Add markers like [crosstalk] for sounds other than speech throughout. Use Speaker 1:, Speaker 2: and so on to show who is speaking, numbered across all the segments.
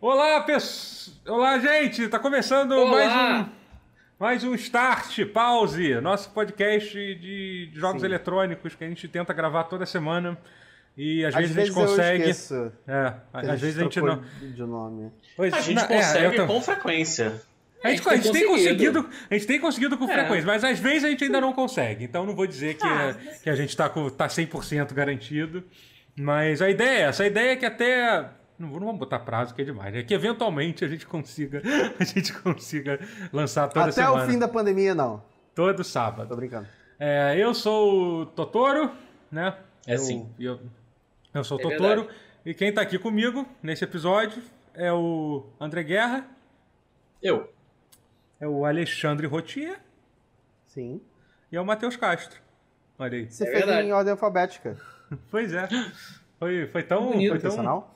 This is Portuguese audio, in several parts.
Speaker 1: Olá, pessoal! Olá, gente! Tá começando
Speaker 2: Olá!
Speaker 1: mais um mais um Start, Pause, nosso podcast de de jogos eletrônicos que a gente tenta gravar toda semana e às, vezes, a gente consegue.
Speaker 3: Eu esqueço
Speaker 1: É,
Speaker 3: que
Speaker 1: às vezes a gente
Speaker 3: trocou
Speaker 1: não.
Speaker 3: De nome.
Speaker 1: Pois,
Speaker 2: A gente
Speaker 1: na- é,
Speaker 2: consegue
Speaker 1: eu tô-
Speaker 2: com frequência.
Speaker 1: A gente, a gente tem conseguido, a gente tem conseguido com
Speaker 2: É.
Speaker 1: frequência, mas às vezes a gente ainda não consegue. Então não vou dizer que, que a gente está tá 100% garantido. Mas a ideia é essa. A ideia é que até... Não, vou- não vamos botar prazo, que é demais. É que eventualmente a gente consiga, [laughs] a gente consiga lançar toda
Speaker 3: Até
Speaker 1: semana.
Speaker 3: o fim da pandemia, não.
Speaker 1: Todo
Speaker 3: Tô
Speaker 1: sábado.
Speaker 3: brincando.
Speaker 1: É, eu sou o Totoro, né?
Speaker 2: É
Speaker 1: Eu-
Speaker 2: sim.
Speaker 1: Eu, eu sou o
Speaker 2: É
Speaker 1: Totoro. E quem tá aqui comigo nesse episódio é o André Guerra,
Speaker 2: Eu.
Speaker 1: é o Alexandre Rotier.
Speaker 3: Sim.
Speaker 1: E é o Matheus Castro. Olha aí.
Speaker 3: Você
Speaker 2: É
Speaker 3: fez
Speaker 2: verdade.
Speaker 3: em ordem alfabética.
Speaker 1: Pois é. Foi, foi tão.
Speaker 2: Bonito.
Speaker 1: Foi tão,
Speaker 3: Sensacional.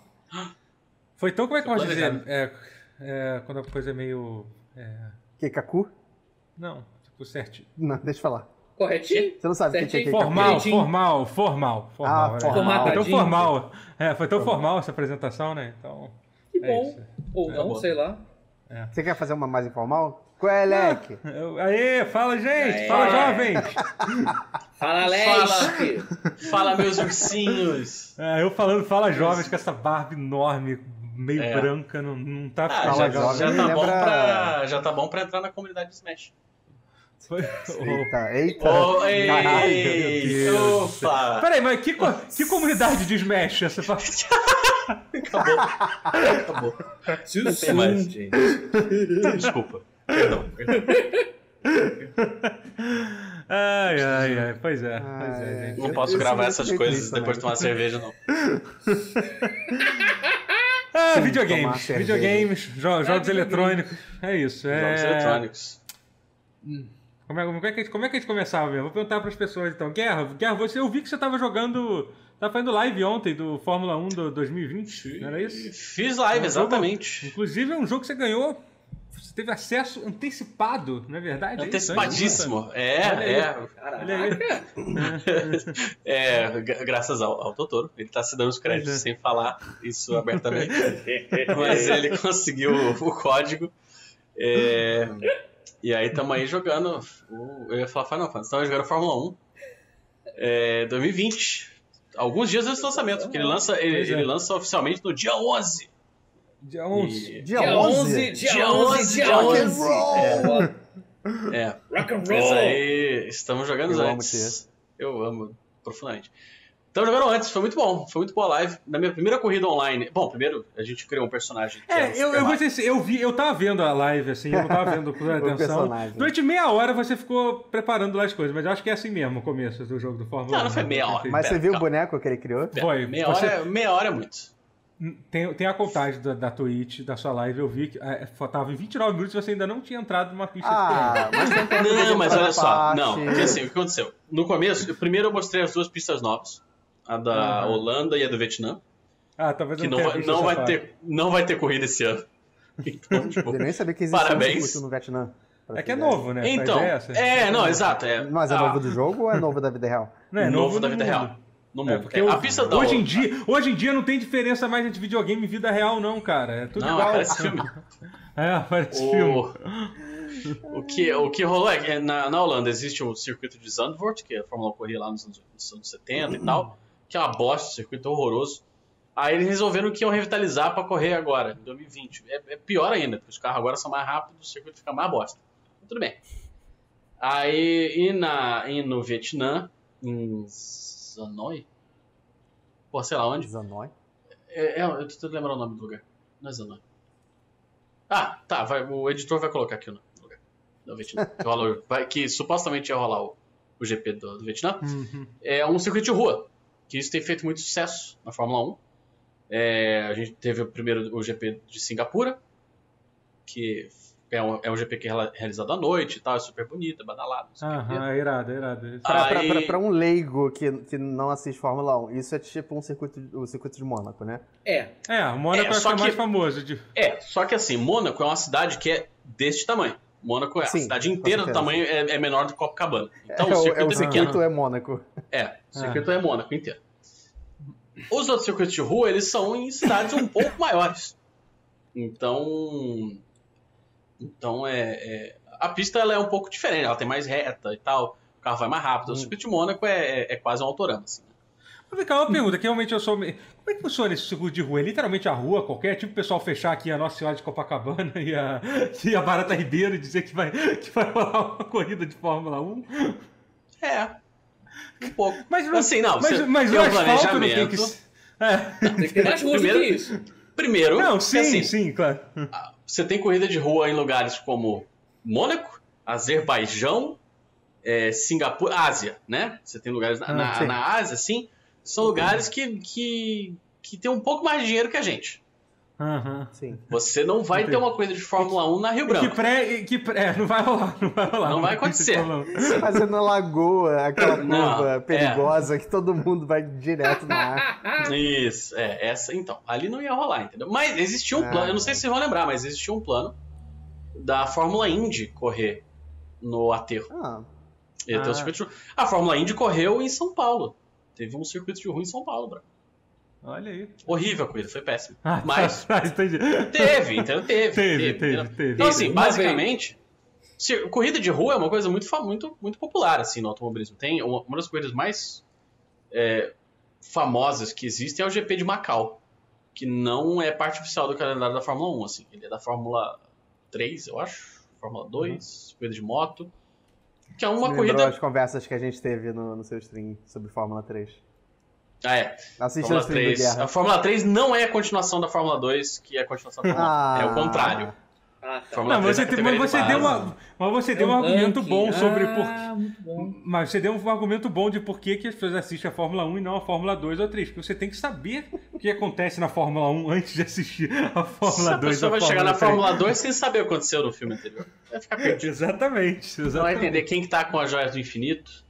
Speaker 1: foi tão. Como é que eu posso dizer?
Speaker 2: Planejado.
Speaker 1: É, é, quando a coisa é meio. é,
Speaker 3: Kekaku?
Speaker 1: não, tipo certinho.
Speaker 3: Não, deixa eu falar.
Speaker 4: Corretinho?
Speaker 3: Você não sabe o que que é
Speaker 4: Certinho.
Speaker 3: Kekaku.
Speaker 1: Formal,
Speaker 4: direitinho.
Speaker 1: formal, formal, formal. olha aí.
Speaker 3: formal.
Speaker 1: Foi tão
Speaker 4: Formatadinho.
Speaker 1: formal. É, foi tão formal essa apresentação, né? Então.
Speaker 4: Que
Speaker 1: É
Speaker 4: bom.
Speaker 1: isso.
Speaker 4: Ou
Speaker 2: É
Speaker 4: não,
Speaker 2: bom.
Speaker 4: sei lá.
Speaker 3: Você quer fazer uma mais informal? Quelec!
Speaker 1: Eu- Aê, fala, gente!
Speaker 4: Aê.
Speaker 1: Fala, jovens!
Speaker 4: Fala, Leste!
Speaker 1: [laughs]
Speaker 2: Fala, meus ursinhos.
Speaker 1: É, eu falando fala jovens com essa barba enorme, meio
Speaker 2: É.
Speaker 1: branca, não, não tá
Speaker 2: Ah,
Speaker 1: ficando
Speaker 2: já,
Speaker 1: legal.
Speaker 2: já
Speaker 3: Me
Speaker 2: tá bom
Speaker 3: lembra-
Speaker 2: pra, já tá bom pra entrar na comunidade do
Speaker 1: [laughs]
Speaker 2: Smash.
Speaker 1: Foi-
Speaker 3: Eita, eita.
Speaker 2: Oh,
Speaker 3: Caralho,
Speaker 1: meu
Speaker 2: ei,
Speaker 1: Deus.
Speaker 2: opa!
Speaker 1: oh. Peraí, mas que, co- que comunidade de Smash é essa fa-
Speaker 2: Acabou. Acabou.
Speaker 4: Too
Speaker 2: Tem mais,
Speaker 4: soon.
Speaker 2: gente. Desculpa. Perdão, perdão.
Speaker 1: Ai, ai, ai, pois é,
Speaker 3: Ai,
Speaker 1: pois é, gente.
Speaker 2: Não
Speaker 3: Eu-
Speaker 2: posso
Speaker 3: eu
Speaker 2: gravar
Speaker 3: sou
Speaker 2: essas
Speaker 3: muito
Speaker 2: coisas
Speaker 3: triste,
Speaker 1: né?
Speaker 2: depois de tomar cerveja, não.
Speaker 1: Ah,
Speaker 3: Sim, tomar
Speaker 1: videogames,
Speaker 3: cerveja.
Speaker 1: É, videogames, jo- jogos
Speaker 4: videogame.
Speaker 1: eletrônicos, é isso. É...
Speaker 2: É, Jogos eletrônicos.
Speaker 1: Como é, como, é que a gente, como é que a gente começava mesmo? Vou perguntar para as pessoas então. Guerra, Guerra, você, eu vi que você estava jogando, estava fazendo live ontem do Fórmula 1 do 2020, não era isso?
Speaker 2: Fiz live,
Speaker 1: Um jogo-
Speaker 2: exatamente.
Speaker 1: Inclusive é um jogo que você ganhou, você teve acesso antecipado, não é verdade? É isso, antes do-
Speaker 2: Antecipadíssimo. É,
Speaker 1: Olha
Speaker 2: é.
Speaker 1: Olha aí.
Speaker 2: É, gra- graças ao, ao Totoro. Ele tá se dando os créditos
Speaker 1: Pois é.
Speaker 2: sem falar isso abertamente.
Speaker 1: [laughs]
Speaker 2: Mas ele [laughs] conseguiu o, o código. É, e aí estamos aí jogando. o- eu ia falar Final Fantasy. Estamos jogando Fórmula 1. É, 2020. Alguns dias antes do lançamento. Porque ele lança, ele,
Speaker 1: Pois é.
Speaker 2: ele lança oficialmente no dia 11.
Speaker 1: Dia 11.
Speaker 2: E-
Speaker 3: Dia
Speaker 4: Dia 11,
Speaker 3: 11?
Speaker 2: Dia
Speaker 4: dia 11,
Speaker 2: 11,
Speaker 4: dia
Speaker 2: rock and
Speaker 4: 11.
Speaker 3: roll.
Speaker 2: é,
Speaker 4: Rock and
Speaker 2: Mas
Speaker 4: roll!
Speaker 2: aí estamos jogando
Speaker 3: Eu amo
Speaker 2: antes. eu amo profundamente. Estamos jogando antes, foi muito bom. Foi muito boa a live. Na minha primeira corrida online. Bom, primeiro a gente criou um personagem. que era o
Speaker 1: É, eu,
Speaker 2: Super
Speaker 1: eu vou
Speaker 2: Mario.
Speaker 1: dizer assim, eu vi, eu tava vendo a live, assim, eu não tava vendo
Speaker 2: [laughs]
Speaker 1: com
Speaker 3: O
Speaker 1: atenção.
Speaker 3: personagem.
Speaker 1: Durante meia hora você ficou preparando lá as coisas, mas eu acho que é assim mesmo o começo do jogo do Fórmula né? 1.
Speaker 2: Não, não foi meia hora.
Speaker 3: Mas você
Speaker 2: Pera,
Speaker 3: viu o
Speaker 2: calma.
Speaker 3: boneco que
Speaker 2: [laughs]
Speaker 3: ele criou?
Speaker 1: Foi.
Speaker 2: Meia,
Speaker 1: Você-
Speaker 2: hora, meia hora é muito.
Speaker 1: Tem, tem a contagem da, da Twitch, da sua live, eu vi que é, faltava em 29 minutos e você ainda não tinha entrado numa pista de
Speaker 3: Ah, mas tem que
Speaker 2: Não, mas olha só.
Speaker 3: parte.
Speaker 2: Não, porque assim, o que aconteceu? No começo, eu- primeiro eu mostrei as duas pistas novas. A da
Speaker 1: Aham.
Speaker 2: Holanda e a do Vietnã.
Speaker 1: Ah, talvez
Speaker 2: Que
Speaker 1: eu
Speaker 2: não
Speaker 1: tenha
Speaker 2: vai,
Speaker 1: visto
Speaker 2: não,
Speaker 1: essa
Speaker 2: vai
Speaker 1: parte.
Speaker 2: ter, não vai ter corrida
Speaker 1: [laughs]
Speaker 2: esse ano. Então, tipo,
Speaker 3: Eu nem sabia que existia
Speaker 2: Parabéns.
Speaker 3: um circuito no Vietnã. Pra
Speaker 1: É que é
Speaker 3: ter
Speaker 1: novo, né? a
Speaker 2: Então,
Speaker 1: ideia é essa.
Speaker 2: é, não, exato. É,
Speaker 3: ideia. Mas é
Speaker 2: a-
Speaker 3: novo do jogo ou é novo da vida real?
Speaker 1: Não, é
Speaker 2: novo, da
Speaker 1: no
Speaker 2: vida
Speaker 1: mundo.
Speaker 2: real. No mundo.
Speaker 1: É, porque
Speaker 2: É,
Speaker 1: hoje,
Speaker 2: a pista da
Speaker 1: hoje em
Speaker 2: outra-
Speaker 1: dia, hoje em dia não tem diferença mais entre videogame e vida real, não, cara. É tudo
Speaker 2: Não,
Speaker 1: igual. [laughs]
Speaker 2: parece filme.
Speaker 1: É, parece filme.
Speaker 2: O, [laughs] o, que, o que rolou é que na, na Holanda existe o circuito de Zandvoort, que é a Fórmula 1 corria lá nos anos, nos anos 70 e tal, que é uma bosta, um circuito horroroso. Aí eles resolveram que iam revitalizar pra correr agora, em 2020. É, é pior ainda, porque os carros agora são mais rápidos, o circuito fica mais bosta. Mas tudo bem. Aí, e, na, e no Vietnã, em Hanoi? Pô, sei lá onde.
Speaker 3: Zanoi.
Speaker 2: É, é, eu tô tentando lembrar o nome do lugar. Não é Zanoi. Ah, tá. vai- o editor vai colocar aqui o nome do lugar. Do Vietnã. Que, rola- vai- que supostamente ia rolar o, o GP do, do Vietnã.
Speaker 1: Uhum.
Speaker 2: É um circuito de rua. Que isso tem feito muito sucesso na Fórmula 1. É, a gente teve o primeiro o GP de Singapura. Que é um, é um GP que é rela- realizado à noite e tal. É super bonito, é badalado. não sei o que
Speaker 1: Aham, irado, irado.
Speaker 3: Pra, pra-
Speaker 2: Aí-
Speaker 3: pra- pra um leigo que, que não assiste Fórmula 1, isso é tipo um circuito, o circuito de Mônaco, né?
Speaker 4: É,
Speaker 1: É, o Mônaco
Speaker 2: É,
Speaker 1: é, acho que
Speaker 2: só
Speaker 1: é mais
Speaker 2: que-
Speaker 1: famoso. De...
Speaker 2: É, só que assim, Mônaco é uma cidade que é deste tamanho. Mônaco é
Speaker 3: Sim,
Speaker 2: a cidade
Speaker 3: com
Speaker 2: inteira do
Speaker 3: certeza.
Speaker 2: tamanho é, é menor do que Copacabana. Então
Speaker 3: é,
Speaker 2: o
Speaker 3: o-
Speaker 2: circuito
Speaker 3: é,
Speaker 2: é,
Speaker 3: o
Speaker 2: pequeno.
Speaker 3: circuito é Mônaco.
Speaker 2: É, o circuito é Mônaco inteiro. Os outros circuitos de rua, eles são em cidades um pouco [laughs] maiores. Então. Então é. é- a pista ela é um pouco diferente, ela tem mais reta e tal, o carro vai mais rápido. O circuito de Mônaco é, é- é quase um autorama, assim.
Speaker 1: Mas vem cá, uma pergunta, que realmente eu sou. me- Como é que funciona esse circuito de rua? É literalmente a rua, qualquer tipo o pessoal fechar aqui a Nossa Senhora de Copacabana [laughs] e a, e a Barata Ribeiro e dizer que vai, que vai rolar uma corrida de Fórmula 1.
Speaker 2: É. Um pouco.
Speaker 1: Mas não
Speaker 2: Assim, não.
Speaker 1: Mas,
Speaker 2: você
Speaker 1: mas
Speaker 2: tem
Speaker 1: o
Speaker 2: um
Speaker 1: asfalto não tem
Speaker 2: planejamento.
Speaker 1: que. ser- É.
Speaker 4: Tem que ter mais gosto
Speaker 2: Primeiro-
Speaker 4: que isso.
Speaker 2: Primeiro,
Speaker 1: Não,
Speaker 2: que
Speaker 1: sim,
Speaker 2: assim,
Speaker 1: sim, claro.
Speaker 2: você tem corrida de rua em lugares como Mônaco, Azerbaijão, é, Singapura, Ásia, né? Você tem lugares na,
Speaker 1: Ah,
Speaker 2: na-
Speaker 1: sim.
Speaker 2: na Ásia, assim, são lugares que, que, que tem um pouco mais de dinheiro que a gente.
Speaker 1: Aham.
Speaker 3: Sim.
Speaker 2: Você não vai
Speaker 1: Entendi.
Speaker 2: ter uma corrida de Fórmula 1 na Rio
Speaker 1: Que
Speaker 2: Branco.
Speaker 1: pré. Que pré é, não vai rolar, não vai rolar.
Speaker 2: Não vai acontecer.
Speaker 3: Fazendo a lagoa, aquela
Speaker 2: Não,
Speaker 3: curva
Speaker 2: é.
Speaker 3: perigosa que todo mundo vai direto na ar.
Speaker 4: Ah,
Speaker 2: Isso, é, essa, então, ali não ia rolar, entendeu? Mas existia um
Speaker 3: Ah.
Speaker 2: plano, eu não sei se vocês vão lembrar, mas existia um plano da Fórmula Indy correr no aterro.
Speaker 3: Ah,
Speaker 2: Ia ter um
Speaker 1: Ah.
Speaker 2: circuito de rua. A Fórmula Indy correu em São Paulo. Teve um circuito de rua em São Paulo, bro.
Speaker 1: Olha aí.
Speaker 2: Horrível a corrida, foi péssimo.
Speaker 1: [laughs] Ah,
Speaker 2: Mas-
Speaker 1: tá, tá, entendi.
Speaker 2: Teve, entendeu?
Speaker 1: Teve,
Speaker 2: Teve.
Speaker 1: teve,
Speaker 2: entendeu?
Speaker 1: teve.
Speaker 2: Então, assim,
Speaker 4: Uma vez.
Speaker 2: basicamente, se- corrida de rua é uma coisa muito, fa- muito, muito popular, assim, no automobilismo. Tem uma, uma das corridas mais é, famosas que existem é o GP de Macau, que não é parte oficial do calendário da Fórmula 1, assim. Ele é da Fórmula 3, eu acho, Fórmula 2, corrida de moto, que é uma
Speaker 3: Uhum. lembrou
Speaker 2: corrida...
Speaker 3: as conversas que a gente teve no, no seu stream sobre Fórmula 3.
Speaker 2: Ah, é,
Speaker 3: Assiste o
Speaker 2: Fórmula
Speaker 3: stream do
Speaker 2: 3.
Speaker 3: Guerra.
Speaker 2: A Fórmula 3 não é a continuação da Fórmula 2, que é a continuação da Fórmula 1.
Speaker 3: Ah.
Speaker 2: É o contrário.
Speaker 4: Ah, tá.
Speaker 2: Fórmula
Speaker 1: Não,
Speaker 2: três
Speaker 1: você,
Speaker 2: é a
Speaker 1: tem- mas
Speaker 2: categoria de
Speaker 1: você deu
Speaker 2: base.
Speaker 1: uma, mas você deu um
Speaker 4: É
Speaker 1: argumento
Speaker 4: ranking.
Speaker 1: bom sobre
Speaker 4: ah,
Speaker 1: por
Speaker 4: Muito bom.
Speaker 1: Mas você deu um argumento bom de por que, que as pessoas assistem a Fórmula 1 e não a Fórmula 2 ou 3. Porque você tem que saber o que acontece na Fórmula 1 antes de assistir a
Speaker 2: Se
Speaker 1: Fórmula
Speaker 2: a
Speaker 1: 2 ou
Speaker 2: pessoa
Speaker 1: a Fórmula
Speaker 2: vai chegar na
Speaker 1: 3.
Speaker 2: Fórmula 2 sem saber o que aconteceu no filme anterior. Vai ficar perdido.
Speaker 1: Exatamente,
Speaker 2: Não vai
Speaker 1: exatamente.
Speaker 2: entender quem que tá com as joias do infinito.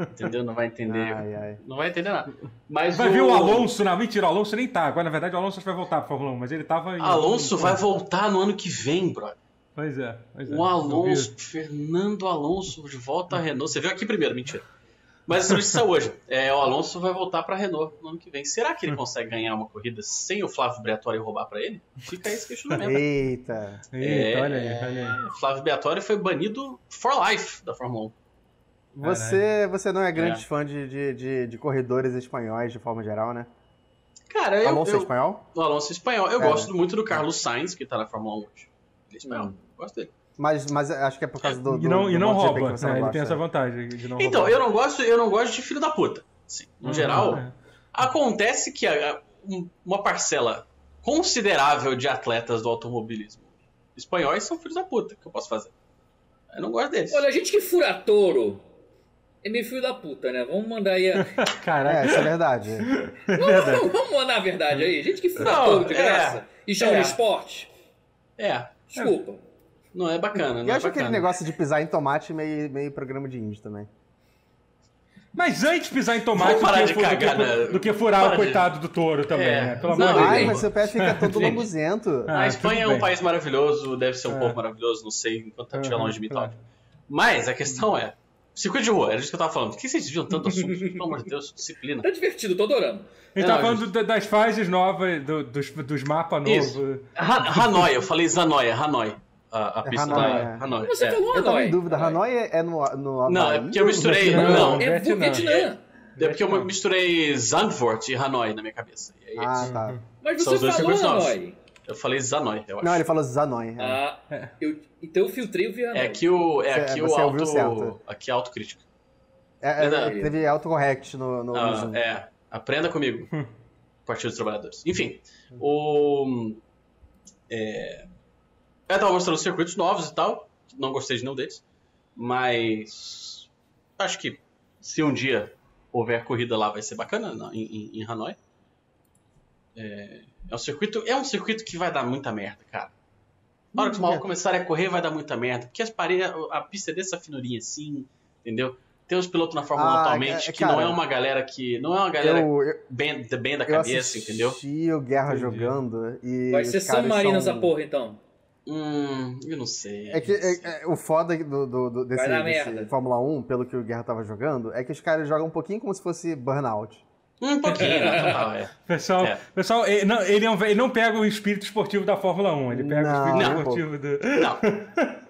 Speaker 2: Entendeu? Não vai entender.
Speaker 3: Ai, ai.
Speaker 2: Não vai entender nada. Mas
Speaker 1: Vai ver o Alonso, não, mentira, o Alonso nem tá. Agora, na verdade, o Alonso acho que vai voltar pra Fórmula 1, mas ele tava em... um
Speaker 2: Alonso vai voltar no ano que vem, brother.
Speaker 1: Pois é, pois é.
Speaker 2: O Alonso, Fernando Alonso de volta à Renault. Você viu aqui primeiro, mentira. Mas essa notícia hoje. É, o Alonso vai voltar pra Renault no ano que vem. Será que ele consegue ganhar uma corrida sem o Flávio Briatore roubar pra ele? Fica esse questionamento.
Speaker 3: Eita.
Speaker 1: Eu vi. Eita,
Speaker 2: É.
Speaker 1: olha aí, olha aí.
Speaker 2: Flávio Briatore foi banido for life da Fórmula 1.
Speaker 3: Você, você não é grande fã de, de, de, de corredores espanhóis, de forma geral, né?
Speaker 2: Cara, eu,
Speaker 3: Alonso é
Speaker 2: eu,
Speaker 3: espanhol?
Speaker 2: o Alonso é espanhol. Eu
Speaker 3: É.
Speaker 2: gosto muito do Carlos Sainz, que tá na Fórmula 1 hoje. Ele é espanhol. Gosto dele.
Speaker 3: Mas, mas acho que é por causa do.
Speaker 1: E
Speaker 3: do-
Speaker 1: não,
Speaker 3: do
Speaker 1: e não
Speaker 3: MotoGP
Speaker 1: rouba,
Speaker 3: que você não
Speaker 1: né? Ele tem
Speaker 3: gosta.
Speaker 1: essa vantagem de não
Speaker 2: Então,
Speaker 1: roubar.
Speaker 2: eu não gosto, eu não gosto de filho da puta. Assim, no
Speaker 1: Uhum,
Speaker 2: geral,
Speaker 1: é.
Speaker 2: acontece que a- a- um- uma parcela considerável de atletas do automobilismo espanhóis são filhos da puta. O que eu posso fazer? Eu não gosto deles.
Speaker 4: Olha, a gente que fura touro é meio filho da puta, né? Vamos mandar aí.
Speaker 1: [laughs]
Speaker 4: A...
Speaker 1: Caraca,
Speaker 3: É, isso
Speaker 2: [laughs]
Speaker 3: é verdade.
Speaker 4: Não,
Speaker 1: verdade.
Speaker 4: não, vamos mandar a verdade aí. Gente que fura
Speaker 2: Não,
Speaker 4: touro de
Speaker 2: é,
Speaker 4: graça e chama
Speaker 2: é.
Speaker 4: de esporte.
Speaker 2: É,
Speaker 4: Desculpa.
Speaker 2: não é bacana. Não
Speaker 3: E
Speaker 2: é
Speaker 3: acho aquele
Speaker 2: bacana.
Speaker 3: negócio de pisar em tomate meio, meio programa de índio também.
Speaker 1: Mas antes de pisar em tomate,
Speaker 2: Vamos parar
Speaker 1: do
Speaker 2: de
Speaker 1: que, fu- do que
Speaker 2: cagar,
Speaker 1: fu-
Speaker 2: né?
Speaker 1: do que furar
Speaker 2: Para
Speaker 1: o
Speaker 2: de-
Speaker 1: coitado do touro também,
Speaker 2: É.
Speaker 1: né? Pelo
Speaker 2: Não,
Speaker 1: amor de
Speaker 2: eu-
Speaker 1: Deus.
Speaker 3: Ai, mas seu pé fica
Speaker 2: [laughs]
Speaker 3: todo lambuzento.
Speaker 1: Ah,
Speaker 2: a Espanha é
Speaker 1: tudo
Speaker 2: um
Speaker 1: bem.
Speaker 2: país maravilhoso, deve ser um
Speaker 1: É.
Speaker 2: povo maravilhoso, não sei enquanto estiver
Speaker 1: Uhum,
Speaker 2: longe de mim, tá
Speaker 1: claro.
Speaker 2: ótimo. Mas a questão é: circuito de rua, era isso que eu tava falando. Por que vocês viram tanto assunto? Pelo amor de Deus, disciplina.
Speaker 4: Tá divertido, tô adorando.
Speaker 1: A gente
Speaker 2: Não,
Speaker 1: tá falando da- das fases novas, do- dos, dos mapas novos.
Speaker 2: Isso. Ha- Hanoi, eu falei Zanoia, Hanoi. A, a
Speaker 3: É
Speaker 2: pista
Speaker 3: Hanoi,
Speaker 2: da
Speaker 3: é.
Speaker 2: Hanoi.
Speaker 4: Você tá
Speaker 2: é.
Speaker 4: falou
Speaker 3: Eu tava
Speaker 4: Hanoi.
Speaker 3: em dúvida, Hanoi é é no. no
Speaker 2: Não, é
Speaker 3: Havaí?
Speaker 2: porque eu misturei.
Speaker 1: Não,
Speaker 2: Não,
Speaker 4: É
Speaker 1: Vietnã.
Speaker 4: Vietnã.
Speaker 2: é porque eu misturei Zandvoort e Hanoi na minha cabeça. E aí,
Speaker 3: Ah, tá.
Speaker 2: [laughs]
Speaker 4: Mas
Speaker 2: São os
Speaker 4: você
Speaker 2: dois
Speaker 4: falou
Speaker 2: circuitos novos.
Speaker 4: Hanoi.
Speaker 2: Eu falei Zanoi, eu acho.
Speaker 3: Não, ele falou Zanoi. é.
Speaker 4: Ah,
Speaker 1: É.
Speaker 4: eu, então eu filtrei o Vietnã.
Speaker 2: É aqui o, é
Speaker 3: Você-
Speaker 2: aqui
Speaker 3: você
Speaker 2: o
Speaker 3: ouviu certo.
Speaker 2: auto, aqui é autocrítica.
Speaker 3: É, é,
Speaker 2: verdade.
Speaker 3: teve autocorrect no, no, no
Speaker 2: Ah,
Speaker 3: Zoom.
Speaker 2: é, aprenda comigo, Partido dos Trabalhadores. Enfim, o. É, eu tava mostrando os circuitos novos e tal, não gostei de nenhum deles, mas. Acho que se um dia houver corrida lá vai ser bacana na- em, em- em Hanoi. É, é um circuito, é um circuito que vai dar muita merda, cara. Na
Speaker 3: Hum,
Speaker 2: hora que os
Speaker 3: é.
Speaker 2: malucos começarem a correr, vai dar muita merda. Porque as paredes, a pista é dessa finurinha assim, entendeu? Tem uns pilotos na Fórmula 1
Speaker 3: Ah,
Speaker 2: atualmente
Speaker 3: é-
Speaker 2: que não
Speaker 3: cara,
Speaker 2: é uma galera que. Não é uma
Speaker 3: Eu,
Speaker 2: galera
Speaker 3: eu,
Speaker 2: bem, de- bem da
Speaker 3: eu
Speaker 2: cabeça,
Speaker 3: assisti
Speaker 2: entendeu?
Speaker 3: o Guerra
Speaker 1: Entendi.
Speaker 3: jogando e.
Speaker 4: Vai
Speaker 3: os
Speaker 4: ser São
Speaker 3: caras
Speaker 4: Marino essa
Speaker 3: são-
Speaker 4: porra, então. [laughs]
Speaker 2: Hum, eu não sei.
Speaker 3: É que é- é- o foda do, do- do- desse,
Speaker 4: Vai dar
Speaker 3: desse
Speaker 4: merda.
Speaker 3: um Fórmula 1, pelo que o Guerra tava jogando, é que os caras jogam um pouquinho como se fosse Burnout.
Speaker 2: Um pouquinho, não, total, é.
Speaker 1: Pessoal,
Speaker 2: É.
Speaker 1: pessoal ele, não, ele não- ele não pega o espírito esportivo da Fórmula 1, ele pega
Speaker 3: Não, é
Speaker 1: o espírito
Speaker 3: não.
Speaker 1: esportivo do.
Speaker 2: Não.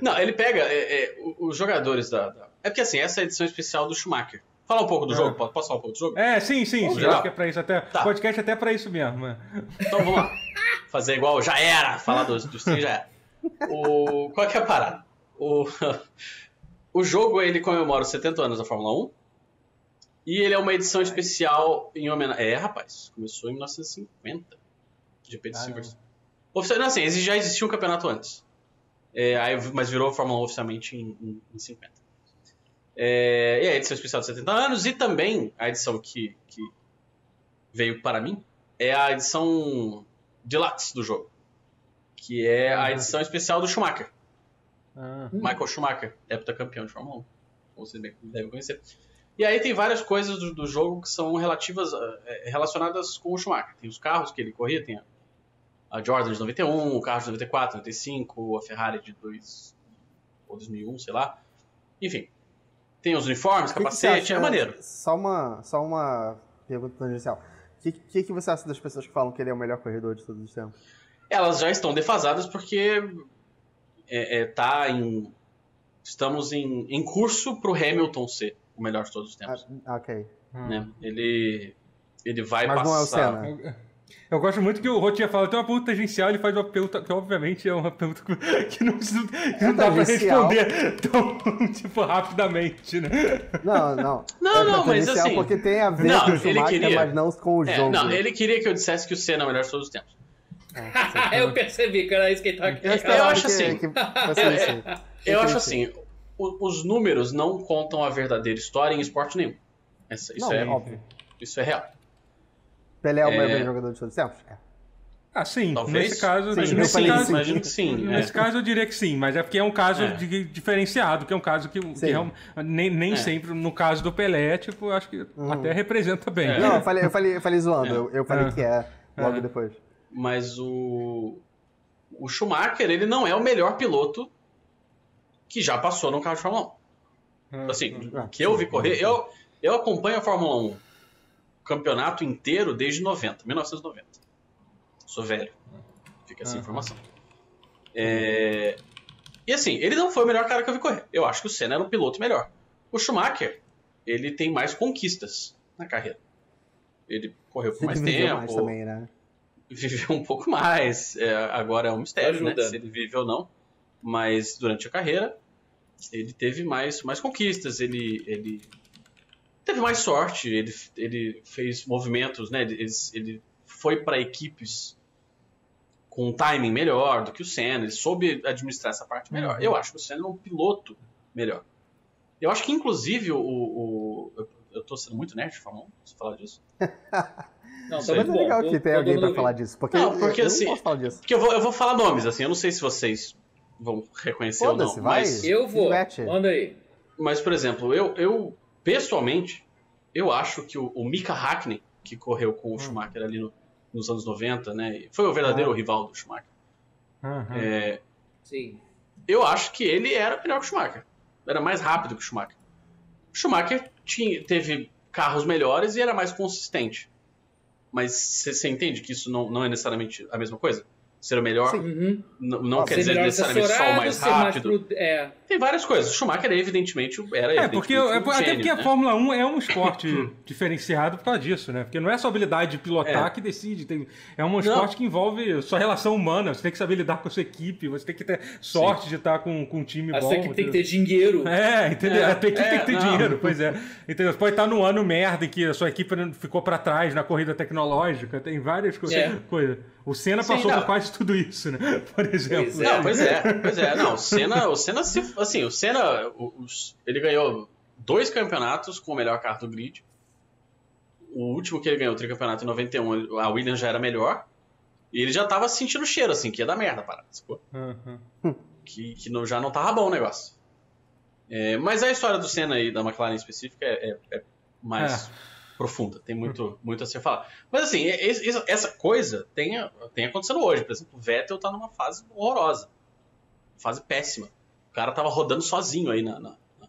Speaker 2: Não, ele pega é, é, o- os jogadores da, da- É porque assim, essa é a edição especial do Schumacher. Fala um pouco do
Speaker 1: É.
Speaker 2: jogo, posso, posso falar um pouco do jogo?
Speaker 1: É, sim, sim,
Speaker 2: Vamos
Speaker 1: sim.
Speaker 2: lá.
Speaker 1: Acho que é pra isso até.
Speaker 2: Tá.
Speaker 1: Podcast é até pra isso mesmo. é.
Speaker 2: Então vamos lá. Fazer igual, já era! Falar dos, dos três já era. O, qual que é a parada? O, [laughs] o jogo ele comemora os 70 anos da Fórmula 1 e ele é uma edição especial em homenagem. É, rapaz, começou em 1950. GP de
Speaker 1: Caramba.
Speaker 2: Silverstone. Oficial, não, assim, exi- já existia um campeonato antes. É, aí, mas virou Fórmula 1 oficialmente em, em, em 50. É, e a edição especial de 70 anos, e também a edição que, que veio para mim é a edição deluxe do jogo. Que é
Speaker 3: Uhum.
Speaker 2: a edição especial do Schumacher.
Speaker 1: Ah,
Speaker 2: Michael Schumacher, heptacampeão de Fórmula 1, como vocês bem devem conhecer. E aí tem várias coisas do, do jogo que são relativas, a- eh, relacionadas com o Schumacher. Tem os carros que ele corria, tem a, a Jordan de 91, o carro de 94, 95, a Ferrari de 2, ou 2001, sei lá. Enfim, tem os uniformes,
Speaker 3: O que que você
Speaker 2: capacete,
Speaker 3: acha-
Speaker 2: é maneiro.
Speaker 3: Só uma, só uma pergunta tangencial. O que, que, que você acha das pessoas que falam que ele é o melhor corredor de todos os tempos?
Speaker 2: Elas já estão defasadas porque é, é, tá em, estamos em, em curso pro Hamilton ser o melhor de todos os tempos.
Speaker 3: Ah, ok.
Speaker 1: ah.
Speaker 2: né? Ele, ele vai
Speaker 3: Mas não é o
Speaker 2: passar.
Speaker 3: Senna.
Speaker 1: Eu- Eu gosto muito que o Rotinha fala, tem uma pergunta tangencial, ele faz uma pergunta que obviamente é uma pergunta [laughs] que não, que não dá pra
Speaker 3: tangencial.
Speaker 1: responder tão, [laughs] tipo, rapidamente, né?
Speaker 3: Não, não.
Speaker 2: [laughs] Não,
Speaker 3: É
Speaker 2: não,
Speaker 3: pra
Speaker 2: mas
Speaker 3: tangencial
Speaker 2: assim-
Speaker 3: Porque tem a ver
Speaker 2: Não,
Speaker 3: com o
Speaker 2: ele
Speaker 3: Schumacher,
Speaker 2: queria.
Speaker 3: mas não com o
Speaker 2: É,
Speaker 3: jogo.
Speaker 2: não, ele queria que eu dissesse que o Senna é o melhor de todos os tempos.
Speaker 4: eu percebi que era isso que ele tava
Speaker 3: Eu,
Speaker 4: querendo.
Speaker 3: esperava
Speaker 2: Eu acho
Speaker 3: que, tá-
Speaker 2: assim.
Speaker 3: que fosse
Speaker 2: [laughs]
Speaker 3: isso.
Speaker 2: Eu
Speaker 3: Entendi.
Speaker 2: acho assim, o- os números não contam a verdadeira história em esporte nenhum. Essa- isso,
Speaker 3: Não,
Speaker 2: é,
Speaker 3: óbvio.
Speaker 2: isso é real.
Speaker 3: Pelé é o
Speaker 2: É.
Speaker 3: melhor jogador de todos os tempos? É.
Speaker 1: Ah, sim,
Speaker 2: Talvez.
Speaker 1: nesse caso.
Speaker 3: Sim,
Speaker 1: nesse
Speaker 3: eu falei
Speaker 1: caso
Speaker 3: sim.
Speaker 2: Imagino que sim. é.
Speaker 1: Nesse caso eu diria que sim, mas é porque é um caso
Speaker 2: É.
Speaker 1: de- diferenciado, que é um caso que, que
Speaker 3: Sim.
Speaker 1: é um- nem, nem
Speaker 2: É.
Speaker 1: sempre, no caso do Pelé, tipo, acho que
Speaker 4: Hum.
Speaker 1: até representa bem. né?
Speaker 2: É.
Speaker 3: Não, eu falei, eu falei, eu falei zoando. Eu, eu falei
Speaker 1: É.
Speaker 3: que é logo
Speaker 1: É.
Speaker 3: depois.
Speaker 2: Mas o, o Schumacher, ele não é o melhor piloto que já passou no carro de Fórmula 1.
Speaker 1: Ah,
Speaker 2: assim,
Speaker 3: Ah,
Speaker 2: que eu vi correr, eu, eu acompanho a Fórmula 1 campeonato inteiro desde 90, 1990. Sou velho. Fica essa
Speaker 3: Ah,
Speaker 1: Aham.
Speaker 2: informação. É, E assim, ele não foi o melhor cara que eu vi correr. Eu acho que o Senna era um piloto melhor. O Schumacher, ele tem mais conquistas na carreira. Ele correu por
Speaker 3: Você
Speaker 2: mais
Speaker 3: dividiu
Speaker 2: tempo,
Speaker 3: mais também, né?
Speaker 2: viveu um pouco mais. É, agora é um mistério, né?
Speaker 4: Ajuda.
Speaker 2: Se ele vive ou não. Mas durante a carreira, ele teve mais, mais conquistas, ele, ele teve mais sorte, ele, ele fez movimentos, né? Ele, ele- ele foi para equipes com um timing melhor do que o Senna, ele soube administrar essa parte melhor. Eu acho que o Senna é um piloto melhor. Eu acho que, inclusive, o. o- eu, eu tô sendo muito nerd, Fórmula 1, se falar disso. Isso aí.
Speaker 4: Não, tá
Speaker 3: Mas
Speaker 4: muito
Speaker 3: é
Speaker 4: bom.
Speaker 3: legal
Speaker 4: Tô-
Speaker 3: que tem
Speaker 4: tô
Speaker 3: alguém pra
Speaker 4: dando
Speaker 3: falar
Speaker 4: ouvido.
Speaker 3: disso. Porque,
Speaker 2: Não, porque
Speaker 3: eu,
Speaker 2: assim-
Speaker 3: eu não posso falar disso.
Speaker 2: Porque eu vou, eu vou falar nomes, assim, eu não sei se vocês vão reconhecer ou não.
Speaker 3: Foda-se, vai.
Speaker 2: Mas,
Speaker 4: Eu vou,
Speaker 3: Mete.
Speaker 4: manda aí.
Speaker 2: mas, por exemplo, eu, eu pessoalmente, eu acho que o, o Mika Hackney, que correu
Speaker 4: Hum.
Speaker 2: com o Schumacher ali no- nos anos 90, né? e Foi o verdadeiro
Speaker 4: É.
Speaker 2: rival do Schumacher.
Speaker 1: aham.
Speaker 2: É,
Speaker 4: Sim.
Speaker 2: eu acho que ele era melhor que o Schumacher. Era mais rápido que o Schumacher. O Schumacher tinha, teve carros melhores e era mais consistente. Mas você você entende que isso não, não é necessariamente a mesma coisa? Ser o melhor
Speaker 3: Sim.
Speaker 4: Uhum.
Speaker 2: n- não
Speaker 3: Ah,
Speaker 2: quer
Speaker 4: Ser
Speaker 2: dizer
Speaker 4: melhor
Speaker 2: necessariamente só o
Speaker 4: assessorado,
Speaker 2: mais
Speaker 4: ser mais
Speaker 2: rápido.
Speaker 4: pru- É,
Speaker 2: Tem várias coisas. O Schumacher era evidentemente era
Speaker 1: É, porque,
Speaker 2: evidentemente,
Speaker 1: é,
Speaker 2: um
Speaker 1: até
Speaker 2: gênio,
Speaker 1: porque a
Speaker 2: né?
Speaker 1: Fórmula 1 é um esporte [laughs] diferenciado por causa disso, né? Porque não é só habilidade de pilotar
Speaker 2: É.
Speaker 1: que decide. tem- é um esporte que envolve sua relação humana. Você tem que saber lidar com a sua equipe, você tem que ter sorte de estar com, com um time
Speaker 4: essa
Speaker 1: bom.
Speaker 4: equipe tem que
Speaker 1: entendeu?
Speaker 4: ter dinheiro.
Speaker 1: É, entendeu?
Speaker 2: É,
Speaker 1: a tua equipe
Speaker 2: é,
Speaker 1: tem que ter
Speaker 2: não.
Speaker 1: dinheiro, pois é. Entendeu? Você pode estar num ano merda em que a sua equipe não- ficou pra trás na corrida tecnológica, tem várias co-
Speaker 4: É.
Speaker 1: coisas. O Senna
Speaker 2: Sim,
Speaker 1: passou
Speaker 2: não.
Speaker 1: por quase tudo isso, né? [laughs] Por exemplo.
Speaker 4: Pois
Speaker 2: Não, pois é, pois é. Não, o Senna, o Senna se, assim, o Senna, o- os- ele ganhou dois campeonatos com o melhor carro do grid. O último que ele ganhou, o tricampeonato em 91, ele- a Williams já era melhor. E ele já tava sentindo o cheiro, assim, que ia dar merda a parada, sacou?
Speaker 1: Aham.
Speaker 2: Que, que não- já não tava bom o negócio. É, mas a história do Senna e da McLaren em específica é, é- é mais profunda, tem muito, muito a ser falar. Mas assim, es- es- essa coisa tem, tem acontecendo hoje. Por exemplo, o Vettel tá numa fase horrorosa. Fase péssima. O cara tava rodando sozinho aí na, na- na-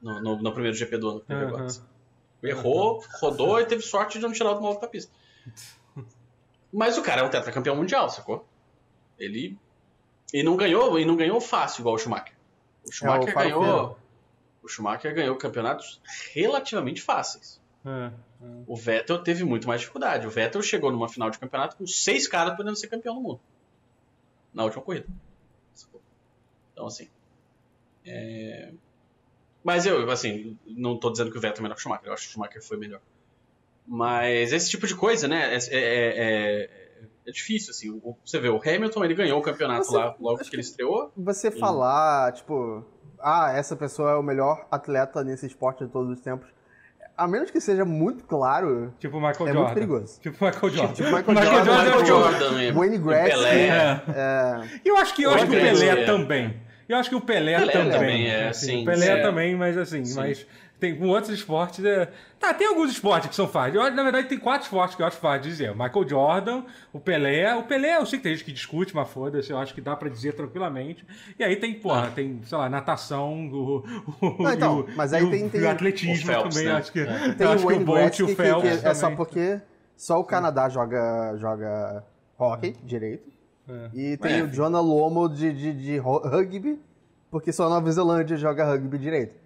Speaker 2: no, no- no primeiro GP do ano que teve
Speaker 1: Aham.
Speaker 2: agora. Errou, rodou e teve sorte de não tirar do maluco da pista. Mas o cara é um tetracampeão mundial, sacou? Ele. E não ganhou, e não ganhou fácil, igual o Schumacher. O Schumacher
Speaker 3: o farofeiro.
Speaker 2: ganhou. O Schumacher ganhou campeonatos relativamente fáceis.
Speaker 1: É.
Speaker 2: O Vettel teve muito mais dificuldade. O Vettel chegou numa final de campeonato com seis caras podendo ser campeão do mundo. Na última corrida. Então, assim. é, Mas eu, assim, não tô dizendo que o Vettel é melhor que o Schumacher. Eu acho que o Schumacher foi melhor. Mas esse tipo de coisa, né? É, é- é- é difícil, assim. O- Você vê, o Hamilton, ele ganhou o campeonato
Speaker 3: Você-
Speaker 2: lá logo
Speaker 3: acho
Speaker 2: que ele estreou.
Speaker 3: Você falar, tipo, ah, essa pessoa é o melhor atleta nesse esporte de todos os tempos, a menos que seja muito claro,
Speaker 1: Tipo o Michael
Speaker 3: é
Speaker 1: Jordan.
Speaker 3: muito perigoso.
Speaker 1: Tipo o Michael Jordan.
Speaker 3: Tipo Michael
Speaker 1: Michael
Speaker 3: Jordan,
Speaker 1: Jordan é o
Speaker 2: Michael
Speaker 1: Jordan.
Speaker 2: Jordan, é,
Speaker 3: Wayne Gretzky, né?
Speaker 2: Pelé.
Speaker 3: É,
Speaker 1: E É. eu acho que, eu
Speaker 2: Hoje
Speaker 1: acho que o
Speaker 2: tem,
Speaker 1: Pelé
Speaker 2: é.
Speaker 1: também. Eu acho que o Pelé,
Speaker 2: Pelé
Speaker 1: também.
Speaker 2: também, é,
Speaker 1: assim,
Speaker 2: sim,
Speaker 1: o Pelé
Speaker 2: é.
Speaker 1: também, mas assim,
Speaker 2: Sim.
Speaker 1: mas tem com outros esportes. é- Tá, tem alguns esportes que são fáceis. Eu acho- na verdade, tem quatro esportes que eu acho fácil de dizer. O Michael Jordan, o Pelé. O Pelé, eu sei que tem gente que discute, mas foda-se, eu acho que dá pra dizer tranquilamente. E aí tem, porra,
Speaker 2: Ah.
Speaker 1: tem, sei lá, natação, o, o,
Speaker 3: Não, então,
Speaker 1: e o-
Speaker 3: mas aí
Speaker 1: e o-
Speaker 3: tem- tem-
Speaker 1: e o atletismo
Speaker 2: O Phelps,
Speaker 1: também.
Speaker 2: né?
Speaker 1: eu Acho que,
Speaker 3: Tem
Speaker 1: eu acho
Speaker 3: o
Speaker 1: que
Speaker 3: Wayne
Speaker 1: o Bolt e
Speaker 3: Gretzky,
Speaker 1: o
Speaker 3: que, que
Speaker 1: Phelps.
Speaker 3: é só
Speaker 1: também.
Speaker 3: porque só o Canadá joga, joga hockey direito.
Speaker 1: É.
Speaker 3: E tem
Speaker 2: É.
Speaker 3: o Jonah Lomo de, de, de ro- rugby, porque só a Nova Zelândia joga rugby direito.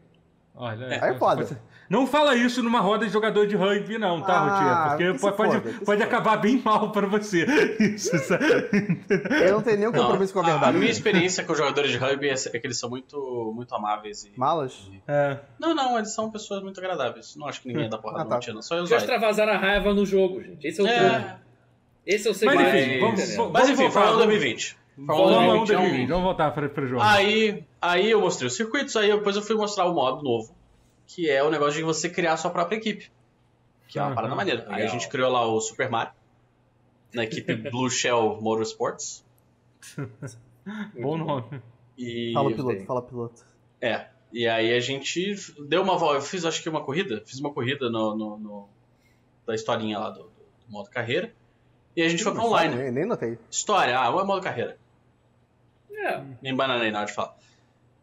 Speaker 1: Olha,
Speaker 3: Aí
Speaker 1: [laughs]
Speaker 3: é foda.
Speaker 1: você- Não fala isso numa roda de jogador de rugby, não, tá,
Speaker 3: Ah,
Speaker 1: Rotier?
Speaker 3: que
Speaker 1: Porque
Speaker 3: se
Speaker 1: pode,
Speaker 3: foda, que se
Speaker 1: pode, acabar bem mal pra você. [laughs] Isso, é. sabe?
Speaker 3: Eu não tenho nenhum
Speaker 2: Não, Ah,
Speaker 3: compromisso com a
Speaker 2: a, a
Speaker 3: verdade.
Speaker 2: minha experiência com os jogadores de rugby é é que eles são muito, muito amáveis e
Speaker 3: Malas?
Speaker 1: É.
Speaker 2: Não, não, eles são pessoas muito agradáveis. Não acho que ninguém ia dar porrada
Speaker 3: Ah,
Speaker 2: no
Speaker 3: tá.
Speaker 2: tá. Só eu
Speaker 4: Já extravasaram a raiva no jogo, gente. Esse é o truque.
Speaker 2: é,
Speaker 4: Esse é o
Speaker 1: Mas
Speaker 4: segredo.
Speaker 1: enfim,
Speaker 2: Mas-
Speaker 1: vamos,
Speaker 4: entendeu?
Speaker 1: vamos,
Speaker 2: Mas enfim,
Speaker 1: voltar.
Speaker 2: Fórmula
Speaker 1: vamos-
Speaker 2: 2020.
Speaker 1: Fórmula 1
Speaker 2: 2020 é um-
Speaker 1: 2020, vamos voltar para, para o jogo.
Speaker 2: Aí, aí eu mostrei os circuitos, aí depois eu fui mostrar o modo novo, que é o negócio de você criar a sua própria equipe. Que é uma
Speaker 1: Uhum.
Speaker 2: parada maneira. Aí a
Speaker 4: Legal.
Speaker 2: gente criou lá o Super Mario, na equipe
Speaker 3: [laughs]
Speaker 2: Blue Shell Motorsports.
Speaker 1: Bom nome.
Speaker 2: E
Speaker 3: Fala
Speaker 4: tem.
Speaker 3: piloto, fala piloto.
Speaker 2: É. E aí a gente deu uma volta. Eu fiz, acho que uma corrida. Fiz uma corrida no, no- no- da historinha lá do, do modo carreira. E a gente foi pra
Speaker 3: Não
Speaker 2: online.
Speaker 3: sabe, Nem, nem notei.
Speaker 2: História, ah, é modo carreira.
Speaker 4: É,
Speaker 2: Me embananei na hora de falar.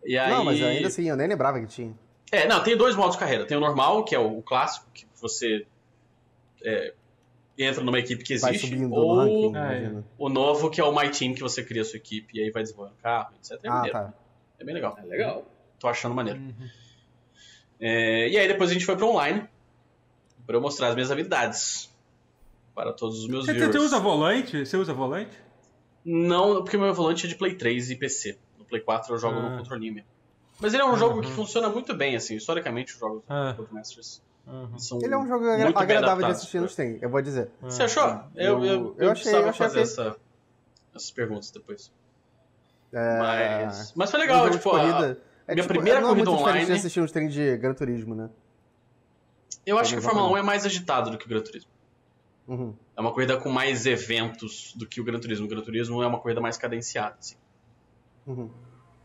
Speaker 2: E aí...
Speaker 3: Não, mas ainda assim, eu nem lembrava que tinha.
Speaker 2: É, não, tem dois modos de carreira. Tem o normal, que é o, o clássico, que você é, entra numa equipe que
Speaker 3: Vai
Speaker 2: existe.
Speaker 3: subindo no ranking, né?
Speaker 2: Ou
Speaker 1: Ah, é.
Speaker 3: imagina.
Speaker 2: o novo, que é o My Team, que você cria a sua equipe e aí vai desenvolvendo carro, etc. É,
Speaker 3: Ah,
Speaker 2: maneiro.
Speaker 3: tá.
Speaker 2: é bem legal.
Speaker 4: é legal.
Speaker 2: Tô achando maneiro. É, e aí depois a gente foi pro online pra eu mostrar as minhas habilidades para todos os meus
Speaker 1: Você, você-
Speaker 2: viewers.
Speaker 1: você usa volante? Você usa volante?
Speaker 2: Não, porque meu volante é de Play 3 e PC. No Play 4 eu jogo
Speaker 1: Ah.
Speaker 2: no controlinho mesmo. Mas ele é um
Speaker 1: Uhum.
Speaker 2: jogo que funciona muito bem, assim. Historicamente, os jogos
Speaker 1: Ah.
Speaker 2: do Codemasters
Speaker 1: Uhum.
Speaker 2: são
Speaker 3: Ele é um jogo
Speaker 2: muito bem
Speaker 3: agradável de
Speaker 2: adaptados.
Speaker 3: assistir no stream, eu vou dizer.
Speaker 1: Ah.
Speaker 2: Você achou? Eu, eu,
Speaker 3: Eu-
Speaker 2: eu,
Speaker 3: eu achei-
Speaker 2: precisava
Speaker 3: eu achei
Speaker 2: fazer
Speaker 3: ok.
Speaker 2: essa- essas perguntas depois.
Speaker 3: É...
Speaker 2: Mas, mas foi
Speaker 3: um
Speaker 2: legal,
Speaker 3: jogo de
Speaker 2: tipo, a-
Speaker 3: corrida. É,
Speaker 2: minha primeira
Speaker 3: não é
Speaker 2: corrida
Speaker 3: muito diferente
Speaker 2: online-
Speaker 3: de assistir um stream de Gran Turismo, né?
Speaker 2: eu acho que a
Speaker 3: Foi legal
Speaker 2: Fórmula
Speaker 3: pra
Speaker 2: 1 é mais agitado do que o Gran Turismo.
Speaker 3: Uhum.
Speaker 2: É uma corrida com mais eventos do que o Gran Turismo. O Gran Turismo é uma corrida mais cadenciada, assim.
Speaker 3: Uhum.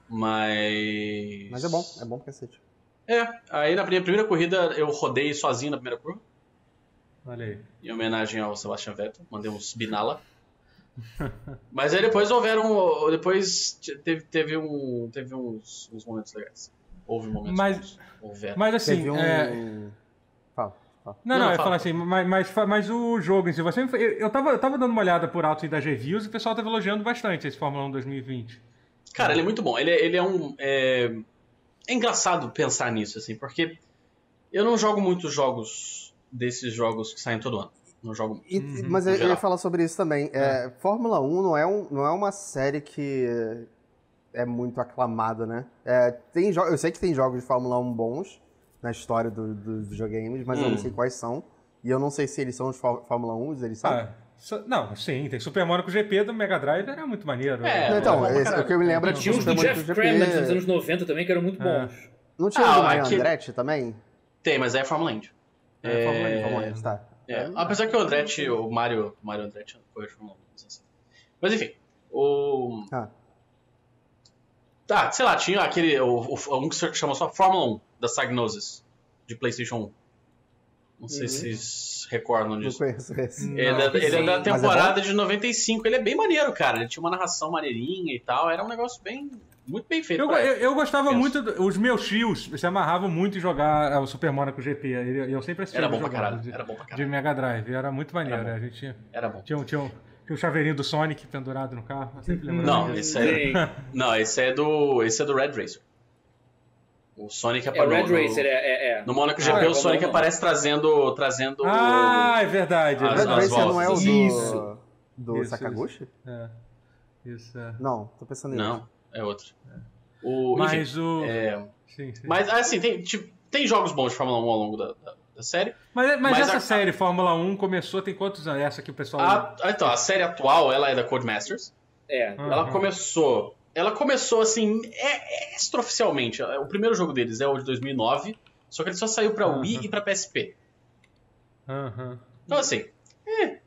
Speaker 2: Mas.
Speaker 3: Mas é bom, é bom pra cacete.
Speaker 2: É, aí na minha primeira corrida eu rodei sozinho na primeira curva,
Speaker 1: Olha aí.
Speaker 2: em homenagem ao Sebastian Vettel, mandei
Speaker 1: [laughs]
Speaker 2: uns binala. Mas aí depois houveram. Depois te- teve, teve, um, teve uns, uns momentos legais. Houve momentos
Speaker 1: Mas-
Speaker 2: bons. Houveram.
Speaker 1: Mas assim,
Speaker 3: Teve um.
Speaker 1: é,
Speaker 3: Fala, fala.
Speaker 1: Não, não,
Speaker 2: Não,
Speaker 1: eu ia
Speaker 2: fala.
Speaker 1: falar assim, mas, mas, mas o jogo em si, você, me- eu, eu, tava, eu tava dando uma olhada por alto aí das reviews e o pessoal tava elogiando bastante esse Fórmula 1 2020.
Speaker 2: Cara, ele é muito bom. Ele, é- ele é um. É... é engraçado pensar nisso, assim, porque eu não jogo muitos jogos desses jogos que saem todo ano. Não jogo muito.
Speaker 3: E-
Speaker 1: Uhum,
Speaker 3: mas
Speaker 2: no
Speaker 3: eu, eu ia
Speaker 2: geral.
Speaker 3: falar sobre isso também. É, Fórmula 1 não é, um, não é uma série que é muito aclamada, né? É, tem jo- eu sei que tem jogos de Fórmula 1 bons na história do- dos videogames, mas eu não
Speaker 2: Hum.
Speaker 3: sei quais são. E eu não sei se eles são os Fór- Fórmula 1, se eles são.
Speaker 1: Ah, so- não, sim, tem Super Mario com GP do Mega Drive, era muito maneiro.
Speaker 2: É,
Speaker 1: Era-
Speaker 3: Não, então,
Speaker 1: era bom pra
Speaker 3: esse- o
Speaker 1: caralho.
Speaker 3: que eu me lembro é
Speaker 4: E
Speaker 3: que
Speaker 4: tinha uns do
Speaker 3: Super Mario
Speaker 4: Jeff
Speaker 3: GP.
Speaker 4: Cramland nos anos 90 também, que eram muito bons.
Speaker 3: Não tinha
Speaker 2: Ah,
Speaker 3: o do Mario
Speaker 2: aqui-
Speaker 3: Andretti também?
Speaker 2: Tem, mas é Fórmula Indy.
Speaker 1: É, Fórmula Indy,
Speaker 3: Fórmula 1, tá.
Speaker 2: É, apesar que o Andretti, o Mario, Mario Andretti correu de Fórmula 1, mas assim. Mas enfim, o.
Speaker 3: Ah.
Speaker 2: Tá, sei lá, tinha aquele. O, o- um que se chama só Fórmula 1, da Sagnosis, de PlayStation 1. Não sei
Speaker 3: Uhum.
Speaker 2: se vocês recordam
Speaker 3: Não
Speaker 2: disso.
Speaker 3: conheço esse.
Speaker 2: Ele, é,
Speaker 4: Não,
Speaker 2: ele é da
Speaker 4: sim.
Speaker 2: temporada de 95, ele é bem maneiro, cara. Ele tinha uma narração maneirinha e tal, era um negócio bem, muito bem feito.
Speaker 1: Eu,
Speaker 2: pra
Speaker 1: eu,
Speaker 2: época.
Speaker 1: eu gostava
Speaker 2: Penso.
Speaker 1: muito. do- os meus tios se amarravam muito em jogar é, o Super Monaco GP. Ele- Eu sempre assistia
Speaker 2: Era
Speaker 1: eles
Speaker 2: bom pra
Speaker 1: jogando
Speaker 2: caralho,
Speaker 1: de,
Speaker 2: era bom pra
Speaker 1: de
Speaker 2: caralho.
Speaker 1: Mega Drive. Era muito maneiro. é,
Speaker 2: Era bom.
Speaker 1: A gente tinha,
Speaker 2: Era bom.
Speaker 1: tinha, um, tinha, um, tinha um chaveirinho do Sonic pendurado no carro. eu Sempre lembrava
Speaker 2: Não,
Speaker 1: disso.
Speaker 2: esse é,
Speaker 4: Sim.
Speaker 2: não, esse é do. Esse é do Red Racer. O Sonic
Speaker 4: É o
Speaker 2: aparece.
Speaker 4: Red Racer, é. é, é.
Speaker 2: No Monaco
Speaker 4: Ah,
Speaker 2: GP,
Speaker 4: é,
Speaker 2: o Sonic
Speaker 4: não.
Speaker 2: aparece trazendo. trazendo
Speaker 1: Ah, é verdade. é
Speaker 2: As-
Speaker 3: Red
Speaker 1: verdade.
Speaker 3: Racer não é o
Speaker 2: vozes.
Speaker 3: do,
Speaker 4: Isso.
Speaker 3: do
Speaker 1: Isso, isso.
Speaker 3: Sakaguchi?
Speaker 1: É. Isso, é.
Speaker 3: Não, tô pensando em outro.
Speaker 2: Não, é outro. O, enfim,
Speaker 1: Mas o.
Speaker 2: é,
Speaker 1: Sim, sim.
Speaker 2: mas assim, tem, tipo, tem jogos bons de Fórmula 1 ao longo da, da- da série.
Speaker 1: Mas, mas
Speaker 2: mas
Speaker 1: essa
Speaker 2: a-
Speaker 1: série Fórmula 1 começou tem quantos anos? Essa que o pessoal.
Speaker 2: A- então, a série atual, ela é da Codemasters.
Speaker 4: É.
Speaker 1: Ah.
Speaker 2: Ela
Speaker 1: Uhum.
Speaker 2: começou. Ela começou assim, é, é extraoficialmente. O primeiro jogo deles é o de 2009, só que ele só saiu pra
Speaker 1: Uhum.
Speaker 2: Wii e pra PSP.
Speaker 1: Aham.
Speaker 2: Então assim, é.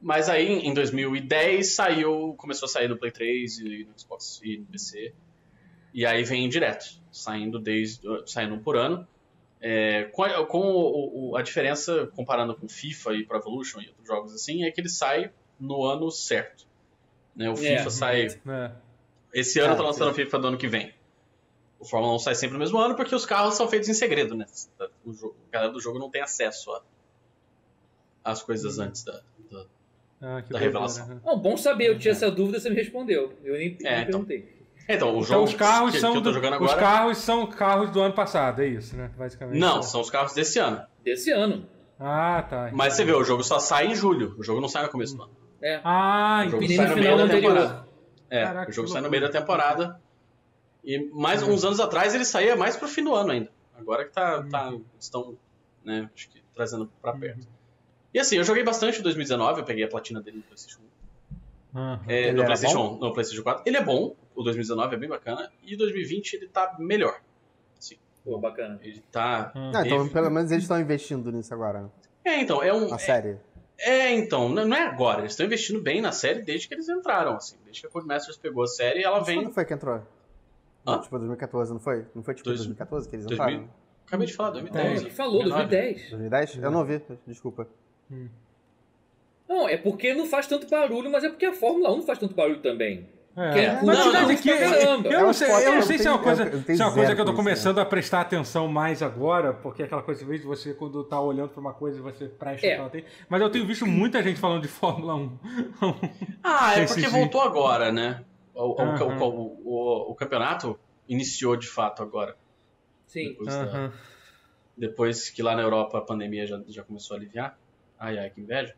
Speaker 2: Mas aí em 2010 saiu, começou a sair no Play 3 e no Xbox e no PC. E aí vem direto, saindo desde saindo um por ano. É, com a, com o- o- a diferença comparando com FIFA e Pro Evolution e outros jogos assim, é que ele sai no ano certo. Né, o
Speaker 4: É.
Speaker 2: FIFA sai
Speaker 1: É.
Speaker 2: esse ano
Speaker 3: Ah,
Speaker 2: tá lançando o FIFA do ano que vem. O Fórmula 1 sai sempre no mesmo ano porque os carros são feitos em segredo, né? O jogo, a galera do jogo não tem acesso a- às coisas
Speaker 1: Uhum.
Speaker 2: antes da. da- Então,
Speaker 1: Ah, que
Speaker 2: Da
Speaker 1: doideira,
Speaker 2: revelação.
Speaker 1: né?
Speaker 4: Não, bom saber, eu tinha essa dúvida, você me respondeu. Eu nem, nem
Speaker 2: É, então.
Speaker 4: perguntei.
Speaker 2: Então, os
Speaker 1: Então
Speaker 2: jogos
Speaker 1: os carros
Speaker 2: que,
Speaker 1: são
Speaker 2: que eu tô
Speaker 1: do-
Speaker 2: jogando
Speaker 1: os
Speaker 2: agora.
Speaker 1: carros são carros do ano passado, é isso, né? Basicamente.
Speaker 2: Não, são os carros desse ano.
Speaker 4: Desse ano.
Speaker 1: Ah, tá.
Speaker 2: Mas você vê, o jogo só sai em julho. O jogo não sai no começo do ano.
Speaker 4: É.
Speaker 1: Ah,
Speaker 2: O jogo
Speaker 4: e
Speaker 1: entendi.
Speaker 4: nem
Speaker 2: sai
Speaker 4: no
Speaker 2: no
Speaker 4: final
Speaker 2: meio da
Speaker 4: anterior.
Speaker 2: temporada. É,
Speaker 1: Caraca,
Speaker 2: o jogo
Speaker 1: que
Speaker 2: sai
Speaker 1: loucura.
Speaker 2: no
Speaker 1: Uhum.
Speaker 2: meio da temporada. E mais uns anos atrás ele saía mais pro fim do ano ainda. Agora que tá, tá- estão, né, acho que trazendo pra perto.
Speaker 1: Uhum.
Speaker 2: E assim, eu joguei bastante em 2019, eu peguei a platina dele no PlayStation 1.
Speaker 1: Aham.
Speaker 2: É,
Speaker 3: Ele
Speaker 2: no
Speaker 3: era
Speaker 2: PlayStation, no PlayStation 4. Ele é bom, o 2019 é bem bacana, e 2020 ele tá melhor.
Speaker 4: Pô, bacana.
Speaker 2: Ele tá.
Speaker 4: Hum.
Speaker 1: Ah.
Speaker 3: Ah, então
Speaker 2: Teve.
Speaker 3: pelo menos eles estão investindo nisso agora, né?
Speaker 2: É, então, é um.
Speaker 3: na série.
Speaker 2: É, então, não não é agora. Eles estão investindo bem na série desde que eles entraram, assim. Desde que a Codemasters pegou a série, ela
Speaker 3: Mas
Speaker 2: vem.
Speaker 3: Quando foi que entrou?
Speaker 2: Hã?
Speaker 3: Tipo 2014, não foi? Não foi tipo
Speaker 2: Dois-
Speaker 3: 2014 que eles
Speaker 2: dois
Speaker 3: entraram?
Speaker 2: mil- Acabei de falar,
Speaker 4: É,
Speaker 2: 2010.
Speaker 4: ele falou,
Speaker 2: 2019.
Speaker 4: 2010.
Speaker 3: 2010? Eu não vi, desculpa.
Speaker 4: Não, é porque não faz tanto barulho, mas é porque a Fórmula 1 não faz tanto barulho também.
Speaker 1: É.
Speaker 4: Não,
Speaker 1: Mas
Speaker 4: não,
Speaker 1: cidade
Speaker 4: não,
Speaker 1: aqui,
Speaker 4: tá
Speaker 1: eu,
Speaker 4: caramba.
Speaker 1: eu
Speaker 3: É
Speaker 1: não
Speaker 3: um
Speaker 1: sei,
Speaker 3: foco,
Speaker 1: eu não
Speaker 3: eu
Speaker 1: sei se é
Speaker 3: tenho-
Speaker 1: uma coisa,
Speaker 3: eu- eu tenho
Speaker 1: se é uma coisa
Speaker 3: zero assim, né?
Speaker 1: que eu tô
Speaker 3: com isso,
Speaker 1: começando a prestar atenção mais agora, porque é aquela coisa, às vezes, você quando tá olhando pra uma coisa, você presta
Speaker 4: É.
Speaker 1: atenção. tem- Mas eu tenho visto muita gente falando de Fórmula 1.
Speaker 2: Ah, é
Speaker 1: Esse
Speaker 2: porque
Speaker 1: de-
Speaker 2: voltou agora, né? O, o-
Speaker 1: Aham.
Speaker 2: o- o- o- o campeonato iniciou de fato agora.
Speaker 4: Sim.
Speaker 2: Depois, da- depois que lá na Europa a pandemia já, já começou a aliviar. Ai, ai, que inveja.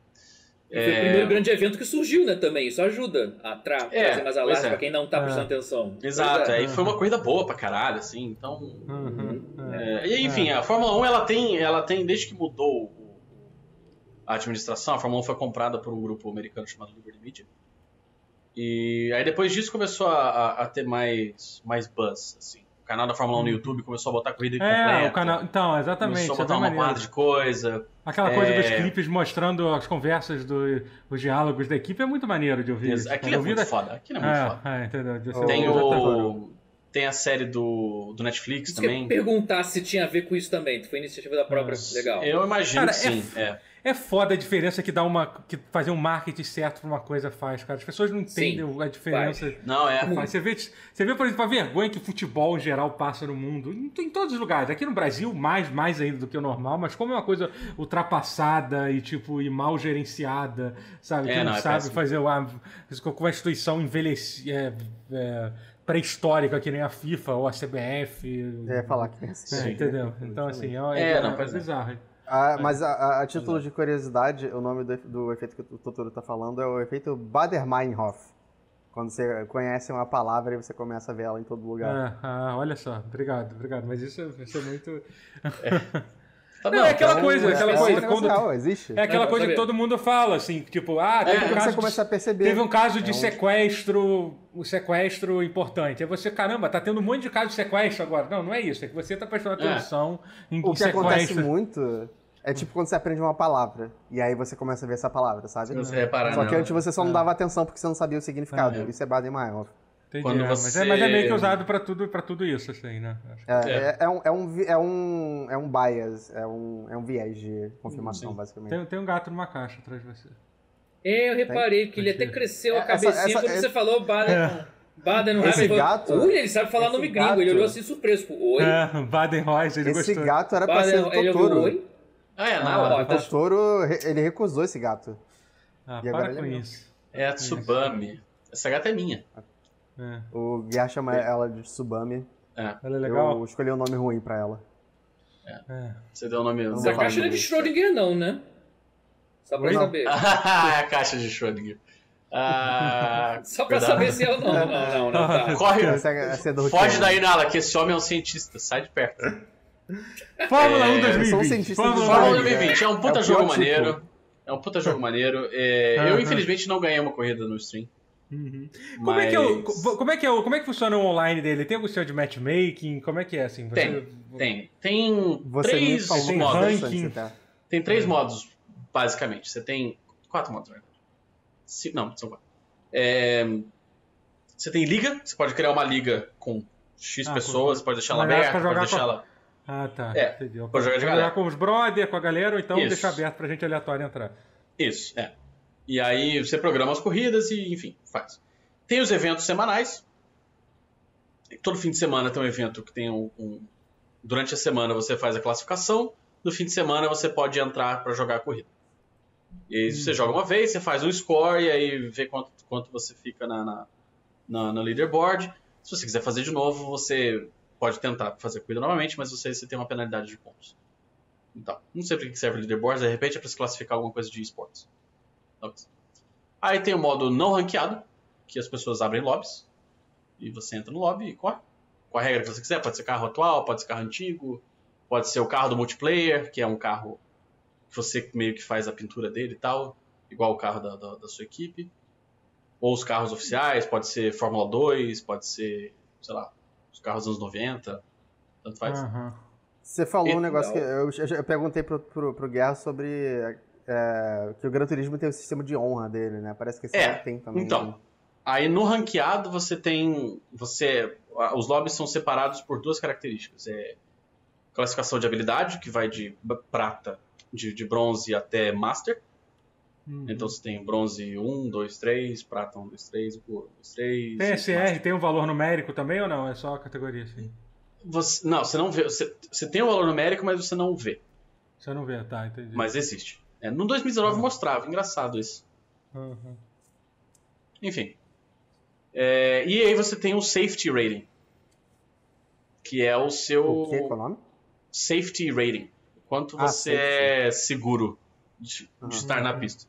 Speaker 4: E Foi o primeiro grande evento que surgiu, né, também. Isso ajuda a tra
Speaker 2: É,
Speaker 4: trazer mais alarme
Speaker 2: pois é.
Speaker 4: pra quem não tá
Speaker 1: É.
Speaker 4: prestando atenção.
Speaker 2: Exato, é
Speaker 4: Pois é.
Speaker 2: aí foi uma corrida boa pra caralho, assim, então.
Speaker 1: Aham, é.
Speaker 2: É, e, enfim, a Fórmula 1 ela tem, ela tem, desde que mudou o- a administração, a Fórmula 1 foi comprada por um grupo americano chamado Liberty Media. E aí depois disso começou a, a- a ter mais, mais buzz, assim. O canal da Fórmula 1 no YouTube começou a botar corrida
Speaker 1: Uhum. É,
Speaker 2: completa.
Speaker 1: o canal. Então, exatamente.
Speaker 2: Começou a
Speaker 1: isso é
Speaker 2: botar
Speaker 1: bem
Speaker 2: uma
Speaker 1: maneiro.
Speaker 2: porrada de coisa.
Speaker 1: Aquela coisa
Speaker 2: É.
Speaker 1: dos clipes mostrando as conversas, do, os diálogos da equipe é muito maneiro de ouvir. isso, cara.
Speaker 2: Aquilo é
Speaker 1: Eu vi
Speaker 2: muito
Speaker 1: da-
Speaker 2: foda. Aquilo é muito
Speaker 1: Ah,
Speaker 2: foda.
Speaker 1: ah, entendeu? De ser
Speaker 2: Tem,
Speaker 1: um-
Speaker 2: o, tem a série do, do Netflix
Speaker 4: Isso que eu ia
Speaker 2: também.
Speaker 4: perguntar se tinha a ver com isso também. Foi iniciativa da própria. Legal.
Speaker 2: Eu imagino
Speaker 1: Cara,
Speaker 2: que
Speaker 1: é
Speaker 2: sim.
Speaker 1: f-
Speaker 2: é.
Speaker 1: É foda a diferença que dá uma. que fazer um marketing certo pra uma coisa faz, cara. As pessoas não entendem a diferença.
Speaker 2: Não, é.
Speaker 1: Faz. Você, vê, você vê, por exemplo, a vergonha que futebol em geral passa no mundo, em, em todos os lugares. Aqui no Brasil, mais, mais ainda do que o normal, mas como é uma coisa ultrapassada e, tipo, e mal gerenciada, sabe?
Speaker 2: É,
Speaker 1: Quem não,
Speaker 2: não, é
Speaker 1: sabe
Speaker 2: péssimo.
Speaker 1: fazer uma, com uma instituição envelhecida, pré-histórica, que nem a FIFA ou a CBF.
Speaker 3: É, falar que é assim.
Speaker 1: É,
Speaker 2: Sim.
Speaker 1: entendeu? Então, assim, é, é,
Speaker 2: É,
Speaker 1: é,
Speaker 2: não,
Speaker 1: é
Speaker 2: pois é.
Speaker 1: bizarro.
Speaker 3: [laughs] Ah, mas a, a- a título de curiosidade, o nome do, do efeito que o Totoro tá falando é o efeito Bader-Meinhof. Quando você conhece uma palavra e você começa a ver ela em todo lugar.
Speaker 1: Ah, ah, olha só, obrigado, obrigado. Mas isso, é- isso é muito.
Speaker 2: Tá
Speaker 1: Não, é aquela coisa, aquela
Speaker 3: é
Speaker 1: coisa,
Speaker 3: um
Speaker 1: quando-
Speaker 3: negócio real, existe.
Speaker 1: É aquela
Speaker 4: Mas
Speaker 1: coisa que
Speaker 4: sabe-
Speaker 1: todo mundo fala, assim, tipo, ah,
Speaker 2: É,
Speaker 1: teve
Speaker 2: quando
Speaker 1: um
Speaker 3: Quando
Speaker 1: caso
Speaker 3: você
Speaker 1: de-
Speaker 3: começa a perceber.
Speaker 1: Teve um caso de
Speaker 3: É um-
Speaker 1: sequestro, um sequestro importante. Aí você, caramba, tá tendo um monte de caso de sequestro agora. Não, não é isso. É que você tá prestando
Speaker 2: É.
Speaker 1: atenção em,
Speaker 3: O
Speaker 1: em
Speaker 3: que acontece
Speaker 1: sequestro.
Speaker 3: muito é tipo quando você aprende uma palavra e aí você começa a ver essa palavra, sabe?
Speaker 2: Se você reparar né?
Speaker 3: Só que é
Speaker 2: nela.
Speaker 3: antes você só não dava atenção porque você não sabia o significado.
Speaker 2: Ah, é.
Speaker 3: Isso é Baden-Meinhof.
Speaker 1: Entendi,
Speaker 2: Quando
Speaker 1: é, mas, é,
Speaker 2: você-
Speaker 1: mas é meio que usado pra tudo, pra tudo isso, assim, né? Acho que-
Speaker 3: É, é. é um, é, um, vi- é, um, é um bias, é um, é um viés de confirmação,
Speaker 2: Sim.
Speaker 3: basicamente.
Speaker 1: Tem, tem um gato numa caixa atrás de você.
Speaker 4: É, eu reparei, porque ele até cresceu a
Speaker 3: Essa-
Speaker 4: cabecinha
Speaker 3: essa-
Speaker 4: quando
Speaker 3: essa-
Speaker 1: É.
Speaker 4: você falou, Bada.
Speaker 3: Esse
Speaker 4: Baden-Württemberg.
Speaker 3: gato-
Speaker 4: Ui, ele sabe falar
Speaker 3: esse
Speaker 4: nome
Speaker 3: gato-
Speaker 4: gringo. Ele olhou assim surpreso. Tipo, oi.
Speaker 1: É, Baden-Royce, ele
Speaker 3: Esse
Speaker 1: gostou.
Speaker 3: gato era pra ser né?
Speaker 4: Baden,
Speaker 3: do
Speaker 4: um-" ele olhou,
Speaker 3: Totoro.
Speaker 4: oi.
Speaker 2: Ah, é a
Speaker 4: Ah,
Speaker 2: Nala.
Speaker 4: ó, tá-
Speaker 3: Totoro, re- ele recusou esse gato.
Speaker 1: Ah,
Speaker 3: E agora
Speaker 1: para
Speaker 3: ele
Speaker 1: com
Speaker 3: é meu.
Speaker 1: isso.
Speaker 2: É a Tsubami. Essa gata é minha.
Speaker 1: É.
Speaker 3: O Guiar chama ela de Tsubami.
Speaker 1: Ela é legal?
Speaker 3: Eu escolhi um nome ruim pra ela.
Speaker 1: É.
Speaker 2: Você deu o nome.
Speaker 3: Não
Speaker 2: Você
Speaker 4: Essa caixa não é de Schrödinger, não, né? Só pra
Speaker 3: Não. [laughs]
Speaker 4: saber.
Speaker 2: [laughs] é a caixa de Schrödinger.
Speaker 4: [laughs]
Speaker 2: Ah,
Speaker 4: Só pra
Speaker 2: verdade.
Speaker 4: saber se é ou não.
Speaker 3: [laughs]
Speaker 4: Não, não, não. Tá.
Speaker 2: Corre.
Speaker 3: Essa, essa é do
Speaker 2: Foge
Speaker 3: Roqueiro.
Speaker 2: daí, Nala, que esse homem é um cientista. Sai de perto.
Speaker 1: Fórmula
Speaker 2: É,
Speaker 1: 1
Speaker 3: eu sou um
Speaker 1: 2020.
Speaker 3: cientista
Speaker 1: Fórmula
Speaker 3: de
Speaker 1: 1
Speaker 2: Fórmula
Speaker 1: 2020.
Speaker 2: 2020 é um puta
Speaker 3: É o pior
Speaker 2: jogo
Speaker 3: tipo.
Speaker 2: maneiro. É um puta jogo maneiro. É, Eu,
Speaker 1: Aham.
Speaker 2: infelizmente, não ganhei uma corrida no stream.
Speaker 1: Uhum. Como,
Speaker 2: Mas...
Speaker 1: é que é o, co- como, é que é o, como é que funciona o online dele? Tem algum sistema de matchmaking? Como é que é assim? Você-
Speaker 2: Tem. Tem
Speaker 3: Você
Speaker 2: três
Speaker 3: me falou
Speaker 2: modos.
Speaker 1: ranking.
Speaker 3: bastante até.
Speaker 2: Tem
Speaker 1: É.
Speaker 2: três modos, basicamente. Você tem quatro modos, na verdade. Ci- Não, são quatro. É, Você tem liga, você pode criar uma liga com X
Speaker 1: Ah,
Speaker 2: pessoas, pode deixar ela
Speaker 1: Mas dá pra
Speaker 2: aberta, pode
Speaker 1: jogar
Speaker 2: deixar
Speaker 1: com-
Speaker 2: ela...
Speaker 1: Ah, tá.
Speaker 2: É,
Speaker 1: Entendi. Eu
Speaker 2: vou jogar de
Speaker 1: posso
Speaker 2: galera.
Speaker 1: com os brother, com a galera, ou então
Speaker 2: Isso.
Speaker 1: deixar aberto pra gente aleatória entrar.
Speaker 2: Isso, é. E aí você programa as corridas e, enfim, faz. Tem os eventos semanais. Todo fim de semana tem um evento que tem um. um- Durante a semana você faz a classificação. No fim de semana você pode entrar para jogar a corrida. E aí você joga uma vez, você faz um score e aí vê quanto, quanto você fica na, na, na, na leaderboard. Se você quiser fazer de novo, você pode tentar fazer a corrida novamente, mas você, você tem uma penalidade de pontos. Então, não sei pra que serve o leaderboard, de repente é pra se classificar alguma coisa de esportes. Talvez. Aí tem o modo não ranqueado, que as pessoas abrem lobbies, e você entra no lobby e corre. Com a regra que você quiser, pode ser carro atual, pode ser carro antigo, pode ser o carro do multiplayer, que é um carro que você meio que faz a pintura dele e tal, igual o carro da, da- da sua equipe. Ou os carros oficiais, pode ser Fórmula 2, pode ser, sei lá, os carros dos anos 90, tanto faz.
Speaker 1: Aham.
Speaker 3: Você falou
Speaker 2: E-
Speaker 3: um negócio
Speaker 4: não.
Speaker 3: que eu, eu- eu perguntei pro, pro, pro Guerra sobre é, que o Gran Turismo tem o sistema de honra dele, né? Parece que esse
Speaker 2: É,
Speaker 3: cara tem também.
Speaker 2: então.
Speaker 3: né?
Speaker 2: Aí no ranqueado você tem. Você, a- os lobbies são separados por duas características. É classificação de habilidade, que vai de b- prata, de, de bronze até master.
Speaker 1: Uhum.
Speaker 2: Então você tem bronze 1, 2, 3, prata 1, 2, 3, ouro um, 2, 3.
Speaker 1: Tem SR, tem um valor numérico também ou não? É só a categoria assim?
Speaker 2: Você, não, você não vê. Você, você tem o valor numérico, mas você não vê.
Speaker 1: Você não vê, tá, entendi.
Speaker 2: Mas existe. É, no 2019 mostrava, engraçado isso.
Speaker 1: Aham.
Speaker 2: Enfim. É, e aí você tem o safety rating. Que é o seu.
Speaker 3: O que? Qual é o nome?
Speaker 2: safety rating. O Quanto
Speaker 3: Ah,
Speaker 2: você
Speaker 3: safety.
Speaker 2: é seguro de, de
Speaker 3: Uhum.
Speaker 2: estar na pista.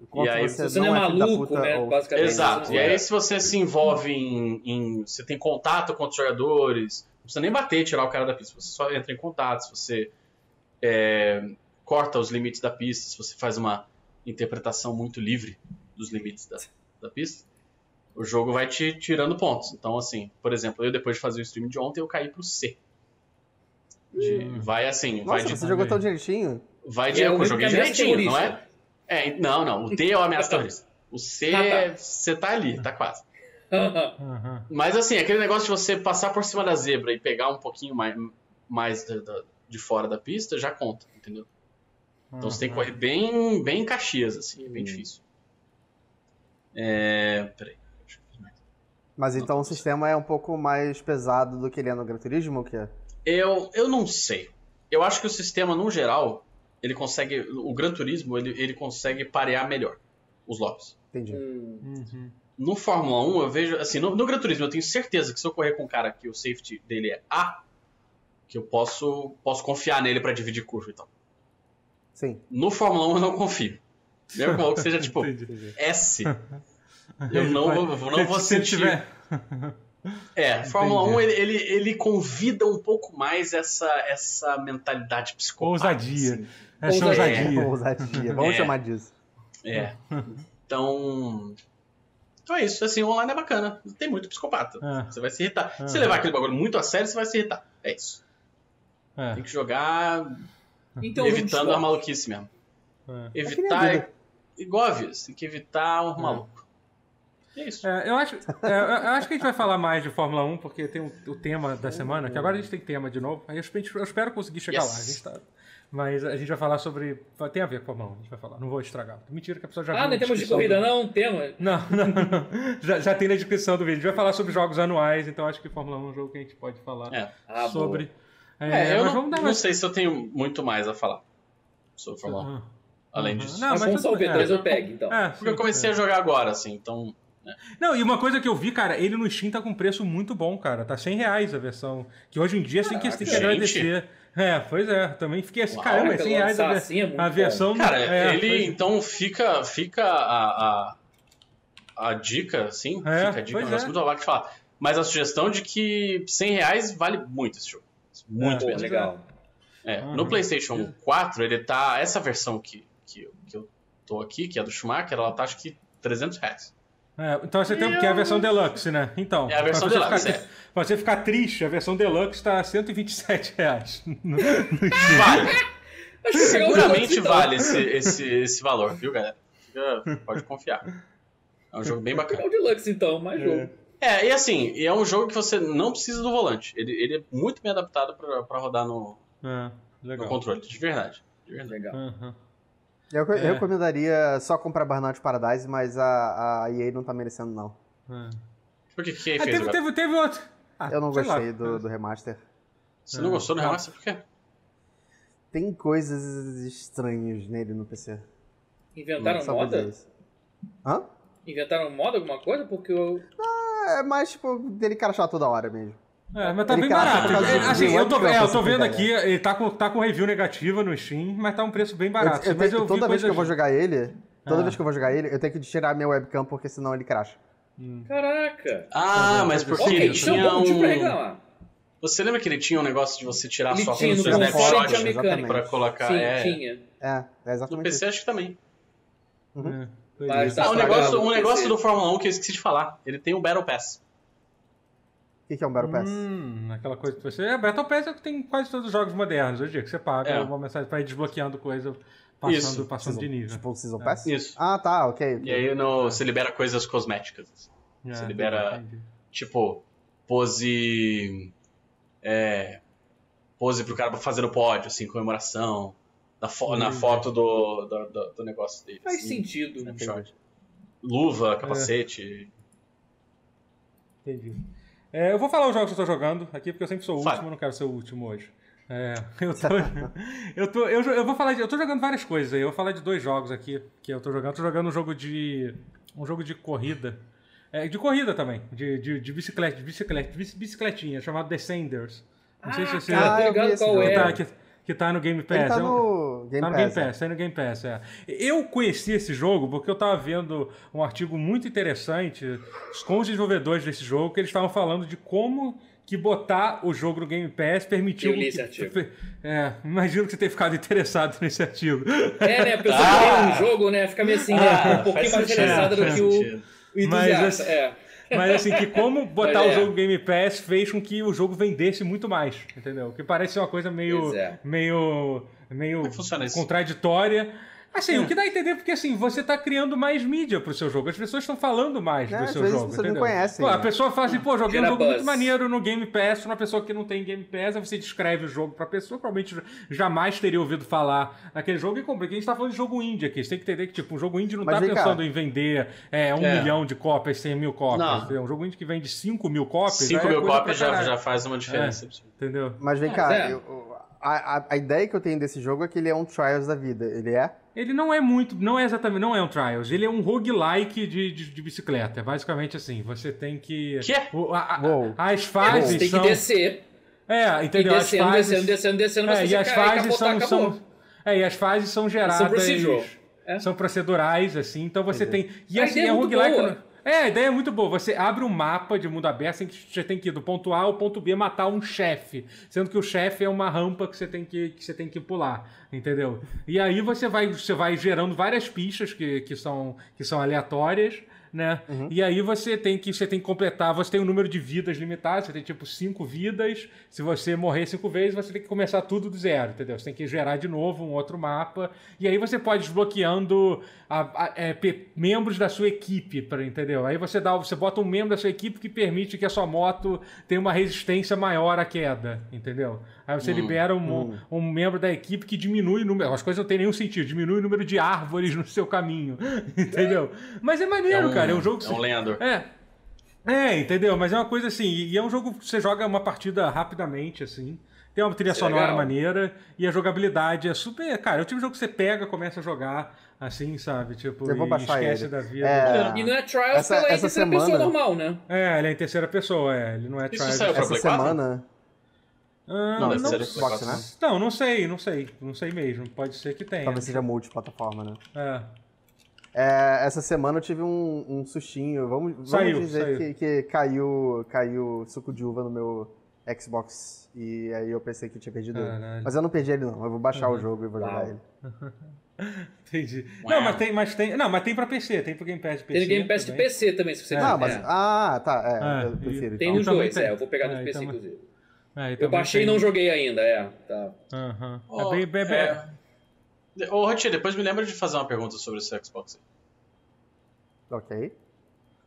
Speaker 3: Enquanto
Speaker 2: aí,
Speaker 4: Se você não é
Speaker 3: filho da
Speaker 4: maluco,
Speaker 3: puta,
Speaker 4: né?
Speaker 3: ou-
Speaker 4: Basicamente.
Speaker 2: Exato.
Speaker 4: você
Speaker 2: E
Speaker 4: não é.
Speaker 2: aí, se você se envolve em, em- Você tem contato com os jogadores. Não precisa nem bater e tirar o cara da pista. Você só entra em contato. Se você é, corta os limites da pista, se você faz uma interpretação muito livre dos limites da, da pista, o jogo vai te tirando pontos. Então, assim, por exemplo, eu depois de fazer o stream de ontem, eu caí pro C. De- vai assim, vai
Speaker 3: Uhum. Nossa,
Speaker 2: de
Speaker 3: você jogou tão direitinho.
Speaker 2: Vai
Speaker 4: É,
Speaker 2: direto,
Speaker 4: o
Speaker 2: eu joguei
Speaker 4: Rick é ameaça
Speaker 2: direitinho, não é?
Speaker 4: terrorista.
Speaker 2: é? Não, não, o D é o ameaça terrorista. O C,
Speaker 4: Ah, tá.
Speaker 2: é- você tá ali, tá quase.
Speaker 1: [laughs] Aham.
Speaker 2: Mas assim, aquele negócio de você passar por cima da zebra e pegar um pouquinho mais, mais da- da- de fora da pista, já conta, entendeu? Então você tem que correr
Speaker 4: Uhum.
Speaker 2: bem, bem em caxias, assim, é bem
Speaker 3: Hum.
Speaker 2: difícil. É... Peraí. deixa eu ver mais.
Speaker 3: Mas então o sistema é um pouco mais pesado do que ele é no Gran Turismo, o que é?
Speaker 2: Eu, eu não sei. Eu acho que o sistema, no geral, ele consegue... O Gran Turismo, ele, ele consegue parear melhor os lobbies.
Speaker 3: Entendi.
Speaker 4: Hum.
Speaker 1: Uhum.
Speaker 2: No Fórmula 1, eu vejo. Assim, no, no Gran Turismo, eu tenho certeza que se eu correr com um cara que o safety dele é A, que eu posso, posso confiar nele pra dividir curva e tal.
Speaker 3: Sim.
Speaker 2: No Fórmula 1, eu não confio. Mesmo que o maluco seja
Speaker 1: [laughs]
Speaker 2: tipo
Speaker 1: Entendi.
Speaker 2: S. Eu não, vou- não vou
Speaker 1: Se ele
Speaker 2: sentir.
Speaker 1: tiver-
Speaker 2: É, Fórmula
Speaker 1: Entendi.
Speaker 2: 1 ele, ele, ele convida um pouco mais essa, essa mentalidade psicopata.
Speaker 1: Ousadia.
Speaker 2: assim.
Speaker 1: Essa ousadia.
Speaker 4: Ousadia.
Speaker 3: Ousadia. [laughs] Vamos
Speaker 2: É.
Speaker 3: chamar disso.
Speaker 2: É. Então. Então é isso. Assim, o online é bacana. Tem muito psicopata.
Speaker 1: Ah,
Speaker 2: Você vai se irritar. Se você
Speaker 1: Aham.
Speaker 2: levar aquele bagulho muito a sério, você vai se irritar. É isso.
Speaker 1: é,
Speaker 2: Tem que jogar
Speaker 4: Então,
Speaker 2: evitando a
Speaker 4: a
Speaker 2: maluquice mesmo.
Speaker 1: é.
Speaker 2: Evitar
Speaker 3: vida.
Speaker 2: é igual a vírus, tem que evitar o maluco. E é isso.
Speaker 1: É, eu, acho, é, eu- eu acho que a gente vai falar mais de Fórmula 1,
Speaker 2: Hum.
Speaker 1: porque tem o, o tema da semana, que agora a gente tem tema de novo. Aí eu, espe- eu espero conseguir chegar
Speaker 2: Yes.
Speaker 1: lá. A gente tá, Mas a gente vai falar sobre. Tem a ver com um, a mão, a gente vai falar. Não vou estragar. Mentira que a pessoa já
Speaker 4: Ah,
Speaker 1: viu
Speaker 4: não
Speaker 1: a
Speaker 4: temos de
Speaker 1: descrição
Speaker 4: corrida,
Speaker 1: do-
Speaker 4: não? Temos.
Speaker 1: [laughs] Não, não, não. Já, já tem na descrição do vídeo. A gente vai falar sobre jogos anuais, então acho que Fórmula 1 é um jogo que a gente pode falar
Speaker 2: É.
Speaker 4: Ah, boa.
Speaker 1: sobre.
Speaker 2: É,
Speaker 1: mas
Speaker 2: eu não,
Speaker 1: vamos dar
Speaker 2: não
Speaker 1: mais.
Speaker 2: sei se eu tenho muito mais a falar sobre Fórmula 1,
Speaker 1: Ah,
Speaker 2: além
Speaker 1: ah,
Speaker 2: disso.
Speaker 1: não,
Speaker 4: Mas vamos
Speaker 1: tudo
Speaker 4: só o
Speaker 1: bem,
Speaker 4: V3
Speaker 1: é.
Speaker 4: eu pego, então.
Speaker 1: É,
Speaker 2: Porque eu
Speaker 1: sim,
Speaker 2: comecei
Speaker 1: é.
Speaker 2: a jogar agora, assim, então.
Speaker 1: Não, e uma coisa que eu vi, cara, ele no Steam tá com um preço muito bom, cara. Tá 100 reais a versão. Que hoje em dia assim, que você tem que
Speaker 2: gente.
Speaker 1: agradecer. É, pois é. Também fiquei assim,
Speaker 2: Uau,
Speaker 1: caramba, é
Speaker 4: Caraca,
Speaker 1: 100 reais a,
Speaker 4: lançar
Speaker 1: ver-
Speaker 4: assim é muito
Speaker 1: a
Speaker 4: bom.
Speaker 1: versão.
Speaker 2: Cara,
Speaker 1: é,
Speaker 2: ele
Speaker 1: pois-
Speaker 2: então fica, fica a, a, a dica, assim,
Speaker 1: É,
Speaker 2: fica a dica,
Speaker 1: pois
Speaker 2: um negócio
Speaker 1: é.
Speaker 2: muito babaca de falar. Mas a sugestão de que 100 reais vale muito esse jogo. Muito
Speaker 1: É.
Speaker 4: Pô,
Speaker 2: mesmo.
Speaker 4: legal.
Speaker 2: É,
Speaker 1: Uhum.
Speaker 2: no PlayStation 4, ele tá. Essa versão que, que, eu- que eu tô aqui, que é do Schumacher, ela tá acho que 300 reais.
Speaker 1: É, então você tem que é a versão deluxe, né? Então.
Speaker 2: É a versão
Speaker 1: pra você
Speaker 2: deluxe,
Speaker 1: Ficar,
Speaker 2: é.
Speaker 1: [laughs] Pra você ficar triste, a versão deluxe tá 127 reais. [laughs]
Speaker 4: Uhum.
Speaker 2: Vale,
Speaker 4: [laughs] Acho que chegou
Speaker 2: seguramente
Speaker 4: o então. jogo,
Speaker 2: vale esse, esse, esse valor, viu, galera? Fica- pode confiar. É um jogo bem bacana.
Speaker 4: Então. É o Deluxe, então, mais jogo.
Speaker 2: É, e assim, e é um jogo que você não precisa do volante. Ele, ele é muito bem adaptado pra, pra rodar no,
Speaker 1: É,
Speaker 2: no
Speaker 1: legal.
Speaker 2: controle, de verdade. De verdade.
Speaker 3: Hum.
Speaker 4: Legal.
Speaker 1: Aham.
Speaker 3: Eu co-
Speaker 1: É.
Speaker 3: eu recomendaria só comprar Burnout Paradise, mas a, a EA não tá merecendo, não.
Speaker 1: É.
Speaker 2: Por que que
Speaker 1: Ah,
Speaker 2: fez
Speaker 1: teve,
Speaker 2: agora?
Speaker 1: teve, teve outro. Ah,
Speaker 3: Eu não
Speaker 1: sei lá.
Speaker 3: gostei do, do remaster.
Speaker 2: Você não gostou do
Speaker 1: Ah.
Speaker 2: remaster? Por quê?
Speaker 3: Tem coisas estranhas nele no PC.
Speaker 4: Inventaram
Speaker 3: Só pra dizer
Speaker 4: moda?
Speaker 3: isso. Hã?
Speaker 4: Inventaram moda alguma coisa? Porque eu.
Speaker 3: É mais, tipo, dele crachar toda hora mesmo.
Speaker 1: É, mas tá
Speaker 3: Ele
Speaker 1: bem
Speaker 3: caiu por
Speaker 1: barato.
Speaker 2: causa
Speaker 1: É,
Speaker 2: de-
Speaker 1: assim,
Speaker 3: de um
Speaker 1: eu tô,
Speaker 3: webcam,
Speaker 1: é, eu
Speaker 3: pra
Speaker 1: tô
Speaker 3: você
Speaker 1: vendo
Speaker 3: pegar.
Speaker 1: aqui, ele tá com, tá com review negativa no Steam, mas tá um preço bem
Speaker 3: Eu-
Speaker 1: barato.
Speaker 3: eu
Speaker 1: mas
Speaker 3: tenho-
Speaker 1: eu vi
Speaker 3: toda vez que eu vou
Speaker 1: coisas-
Speaker 3: jogar ele, toda
Speaker 1: Ah.
Speaker 3: vez que eu vou jogar ele, eu tenho que tirar minha webcam porque senão ele cracha.
Speaker 4: Caraca!
Speaker 2: Ah, mas porque
Speaker 1: Ok,
Speaker 2: ele
Speaker 4: Uhum. isso é um
Speaker 2: tinha
Speaker 4: bom motivo pra
Speaker 2: um...
Speaker 4: reclamar.
Speaker 2: Você lembra que ele tinha um negócio de você
Speaker 1: Tá
Speaker 2: tirar
Speaker 4: Ele
Speaker 2: sua
Speaker 4: tinha
Speaker 2: foto
Speaker 4: no
Speaker 2: do
Speaker 3: console,
Speaker 2: snapshot
Speaker 3: tinha
Speaker 4: mecânica.
Speaker 2: pra colocar...
Speaker 4: Sim,
Speaker 2: é.
Speaker 4: tinha.
Speaker 3: É, é
Speaker 2: No
Speaker 3: exatamente isso.
Speaker 2: PC acho que também.
Speaker 1: É, pois
Speaker 4: Mas
Speaker 1: é.
Speaker 4: tá
Speaker 2: Ah, um
Speaker 4: pra
Speaker 2: negócio,
Speaker 4: caramba,
Speaker 2: um
Speaker 4: no
Speaker 2: negócio
Speaker 4: PC.
Speaker 2: do Fórmula 1 que eu esqueci de falar. Ele tem o Battle Pass.
Speaker 3: O que que é um Battle Pass?
Speaker 1: Hum, aquela coisa que você. É, Battle Pass é o que tem em quase todos os jogos modernos hoje em dia, que você paga
Speaker 2: É.
Speaker 1: uma mensagem pra ir desbloqueando coisa, passando,
Speaker 2: Isso.
Speaker 1: passando de
Speaker 3: Season-
Speaker 1: nível. É.
Speaker 3: Tipo, Season Pass?
Speaker 2: Isso.
Speaker 3: Ah, tá, ok.
Speaker 2: E aí no, você libera coisas cosméticas. assim. você
Speaker 1: É,
Speaker 2: libera-
Speaker 1: entendi.
Speaker 2: Tipo, pose. É, pose pro cara fazer no pódio, assim, comemoração. Na, fo- na
Speaker 1: Entendi.
Speaker 2: foto do, do, do- do negócio dele.
Speaker 4: Faz
Speaker 2: assim,
Speaker 4: sentido. né,
Speaker 2: snapshot. Luva, capacete.
Speaker 1: Entendi. É, eu vou falar os jogos que eu tô jogando aqui, porque eu sempre sou o
Speaker 2: Fala.
Speaker 1: último, eu não quero ser o último hoje. É, [laughs] eu tô. eu, tô eu, jo- eu vou falar de, Eu tô jogando várias coisas aí. Eu vou falar de dois jogos aqui que eu tô jogando. Eu tô jogando um jogo de. um jogo de corrida. É, de corrida também. De, de, de bicicleta, de bicicleta, de bici- bicicletinha, chamado Descenders. Não sei se
Speaker 4: Ah,
Speaker 1: você.
Speaker 4: cara,
Speaker 3: Ah,
Speaker 4: tô
Speaker 3: eu vi
Speaker 4: ligado
Speaker 3: esse
Speaker 4: qual
Speaker 3: jogo.
Speaker 1: que, tá,
Speaker 4: é.
Speaker 1: que, que tá no Game Pass.
Speaker 3: Ele tá
Speaker 1: É um-
Speaker 3: no Game
Speaker 1: tá no Game
Speaker 3: Pass.
Speaker 1: Pass, tá no Game Pass, é. Eu conheci esse jogo porque eu tava vendo um artigo muito interessante com os desenvolvedores desse jogo, que eles estavam falando de como que botar o jogo no Game Pass permitiu...
Speaker 4: Eu li
Speaker 1: que-
Speaker 4: esse artigo.
Speaker 1: É, imagino que você tenha ficado interessado [laughs] nesse artigo.
Speaker 4: É, né? A pessoa
Speaker 2: Ah.
Speaker 4: que tem um jogo, né? Fica meio assim, né,
Speaker 1: Ah,
Speaker 4: um pouquinho
Speaker 2: faz
Speaker 4: mais
Speaker 2: sentido,
Speaker 4: interessada do
Speaker 2: faz
Speaker 4: que o,
Speaker 2: sentido.
Speaker 4: o
Speaker 1: Mas,
Speaker 4: entusiasta.
Speaker 1: assim,
Speaker 4: É.
Speaker 1: Mas assim, que como botar
Speaker 4: Mas
Speaker 1: o
Speaker 4: é.
Speaker 1: jogo Game Pass fez com que o jogo vendesse muito mais, entendeu? Que parece ser uma coisa meio.
Speaker 4: Pois é.
Speaker 1: meio. meio
Speaker 2: Como É, funciona isso?
Speaker 1: contraditória. Assim,
Speaker 3: É.
Speaker 1: o que dá a entender porque assim, você tá criando mais mídia pro seu jogo. As pessoas estão falando mais
Speaker 3: É,
Speaker 1: do
Speaker 3: às
Speaker 1: seu
Speaker 3: vezes
Speaker 1: jogo.
Speaker 3: as pessoas não
Speaker 1: entendeu?
Speaker 3: conhecem,
Speaker 1: Pô, a
Speaker 3: né?
Speaker 1: pessoa fala assim, pô, joguei um
Speaker 4: Gera
Speaker 1: jogo
Speaker 4: buzz.
Speaker 1: muito maneiro no Game Pass, uma pessoa que não tem Game Pass, aí você descreve o jogo pra pessoa, provavelmente jamais teria ouvido falar naquele jogo e compra. Porque a gente tá falando de jogo indie aqui. Você tem que entender que, tipo, um jogo indie não
Speaker 3: Mas
Speaker 1: tá
Speaker 3: vem cá.
Speaker 1: pensando em vender é, um
Speaker 2: É.
Speaker 1: milhão de cópias, 100 mil cópias.
Speaker 2: Não.
Speaker 1: entendeu? Um jogo indie que vende 5 mil cópias.
Speaker 2: 5
Speaker 1: aí é
Speaker 2: mil
Speaker 1: coisa pra
Speaker 2: cópias já,
Speaker 1: caralho,
Speaker 2: já faz uma diferença. absurda.
Speaker 1: Entendeu?
Speaker 3: Mas vem cá,
Speaker 4: é.
Speaker 3: eu- a, a- a ideia que eu tenho desse jogo é que ele é um Trials da vida. Ele é?
Speaker 1: Ele não é muito, não é exatamente, não é um Trials, ele é um roguelike de, de, de bicicleta. É basicamente assim, você tem que.
Speaker 2: Quê?
Speaker 1: O- a- a-
Speaker 3: Uou.
Speaker 1: as
Speaker 4: Você
Speaker 1: fases
Speaker 4: tem que
Speaker 1: são.
Speaker 4: descer.
Speaker 1: É,
Speaker 4: E
Speaker 1: entendeu? As
Speaker 4: descendo,
Speaker 1: fases.
Speaker 4: descendo, descendo, descendo, mas
Speaker 1: É,
Speaker 4: se
Speaker 1: e
Speaker 4: você
Speaker 1: as
Speaker 4: cair,
Speaker 1: fases
Speaker 4: capotar,
Speaker 1: são,
Speaker 4: acabou.
Speaker 1: são. É, e as fases são geradas.
Speaker 4: procedural. É.
Speaker 1: São procedurais, assim. Então você tem. E
Speaker 4: A
Speaker 1: assim,
Speaker 4: ideia é
Speaker 1: é
Speaker 4: muito
Speaker 1: roguelike.
Speaker 4: boa.
Speaker 1: no- É, a ideia é muito boa. Você abre um mapa de mundo aberto, em que você tem que ir do ponto A ao ponto B matar um chefe. Sendo que o chefe é uma rampa que você tem que, que, você tem que pular, entendeu? E aí você vai, você vai gerando várias pistas que, que, são, que são aleatórias. né?
Speaker 4: Uhum.
Speaker 1: E aí você tem que você tem que completar, você tem um número de vidas limitado, você tem tipo cinco vidas. Se você morrer cinco vezes, você tem que começar tudo do zero, entendeu? Você tem que gerar de novo um outro mapa. E aí você pode desbloqueando a- a- é, pe- membros da sua equipe, pra, entendeu? Aí você dá, você bota um membro da sua equipe que permite que a sua moto tenha uma resistência maior à queda, entendeu? Aí você libera um, um membro da equipe que diminui o número. As coisas não têm nenhum sentido, diminui o número de árvores no seu caminho, [laughs] entendeu? Mas é maneiro, cara. É um jogo que
Speaker 2: É um
Speaker 1: você-
Speaker 2: Leandro.
Speaker 1: é. É, entendeu? Mas é uma coisa assim, e e é um jogo que você joga uma partida rapidamente, assim. Tem uma trilha
Speaker 2: Isso é
Speaker 1: sonora
Speaker 2: legal.
Speaker 1: maneira, e a jogabilidade é super. Cara, é o tipo de jogo que você pega, começa a jogar, assim, sabe? Tipo,
Speaker 3: Eu vou
Speaker 1: e
Speaker 3: baixar
Speaker 1: esquece
Speaker 3: ele.
Speaker 1: da vida.
Speaker 3: É.
Speaker 4: E não é Trials
Speaker 3: Essa-
Speaker 4: pela
Speaker 3: essa
Speaker 4: aí terceira
Speaker 3: semana-
Speaker 4: pessoa normal, né?
Speaker 1: É, ele é em terceira pessoa, é. Ele não é
Speaker 2: Isso
Speaker 1: Trials.
Speaker 2: saiu pra
Speaker 1: Ah,
Speaker 3: Essa
Speaker 2: Play quatro?
Speaker 3: semana.
Speaker 1: não,
Speaker 2: Não, deve
Speaker 1: não,
Speaker 2: ser
Speaker 3: Xbox, né?
Speaker 1: não, não sei, não sei. Não sei mesmo. Pode ser que tenha.
Speaker 3: Talvez seja multiplataforma, né?
Speaker 1: É.
Speaker 3: É, essa semana eu tive um, um sustinho. Vamos, vamos
Speaker 1: Saiu,
Speaker 3: dizer
Speaker 1: saiu.
Speaker 3: que, que caiu, caiu suco de uva no meu Xbox. E aí eu pensei que eu tinha perdido ele.
Speaker 1: Caralho.
Speaker 3: Mas eu não perdi ele, não. Eu vou baixar
Speaker 1: Uhum.
Speaker 3: o jogo e vou jogar
Speaker 4: Uau.
Speaker 3: ele.
Speaker 1: Entendi.
Speaker 2: Ué.
Speaker 1: Não, mas tem, mas tem. Não, mas tem pra PC, tem pro Game Pass de PC.
Speaker 4: Tem Game Pass de
Speaker 1: também.
Speaker 4: PC também, se você
Speaker 1: É.
Speaker 4: quiser.
Speaker 3: não, mas.
Speaker 4: É.
Speaker 3: Ah, tá. É,
Speaker 1: É,
Speaker 3: eu prefiro.
Speaker 4: Tem
Speaker 1: e
Speaker 3: então.
Speaker 4: nos
Speaker 1: também
Speaker 4: dois,
Speaker 1: tem-
Speaker 4: é. Eu vou pegar
Speaker 1: é,
Speaker 4: no
Speaker 1: e
Speaker 4: PC,
Speaker 1: também-
Speaker 4: inclusive.
Speaker 1: É,
Speaker 4: Eu
Speaker 1: também
Speaker 4: baixei e
Speaker 1: tem-
Speaker 4: não joguei ainda, é. Tá.
Speaker 1: Aham.
Speaker 2: Ó,
Speaker 1: é bem, bem, bem-
Speaker 2: é. Ô, Rotinha, depois me lembra de fazer uma pergunta sobre esse Xbox aí.
Speaker 3: Ok.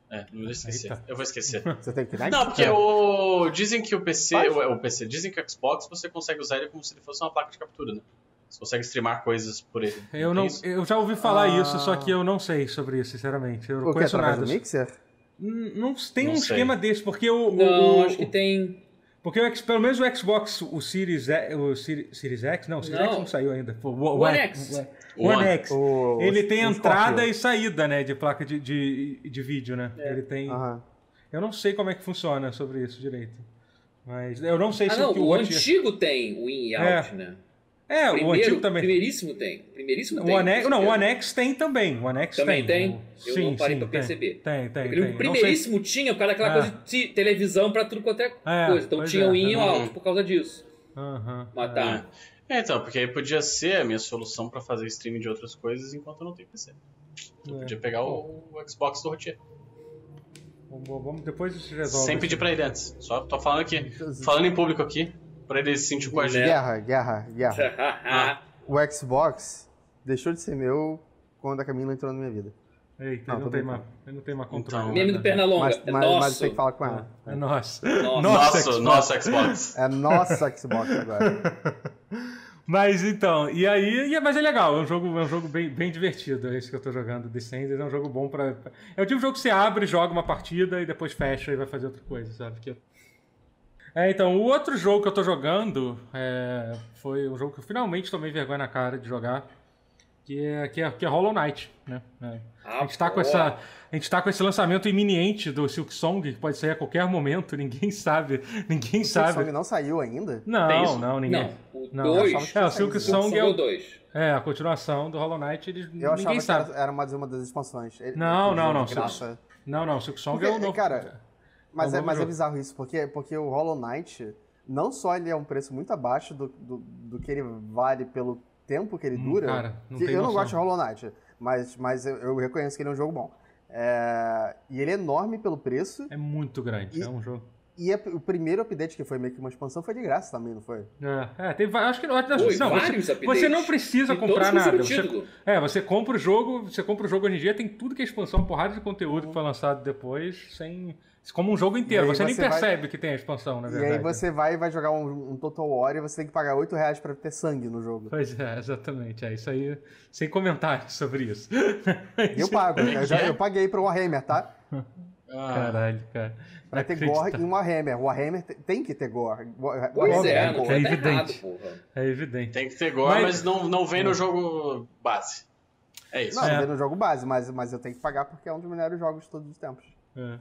Speaker 2: É, não vou esquecer.
Speaker 1: Eita.
Speaker 2: Eu
Speaker 1: [laughs]
Speaker 2: vou esquecer.
Speaker 3: Você tem que dar
Speaker 2: Não, porque o... dizem que o PC,
Speaker 3: Faz.
Speaker 2: o, o PC, dizem que o Xbox você consegue usar ele como se ele fosse uma placa de captura, né? Você consegue streamar coisas por ele.
Speaker 1: Eu,
Speaker 2: tem
Speaker 1: não,
Speaker 2: isso?
Speaker 1: eu já ouvi falar
Speaker 3: Ah.
Speaker 1: isso, só que eu não sei sobre isso, sinceramente. Eu não
Speaker 3: O que?
Speaker 1: conheço
Speaker 3: Através
Speaker 1: nada.
Speaker 3: do Mixer?
Speaker 1: Hum, Não tem
Speaker 2: Não
Speaker 1: um
Speaker 2: sei.
Speaker 1: esquema desse, porque o. o-
Speaker 4: Não,
Speaker 1: o-
Speaker 4: acho que tem.
Speaker 1: Porque o X- pelo menos o Xbox, o Series, E- o Siri- Series X, não, o Series
Speaker 4: Não.
Speaker 1: X não saiu ainda. O o-
Speaker 4: One X.
Speaker 1: One,
Speaker 2: One.
Speaker 1: X. [laughs]
Speaker 3: O-
Speaker 1: Ele tem
Speaker 3: o
Speaker 1: entrada
Speaker 3: Scorpio.
Speaker 1: e saída, né, de placa de, de, de vídeo, né?
Speaker 4: É.
Speaker 1: Ele tem.
Speaker 3: Aham.
Speaker 1: Eu não sei como é que funciona sobre isso direito. Mas eu não sei
Speaker 4: Ah,
Speaker 1: se
Speaker 4: não,
Speaker 1: o que o
Speaker 4: o
Speaker 1: One.
Speaker 4: antigo tem o in e out, né?
Speaker 1: É, o
Speaker 4: Primeiro,
Speaker 1: antigo também.
Speaker 4: Primeiríssimo tem. Primeiríssimo
Speaker 1: O
Speaker 4: tem.
Speaker 1: One X, não, o
Speaker 4: certeza.
Speaker 1: One X tem também. O One X
Speaker 4: Também
Speaker 1: tem.
Speaker 4: tem?
Speaker 1: O-
Speaker 4: Eu não parei pra
Speaker 1: tem,
Speaker 4: perceber.
Speaker 1: Tem, tem,
Speaker 4: Ele-
Speaker 1: tem. Não
Speaker 4: O
Speaker 1: sei se-
Speaker 4: primeiríssimo tinha por causa daquela
Speaker 1: É.
Speaker 4: coisa de ti- televisão pra tudo quanto é
Speaker 1: É,
Speaker 4: coisa. Então
Speaker 1: pois
Speaker 4: tinha
Speaker 1: é,
Speaker 4: o in e o
Speaker 1: também.
Speaker 4: out por causa disso.
Speaker 1: Aham.
Speaker 4: Mas tá.
Speaker 2: É, então, porque aí podia ser a minha solução pra fazer streaming de outras coisas enquanto eu não tenho PC. Eu
Speaker 1: É.
Speaker 2: podia pegar o, o Xbox do Rotier.
Speaker 1: Bom, bom, É, vamos depois isso resolve.
Speaker 2: Sem pedir
Speaker 1: isso.
Speaker 2: pra ele antes. Só tô falando aqui. Falando em público aqui, pra ele se sentir com a gente.
Speaker 3: Guerra, guerra,
Speaker 4: [laughs]
Speaker 3: guerra.
Speaker 4: É. Ah,
Speaker 3: O Xbox deixou de ser meu quando a Camila entrou na minha vida.
Speaker 1: Eita,
Speaker 3: Não,
Speaker 1: ele
Speaker 3: tô
Speaker 1: não tem mais,
Speaker 3: brincando.
Speaker 1: ele não tem mais
Speaker 2: Então,
Speaker 1: controle.
Speaker 4: Meme do Pernalonga.
Speaker 3: Mas,
Speaker 4: é
Speaker 3: mas,
Speaker 4: nosso.
Speaker 3: mas tem que falar com ela.
Speaker 1: É nosso.
Speaker 4: Nossa.
Speaker 2: Nosso,
Speaker 1: Xbox.
Speaker 2: nosso Xbox.
Speaker 3: É nossa
Speaker 1: [laughs]
Speaker 3: Xbox agora.
Speaker 1: Mas então, e aí, e é- mas é legal, é um jogo, é um jogo bem, bem divertido, é esse que eu tô jogando, Descenders, é um jogo bom pra... pra- É o tipo de jogo que você abre, joga uma partida e depois fecha e vai fazer outra coisa, sabe? Que eu- É, então, o outro jogo que eu tô jogando é, foi um jogo que eu finalmente tomei vergonha na cara de jogar, que é, que é, que é Hollow Knight, né? É. A gente, tá com essa, a gente tá com esse lançamento iminente do Silk Song, que pode sair a qualquer momento, [laughs] ninguém sabe, ninguém
Speaker 3: O
Speaker 1: sabe.
Speaker 3: Song é não saiu ainda?
Speaker 2: Tem
Speaker 1: Não,
Speaker 2: isso?
Speaker 1: não, ninguém.
Speaker 4: Não, o
Speaker 1: Não,
Speaker 4: 2.
Speaker 3: achava
Speaker 1: É,
Speaker 3: que tinha
Speaker 1: o Silk
Speaker 3: saído.
Speaker 1: Song é,
Speaker 4: é
Speaker 1: o-
Speaker 4: o 2.
Speaker 1: é, a continuação do Hollow Knight, eles,
Speaker 3: Eu
Speaker 1: ninguém
Speaker 3: achava
Speaker 1: sabe.
Speaker 3: que era- era mais uma das expansões. Ele-
Speaker 1: Não,
Speaker 3: ele
Speaker 1: não,
Speaker 3: fez
Speaker 1: não,
Speaker 3: de graça.
Speaker 1: Não, não, o Silk Song
Speaker 3: Porque,
Speaker 1: é o novo.
Speaker 3: cara, Mas,
Speaker 1: É um
Speaker 3: é,
Speaker 1: novo
Speaker 3: mas é
Speaker 1: jogo.
Speaker 3: bizarro isso, porque, porque o Hollow Knight, não só ele é um preço muito abaixo do, do, do que ele vale pelo tempo que ele
Speaker 1: Hum,
Speaker 3: dura.
Speaker 1: cara, não
Speaker 3: que
Speaker 1: tem
Speaker 3: eu não
Speaker 1: noção.
Speaker 3: gosto de Hollow Knight, mas, mas eu, eu reconheço que ele é um jogo bom. É, e ele é enorme pelo preço,
Speaker 1: é muito grande,
Speaker 3: E-
Speaker 1: é um jogo.
Speaker 3: e é- o primeiro update que foi meio que uma expansão foi de graça também, não foi?
Speaker 1: É, é, teve, va- acho que não, acho-
Speaker 4: Oi,
Speaker 1: não, você,
Speaker 4: vários updates.
Speaker 1: você não precisa
Speaker 4: E
Speaker 1: comprar
Speaker 4: todos com
Speaker 1: nada. Você,
Speaker 4: subtítulo.
Speaker 1: é, você compra o jogo, você compra o jogo hoje em dia, tem tudo que é expansão, porrada de conteúdo que foi lançado depois, sem. Como um jogo inteiro,
Speaker 3: E aí
Speaker 1: você, nem
Speaker 3: você vai-
Speaker 1: percebe que tem a expansão, na
Speaker 3: E
Speaker 1: verdade.
Speaker 3: aí você vai vai jogar um, um Total War e você tem que pagar 8 reais pra ter sangue no
Speaker 1: [laughs]
Speaker 3: jogo.
Speaker 1: Pois é, exatamente. É isso aí, sem comentários sobre isso.
Speaker 3: E eu pago, eu, já, eu paguei pro Warhammer, tá?
Speaker 2: Ah,
Speaker 1: Caralho, [laughs] cara.
Speaker 3: Pra
Speaker 1: Não
Speaker 3: ter
Speaker 1: acredito.
Speaker 3: gore em Warhammer. Warhammer te- tem que ter gore. War-
Speaker 4: Pois
Speaker 3: Warhammer
Speaker 4: é,
Speaker 3: tem
Speaker 4: não
Speaker 3: gore.
Speaker 1: É
Speaker 4: tá errado,
Speaker 1: evidente.
Speaker 4: porra.
Speaker 1: É evidente.
Speaker 2: tem que ter gore, mas,
Speaker 1: Mas-
Speaker 2: não, não vem no jogo base. É isso.
Speaker 3: Não,
Speaker 1: É.
Speaker 3: é. no jogo base, mas, mas eu tenho que pagar porque é um dos melhores jogos de todos os tempos.
Speaker 1: É.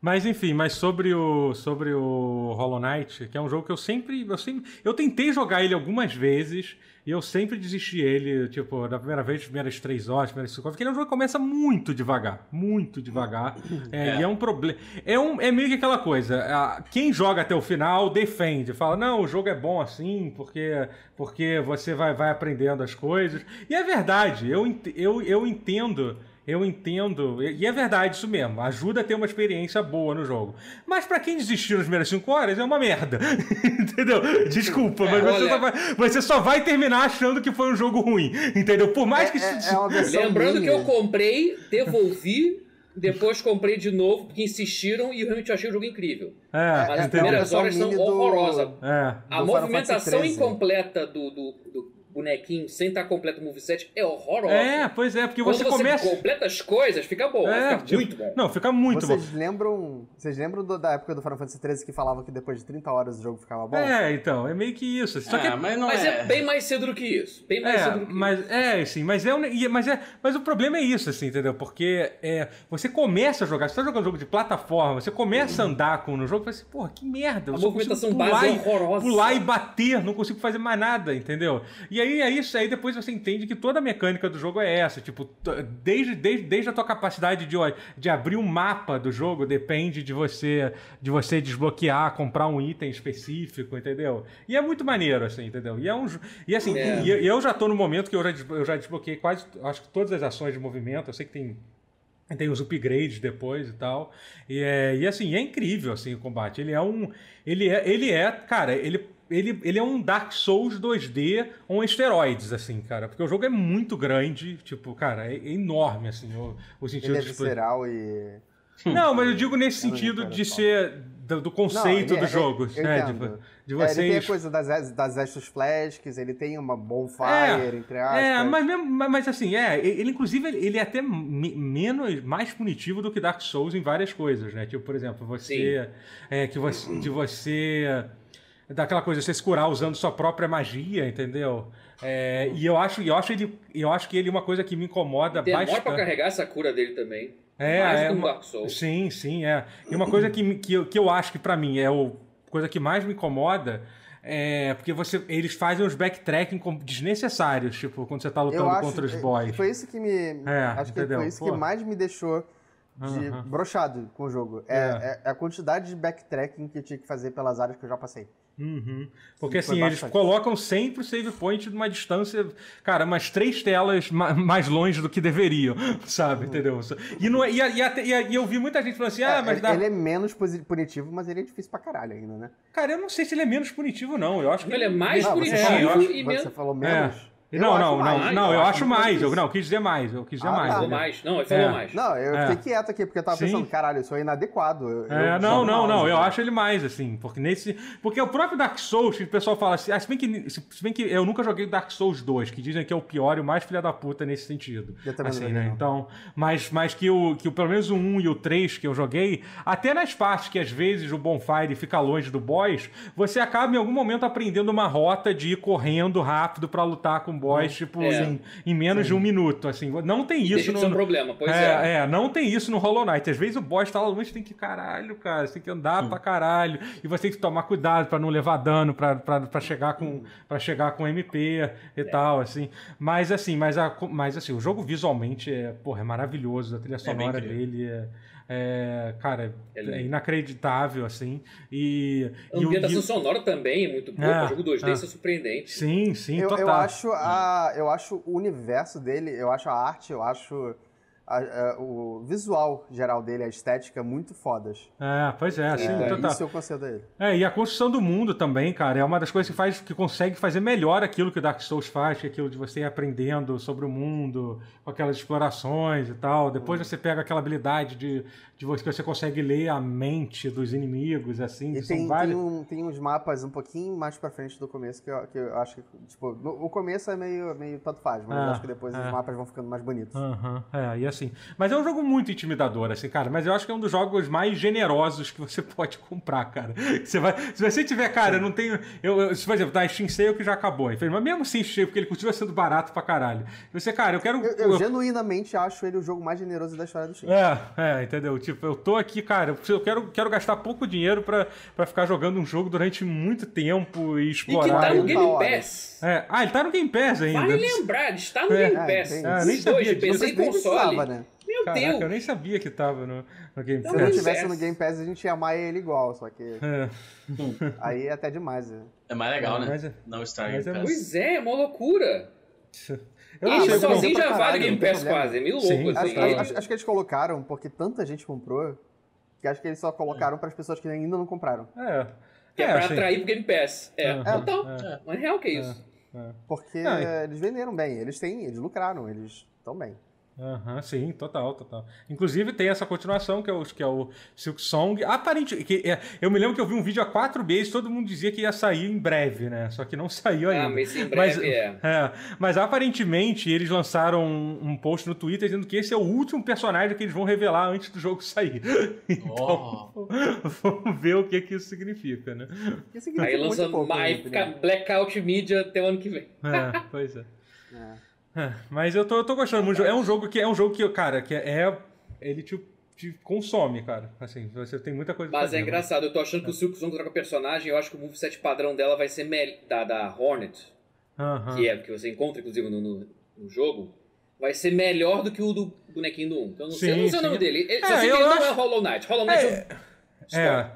Speaker 1: Mas enfim, mas sobre o sobre o Hollow Knight, que é um jogo que eu sempre eu sempre eu tentei jogar ele algumas vezes e eu sempre desisti ele, tipo, da primeira vez, as primeiras três horas, as primeiras cinco horas, porque ele é um jogo que começa muito devagar, muito devagar. É,
Speaker 2: É.
Speaker 1: E é um problema. É, um, é meio que aquela coisa, a- quem joga até o final defende, fala, não, o jogo é bom assim, porque porque você vai, vai aprendendo as coisas. E é verdade, eu, ent- eu, eu entendo eu entendo, e é verdade isso mesmo, ajuda a ter uma experiência boa no jogo. Mas para quem desistiu nas primeiras 5 horas, é uma merda. [laughs] entendeu? Desculpa, [laughs] mas você, tá só vai, você só vai terminar achando que foi um jogo ruim. Entendeu? Por mais que.
Speaker 3: É, é uma versão
Speaker 4: Lembrando que
Speaker 3: mini.
Speaker 4: eu comprei, devolvi, depois comprei de novo, porque insistiram e eu realmente achei o jogo incrível. Mas
Speaker 1: É,
Speaker 4: as
Speaker 3: então-
Speaker 1: entendeu?
Speaker 4: primeiras
Speaker 3: versão
Speaker 4: horas são
Speaker 3: mini do-
Speaker 4: horrorosas.
Speaker 1: É.
Speaker 4: A
Speaker 3: do Final
Speaker 4: movimentação
Speaker 3: Fantasy XIII.
Speaker 4: incompleta do, do, do bonequinho sem estar completo o moveset é horrorosa.
Speaker 1: É, pois é, porque
Speaker 4: Quando
Speaker 1: você começa.
Speaker 4: completa as coisas, fica bom.
Speaker 1: É,
Speaker 4: fica
Speaker 1: tipo,
Speaker 4: muito bom.
Speaker 1: Não, fica muito bom.
Speaker 3: Vocês lembram, vocês lembram do- da época do Final Fantasy XIII que falava que depois de 30 horas o jogo ficava bom?
Speaker 1: É, então, é meio que isso. Só que
Speaker 2: Ah, mas não
Speaker 4: Mas é.
Speaker 2: é.
Speaker 4: bem mais cedo do que isso. Bem mais
Speaker 1: É,
Speaker 4: cedo do que
Speaker 1: mas é, assim, mas é, um- e- mas é, mas o problema é isso, assim, entendeu? Porque é, você começa a jogar, você tá jogando jogo de plataforma, você começa a andar com no jogo, e fala assim, porra, que merda, eu
Speaker 4: A
Speaker 1: só consigo
Speaker 4: movimentação
Speaker 1: pular
Speaker 4: base é
Speaker 1: e-
Speaker 4: horrorosa.
Speaker 1: Pular e bater, não consigo fazer mais nada, entendeu? E aí é isso, aí depois você entende que toda a mecânica do jogo é essa, tipo, t- desde, desde, desde a tua capacidade de, ó, de abrir um mapa do jogo depende de você de você desbloquear, comprar um item específico, entendeu? E é muito maneiro, assim, entendeu? E é um jo- e assim,
Speaker 4: É.
Speaker 1: e eu- eu já tô no momento que eu já, des- eu já desbloqueei quase, acho que todas as ações de movimento, eu sei que tem tem os upgrades depois e tal. E, é, e assim, é incrível assim, o combate. Ele é um. Ele é, ele é cara, ele, ele, ele é um Dark Souls 2D com esteroides, assim, cara. Porque o jogo é muito grande, tipo, cara, é, é enorme, assim, o, o sentido
Speaker 3: Ele é
Speaker 1: de explosão.
Speaker 3: visceral e.
Speaker 1: Não, mas eu digo nesse
Speaker 3: Eu não
Speaker 1: sentido
Speaker 3: entendo,
Speaker 1: de
Speaker 3: Paulo.
Speaker 1: ser. Do, do conceito
Speaker 3: Não, ele
Speaker 1: do
Speaker 3: é-
Speaker 1: jogo,
Speaker 3: eu
Speaker 1: né?
Speaker 3: entendo.
Speaker 1: Tipo, de
Speaker 3: É, ele tem a
Speaker 1: vocês.
Speaker 3: coisa das, das Astros Flasks, ele tem uma bonfire,
Speaker 1: É,
Speaker 3: entre aspas.
Speaker 1: É, mas, mesmo, mas mas assim, é, ele ele, inclusive ele ele é até me- menos, mais punitivo do que Dark Souls em várias coisas, né? Tipo, por exemplo, você, é, que você, de você daquela coisa de você se curar usando sua própria magia, entendeu? É, e eu acho, e eu acho ele, eu acho que ele é uma coisa que me incomoda
Speaker 4: Demora pra
Speaker 1: bastante.
Speaker 4: carregar essa cura dele também.
Speaker 1: É,
Speaker 4: mais
Speaker 1: é
Speaker 4: que um
Speaker 1: uma-
Speaker 4: Dark Souls.
Speaker 1: Sim, sim, é. E uma coisa que, me- que, eu- que eu acho que pra mim é o coisa que mais me incomoda é porque você eles fazem uns backtracking com- desnecessários, tipo, quando você tá lutando
Speaker 3: eu acho,
Speaker 1: contra os boys.
Speaker 3: Foi isso que me.
Speaker 1: É,
Speaker 3: acho que
Speaker 1: entendeu?
Speaker 3: foi isso
Speaker 1: Pô.
Speaker 3: que mais me deixou de
Speaker 1: Aham.
Speaker 3: brochado com o jogo. É,
Speaker 1: É.
Speaker 3: é- é a quantidade de backtracking que eu tinha que fazer pelas áreas que eu já passei.
Speaker 1: Uhum. Porque
Speaker 3: Foi
Speaker 1: assim, eles
Speaker 3: bastante.
Speaker 1: colocam sempre o save point numa distância, cara, umas três telas ma- mais longe do que deveriam, [laughs] sabe? Entendeu? E, não é- e, a- e até- e a- e eu vi muita gente falando assim, ah,
Speaker 3: Uhum. É,
Speaker 1: mas
Speaker 3: ele,
Speaker 1: dá.
Speaker 3: ele é menos posi- punitivo, mas ele é difícil pra caralho ainda, né?
Speaker 1: Cara, eu não sei se ele é menos punitivo, não. Eu acho que
Speaker 4: Ele é mais
Speaker 3: Ah,
Speaker 1: punitivo
Speaker 3: você,
Speaker 4: punitivo
Speaker 1: é, eu
Speaker 3: falou,
Speaker 1: acho-
Speaker 4: e
Speaker 3: você
Speaker 4: menos.
Speaker 3: falou
Speaker 1: É.
Speaker 3: menos? Eu
Speaker 1: não,
Speaker 3: acho
Speaker 1: não, não,
Speaker 3: mais,
Speaker 1: não, eu acho mais. Eu,
Speaker 3: difícil.
Speaker 1: não, eu quis dizer mais, eu quis dizer
Speaker 3: Ah,
Speaker 1: mais.
Speaker 3: tá.
Speaker 4: Falou
Speaker 1: entendeu?
Speaker 4: mais. Não, ele falou
Speaker 1: É.
Speaker 4: mais.
Speaker 3: Não, eu
Speaker 1: É.
Speaker 3: fiquei quieto aqui, porque eu tava
Speaker 1: Sim.
Speaker 3: pensando, caralho, isso é inadequado. Eu-
Speaker 1: É,
Speaker 3: eu né?
Speaker 1: não, não,
Speaker 3: jamais-
Speaker 1: não, eu acho ele mais, assim, porque nesse. Porque o próprio Dark Souls, que o pessoal fala assim, ah, se bem que, se se bem que eu nunca joguei Dark Souls 2, que dizem que é o pior e o mais filha da puta nesse sentido.
Speaker 3: Eu também não
Speaker 1: assim,
Speaker 3: joguei,
Speaker 1: né?
Speaker 3: não.
Speaker 1: Então, mas, mas que, o, que o, pelo menos o 1 e o 3 que eu joguei, até nas partes que às vezes o Bonfire fica longe do boss, você acaba em algum momento aprendendo uma rota de ir correndo rápido pra lutar com o boss, tipo,
Speaker 4: É.
Speaker 1: em, em menos de um minuto, assim. Não tem isso
Speaker 4: Deixa de ser um
Speaker 1: no-
Speaker 4: problema, pois é.
Speaker 1: é, é, não tem isso no Hollow Knight. Às vezes o boss tá lá longe, tem que caralho, cara. Você tem que andar pra caralho. E você tem que tomar cuidado pra não levar dano, pra, pra, pra chegar com para chegar com MP e tal, assim. Mas assim, mas, a, mas assim, o jogo visualmente é, porra, é maravilhoso. A trilha
Speaker 2: bem
Speaker 1: sonora
Speaker 2: incrível.
Speaker 1: dele é, é, cara,
Speaker 4: É
Speaker 1: é,
Speaker 4: lindo.
Speaker 1: inacreditável, assim. E,
Speaker 4: A
Speaker 1: e o-
Speaker 4: ambientação
Speaker 1: e-
Speaker 4: sonora também é muito boa.
Speaker 1: É,
Speaker 4: o jogo 2D
Speaker 1: é.
Speaker 4: isso é surpreendente.
Speaker 1: sim, sim,
Speaker 3: Eu, eu
Speaker 1: total.
Speaker 3: acho a, eu acho o universo dele, eu acho a arte, eu acho a- a- o visual geral dele, a estética, muito fodas.
Speaker 1: É, pois é, sim,
Speaker 3: É,
Speaker 1: total.
Speaker 3: isso eu concedo a ele.
Speaker 1: É, e a construção do mundo também, cara, é uma das coisas que faz, que consegue fazer melhor aquilo que o Dark Souls faz, que é aquilo de você ir aprendendo sobre o mundo, com aquelas explorações e tal.
Speaker 3: Uhum.
Speaker 1: Depois você pega aquela habilidade de, de você, que você consegue ler a mente dos inimigos, assim,
Speaker 3: E
Speaker 1: que são
Speaker 3: tem,
Speaker 1: vários.
Speaker 3: tem, um- tem uns mapas um pouquinho mais pra frente do começo que eu, que eu acho que, tipo, no- o começo é meio, meio tanto faz, mas
Speaker 1: Ah,
Speaker 3: eu acho que depois
Speaker 1: ah.
Speaker 3: os mapas vão ficando mais bonitos.
Speaker 1: Aham, é, e assim. Mas é um jogo muito intimidador, assim, cara. Mas eu acho que é um dos jogos mais generosos que você [laughs] pode comprar, cara. Você vai, se você tiver, cara, eu não tenho. Eu, eu, se, por exemplo, tá, Steam Sale que já acabou. Enfim, mas mesmo sem Steam, porque ele continua sendo barato pra caralho. Você, cara, eu quero.
Speaker 3: Eu, eu
Speaker 1: eu-
Speaker 3: genuinamente acho ele o jogo mais generoso da história do Steam.
Speaker 1: É, é, entendeu? Tipo, eu tô aqui, cara, eu preciso- eu quero, quero gastar pouco dinheiro pra, pra ficar jogando um jogo durante muito tempo e
Speaker 4: E que
Speaker 1: explorar.
Speaker 4: tá no
Speaker 3: Horário,
Speaker 4: Game
Speaker 3: uma hora.
Speaker 4: Pass.
Speaker 1: É. Ah, ele tá no Game Pass ainda.
Speaker 4: Vale lembrar, está no
Speaker 1: É,
Speaker 4: Game
Speaker 3: é,
Speaker 4: Pass.
Speaker 3: tem
Speaker 1: isso. Ah, nem
Speaker 4: Os dois,
Speaker 1: sabia
Speaker 4: de PC
Speaker 1: disso.
Speaker 4: e
Speaker 3: nem
Speaker 4: console.
Speaker 3: precisava, né?
Speaker 4: Meu
Speaker 1: Caraca, eu
Speaker 4: Deus.
Speaker 1: nem sabia que tava no, no Game
Speaker 3: Então, Se
Speaker 4: Não,
Speaker 3: não
Speaker 4: Pois
Speaker 1: Pass.
Speaker 3: tivesse
Speaker 4: é.
Speaker 3: no Game Pass, a gente ia amar ele igual,
Speaker 1: [laughs]
Speaker 3: só que
Speaker 1: É,
Speaker 3: aí é até demais. né?
Speaker 2: É mais legal, né?
Speaker 1: Mas é-
Speaker 2: Não estraga
Speaker 1: mas é
Speaker 2: Game Pass.
Speaker 4: Pois é, é uma loucura.
Speaker 1: Eu
Speaker 4: Ele
Speaker 1: sei como- né?
Speaker 4: sozinho
Speaker 3: pra
Speaker 4: já vale
Speaker 3: caralho,
Speaker 4: Game Pass
Speaker 3: eu lembro.
Speaker 4: quase. É meio
Speaker 1: Sim.
Speaker 4: louco,
Speaker 1: Acho-
Speaker 4: assim.
Speaker 3: Acho,
Speaker 4: Ele-
Speaker 3: acho- acho que eles colocaram, porque tanta gente comprou, que acho que eles só colocaram pras pessoas que ainda não compraram.
Speaker 1: É.
Speaker 4: Que é,
Speaker 1: É,
Speaker 4: pra
Speaker 1: assim.
Speaker 4: atrair pro Game Pass. É,
Speaker 1: É.
Speaker 4: total.
Speaker 1: É.
Speaker 4: Mas real que é isso.
Speaker 3: Porque
Speaker 1: Não, e-
Speaker 3: eh, eles venderam bem, eles têm, eles lucraram, eles estão bem.
Speaker 1: Aham, sim, total, total. Inclusive tem essa continuação que é o, que é o Silk Song. Aparente, que é- eu me lembro que eu vi um vídeo há quatro meses, todo mundo dizia que ia sair em breve, né? Só que não [laughs] saiu ainda.
Speaker 4: Ah, mas esse em
Speaker 1: Mas-
Speaker 4: breve é.
Speaker 1: É, mas aparentemente eles lançaram um, um post no Twitter dizendo que esse é o último personagem que eles vão revelar antes do jogo [laughs] sair. Então, vamos ver o que, que isso significa, né?
Speaker 3: Que significa
Speaker 4: Aí
Speaker 3: muito
Speaker 4: lança
Speaker 3: pouco, na minha
Speaker 4: mais
Speaker 3: opinião.
Speaker 4: Blackout Media até o ano que vem.
Speaker 1: É, pois é.
Speaker 3: É.
Speaker 1: É, Mas eu tô, eu tô gostando muito. do jogo. É um jogo que é um jogo que, cara, que é. Ele te, te consome, cara. Assim, você tem muita coisa pra
Speaker 4: Mas é
Speaker 1: fazer, né?
Speaker 4: engraçado, eu tô achando que o Silk Song troca personagem, eu acho que o moveset padrão dela vai ser mel- da, da Hornet,
Speaker 1: Aham.
Speaker 4: que é que você encontra, inclusive, no, no, no jogo, vai ser melhor do que o do bonequinho do 1. Então eu não sei, eu não
Speaker 1: Sim,
Speaker 4: sei o
Speaker 1: sim.
Speaker 4: nome dele. Ele,
Speaker 1: É,
Speaker 4: só sei que
Speaker 1: eu
Speaker 4: ele não é
Speaker 1: acho-
Speaker 4: Hollow Knight. Hollow Knight é, um-
Speaker 1: É.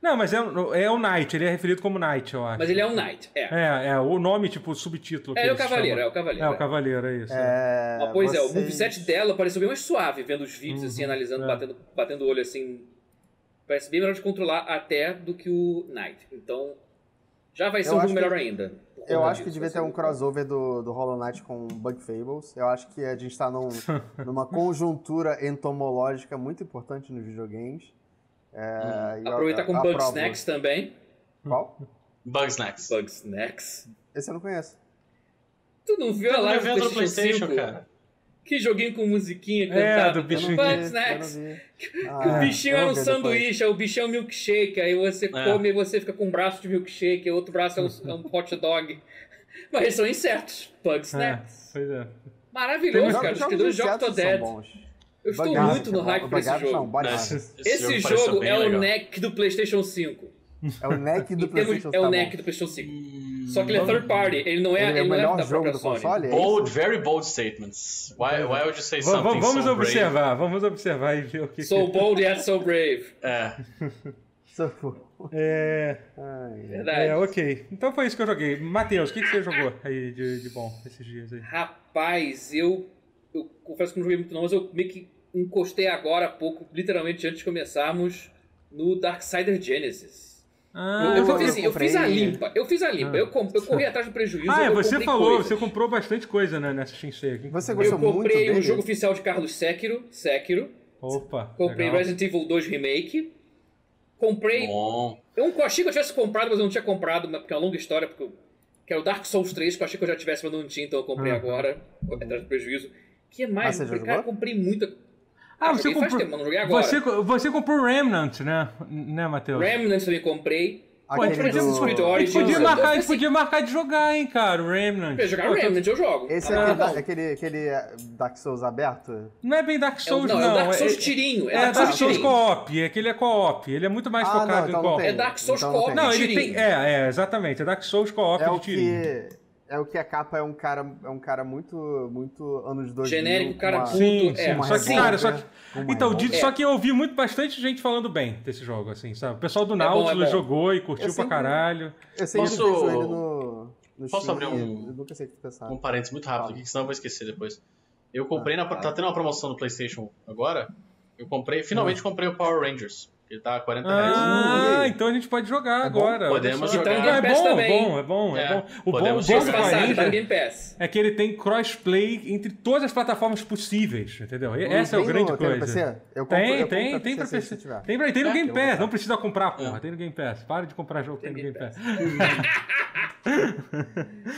Speaker 1: Não, mas é, um- é o Knight, ele é referido como Knight, eu acho.
Speaker 4: Mas ele é um Knight, é.
Speaker 1: É, é, o nome, tipo, o subtítulo. que
Speaker 4: É, ele é o
Speaker 1: eles
Speaker 4: Cavaleiro,
Speaker 1: chamam.
Speaker 4: é o Cavaleiro.
Speaker 1: É, o Cavaleiro, é isso.
Speaker 3: É,
Speaker 4: Ah, pois é, o
Speaker 3: vocês-
Speaker 4: moveset dela pareceu bem mais suave, vendo os vídeos,
Speaker 1: Uhum,
Speaker 4: assim, analisando,
Speaker 1: é.
Speaker 4: batendo, batendo o olho, assim. Parece bem melhor de controlar até do que o Knight. Então, já vai ser
Speaker 3: Eu
Speaker 4: um
Speaker 3: acho
Speaker 4: jogo
Speaker 3: que-
Speaker 4: melhor ainda. por
Speaker 3: Eu
Speaker 4: conta
Speaker 3: acho que
Speaker 4: disso,
Speaker 3: devia
Speaker 4: vai ser
Speaker 3: ter um
Speaker 4: muito
Speaker 3: crossover do, do Hollow Knight com Bug Fables. Eu acho que a gente tá
Speaker 1: [laughs]
Speaker 3: num- numa conjuntura entomológica muito importante nos videogames. É, e
Speaker 4: bom.
Speaker 3: eu-
Speaker 4: Aproveitar com
Speaker 3: eu
Speaker 4: Bug
Speaker 3: aprovo.
Speaker 4: Snacks também.
Speaker 3: Qual?
Speaker 2: Bug Snacks.
Speaker 4: Bug Snacks.
Speaker 3: Esse eu não conheço.
Speaker 4: Tu não
Speaker 1: Tá
Speaker 4: viu a
Speaker 2: Não é
Speaker 4: live do
Speaker 2: venda do
Speaker 4: PlayStation,
Speaker 2: PlayStation,
Speaker 4: 5?
Speaker 2: cara.
Speaker 4: Que joguinho com musiquinha
Speaker 1: É,
Speaker 4: cantada.
Speaker 1: do
Speaker 3: Eu não
Speaker 1: bichinho.
Speaker 3: vi,
Speaker 4: Bug
Speaker 3: eu não
Speaker 4: Snacks.
Speaker 3: vi.
Speaker 4: [laughs] Que o
Speaker 3: Ah,
Speaker 4: bichinho
Speaker 3: eu
Speaker 4: é
Speaker 3: vou
Speaker 4: um
Speaker 3: ver depois.
Speaker 4: sanduíche, aí o bichinho é um milkshake, aí
Speaker 3: É.
Speaker 4: você come e você fica com um braço de milkshake, o outro braço é um, é um hot dog. Mas são insetos, bug snacks.
Speaker 1: Pois é.
Speaker 4: Maravilhoso,
Speaker 3: Jogos-
Speaker 4: cara. Os
Speaker 3: jogos
Speaker 4: criadores
Speaker 3: de
Speaker 4: de
Speaker 3: insetos são
Speaker 4: Octodad.
Speaker 3: bons.
Speaker 4: Eu estou
Speaker 3: Bagaço,
Speaker 4: muito no
Speaker 3: cara.
Speaker 4: hype pra esse
Speaker 3: Bagaço não,
Speaker 4: jogo.
Speaker 3: bagaço.
Speaker 4: Esse
Speaker 2: pareceu
Speaker 4: jogo
Speaker 2: bem
Speaker 4: é o
Speaker 2: legal.
Speaker 4: neck do PlayStation 5.
Speaker 3: É o neck
Speaker 4: [laughs]
Speaker 3: do
Speaker 4: Em termos,
Speaker 3: PlayStation.
Speaker 4: é
Speaker 3: tá
Speaker 4: o
Speaker 3: bom.
Speaker 4: neck do PlayStation 5. Só que ele é
Speaker 3: vamos-
Speaker 4: third party, ele não é,
Speaker 3: Ele
Speaker 4: ele
Speaker 3: é o
Speaker 4: não é
Speaker 3: melhor
Speaker 4: da
Speaker 3: jogo
Speaker 4: própria
Speaker 3: do
Speaker 4: Sony.
Speaker 3: console? é
Speaker 2: Bold,
Speaker 3: isso?
Speaker 2: very bold statements. Why, why would you say
Speaker 1: Va- va-
Speaker 2: something
Speaker 1: vamos
Speaker 2: so brave?
Speaker 1: observar, vamos observar e ver o que.
Speaker 3: [laughs]
Speaker 4: So bold yet so brave.
Speaker 2: É.
Speaker 3: Socorro.
Speaker 1: que... É,
Speaker 3: Ai,
Speaker 4: Verdade.
Speaker 1: é, ok. Então foi isso que eu joguei. Matheus, o que, que você jogou aí de, de bom esses dias aí?
Speaker 4: Rapaz, eu, eu confesso que não joguei muito não, mas eu meio que encostei agora há pouco, literalmente antes de começarmos, no Darksider Genesis.
Speaker 1: Ah,
Speaker 4: eu,
Speaker 3: eu
Speaker 4: fiz, assim, eu fiz a
Speaker 3: comprei.
Speaker 4: limpa, eu fiz a limpa,
Speaker 1: Ah.
Speaker 4: eu, com- eu corri atrás do prejuízo.
Speaker 1: Ah, é,
Speaker 4: eu
Speaker 1: você
Speaker 4: comprei
Speaker 1: falou,
Speaker 4: coisas.
Speaker 1: você comprou bastante coisa né, nessa Shinsei aqui.
Speaker 3: Você
Speaker 4: Eu
Speaker 3: gostou muito
Speaker 4: comprei
Speaker 1: né?
Speaker 3: dele?
Speaker 4: o jogo oficial de Carlos Sekiro, Sekiro.
Speaker 1: Opa.
Speaker 4: Comprei
Speaker 1: legal.
Speaker 4: Resident Evil 2 Remake. Comprei.
Speaker 2: Bom.
Speaker 4: Eu, eu achei que eu tivesse comprado, mas eu não tinha comprado, mas- porque é uma longa história, porque eu, que é o Dark Souls 3, que eu achei que eu já tivesse, mas não tinha, então eu comprei
Speaker 1: Ah.
Speaker 4: agora. Vou Atrás do prejuízo. que é
Speaker 3: Ah,
Speaker 4: mais?
Speaker 3: você já
Speaker 4: Eu falei, cara, eu
Speaker 3: jogou?
Speaker 4: comprei muita.
Speaker 1: Ah, você
Speaker 4: joguei faz
Speaker 1: comprou.
Speaker 4: tempo, mas não joguei agora.
Speaker 1: Você, co- você comprou o Remnant, né, né Matheus?
Speaker 4: Remnant também comprei.
Speaker 1: Pô, a gente
Speaker 3: Aquele
Speaker 1: podia-
Speaker 4: Resident Evil
Speaker 3: do...
Speaker 1: a gente podia
Speaker 4: Origins.
Speaker 1: marcar, a
Speaker 4: Eu
Speaker 1: gente
Speaker 4: pensei-
Speaker 1: podia marcar de jogar, hein, cara, o Remnant.
Speaker 4: Eu jogar
Speaker 1: Pô, tô-
Speaker 4: Remnant, eu jogo.
Speaker 3: Esse é
Speaker 4: Ah,
Speaker 3: aquele,
Speaker 4: não.
Speaker 3: da- aquele, aquele eh, Dark Souls aberto?
Speaker 1: Não é bem Dark
Speaker 4: É o-
Speaker 1: Souls,
Speaker 4: não,
Speaker 1: não.
Speaker 4: é o Dark
Speaker 1: é-
Speaker 4: Souls tirinho.
Speaker 1: É, Dark Souls,
Speaker 4: tirinho.
Speaker 1: co-op, é que ele é co-op, ele é muito mais
Speaker 3: Ah,
Speaker 1: focado
Speaker 3: não, então
Speaker 1: em
Speaker 3: não
Speaker 1: co-op.
Speaker 3: tem.
Speaker 4: É Dark Souls
Speaker 3: Então não
Speaker 4: Co-op.
Speaker 3: tem.
Speaker 1: Não, ele
Speaker 4: tirinho.
Speaker 1: tem. É, é, exatamente. É Dark Souls co-op
Speaker 3: É
Speaker 1: de
Speaker 3: o
Speaker 1: tirinho.
Speaker 3: que é o que a capa é um cara é um cara muito muito anos 2000.
Speaker 4: Genérico,
Speaker 3: com
Speaker 4: cara
Speaker 3: uma-
Speaker 4: puto,
Speaker 1: Sim,
Speaker 4: é,
Speaker 1: sim.
Speaker 3: uma
Speaker 1: só que, cara, só que.
Speaker 3: revólver, com uma
Speaker 1: Então,
Speaker 3: revólver.
Speaker 1: dito,
Speaker 4: É.
Speaker 1: só que eu ouvi muito bastante gente falando bem desse jogo, assim, sabe? O pessoal do
Speaker 4: bom, é
Speaker 1: Nautilus
Speaker 4: bom.
Speaker 1: jogou e curtiu
Speaker 3: Eu
Speaker 1: pra
Speaker 3: sempre-
Speaker 1: caralho.
Speaker 3: eu sempre
Speaker 2: Posso-
Speaker 3: vejo ele no, no
Speaker 2: posso
Speaker 3: Steam
Speaker 2: abrir
Speaker 3: e
Speaker 2: um-
Speaker 3: eu nunca sei o que pensar.
Speaker 2: Um parênteses muito rápido aqui, que senão eu vou esquecer depois. Eu comprei na. Tá tendo uma promoção no PlayStation agora. Eu comprei. Finalmente comprei o Power Rangers. Ele tá
Speaker 3: É
Speaker 2: 40 reais.
Speaker 1: Hum. Ah,
Speaker 3: olha aí.
Speaker 1: então a gente pode jogar
Speaker 3: É bom?
Speaker 1: agora.
Speaker 2: Podemos
Speaker 1: Olha só.
Speaker 2: jogar.
Speaker 1: Ah, é
Speaker 4: Game Pass
Speaker 1: bom, é
Speaker 4: também.
Speaker 1: bom, é bom, é
Speaker 2: É,
Speaker 1: bom. O bom, o
Speaker 2: podemos
Speaker 1: bom
Speaker 4: Mês
Speaker 2: jogar.
Speaker 1: do
Speaker 4: passado, tá no
Speaker 1: Ranger
Speaker 4: Game Pass.
Speaker 1: é que ele tem crossplay entre todas as plataformas possíveis, entendeu? E Essa é a
Speaker 3: Tem no-
Speaker 1: grande
Speaker 3: tem no
Speaker 1: coisa.
Speaker 3: PC? Eu compro- eu
Speaker 1: Tem,
Speaker 3: compro
Speaker 1: tem, tem pra
Speaker 3: se
Speaker 1: PC.
Speaker 3: tiver.
Speaker 1: Tem, pra, tem no
Speaker 2: É,
Speaker 1: Game
Speaker 2: eu
Speaker 1: Pass,
Speaker 2: vou
Speaker 1: não precisa comprar, porra. Tem no Game Pass. Para de comprar jogo, tem no Game Pass.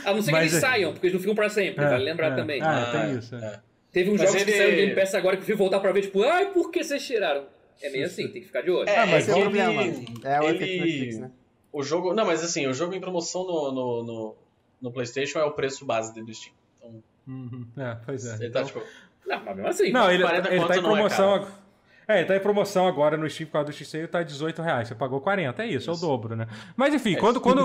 Speaker 4: A não ser que
Speaker 1: Mas
Speaker 4: eles
Speaker 1: é-
Speaker 4: saiam, porque eles não ficam pra sempre,
Speaker 1: É,
Speaker 4: vale lembrar
Speaker 1: é.
Speaker 4: também.
Speaker 1: Ah,
Speaker 2: Ah,
Speaker 1: tem isso. é.
Speaker 2: é.
Speaker 4: Teve uns
Speaker 2: Mas
Speaker 4: jogos que
Speaker 2: ele-
Speaker 4: saíram do Game Pass agora que eu fui voltar pra ver, tipo, ai, por que vocês tiraram? É meio assim, tem que ficar de olho.
Speaker 2: É,
Speaker 1: mas
Speaker 3: Esse é o
Speaker 2: ele-
Speaker 3: problema. É o efeito Netflix,
Speaker 2: ele-
Speaker 3: né?
Speaker 2: O jogo. Não, mas assim, o jogo em promoção no, no, no, no PlayStation é o preço base dele do Steam. Então,
Speaker 1: Uhum. É, pois é.
Speaker 2: ele tá
Speaker 1: Então-
Speaker 2: tipo.
Speaker 4: Não, mas mesmo assim.
Speaker 1: Não, ele,
Speaker 2: 40
Speaker 1: ele tá
Speaker 2: conto
Speaker 1: em
Speaker 2: não é
Speaker 1: promoção.
Speaker 2: caro.
Speaker 1: ag- É, ele tá em promoção agora no Steam por causa do XC e tá 18 reais. Você pagou 40, é isso, é o dobro, né? Mas enfim, quando. quando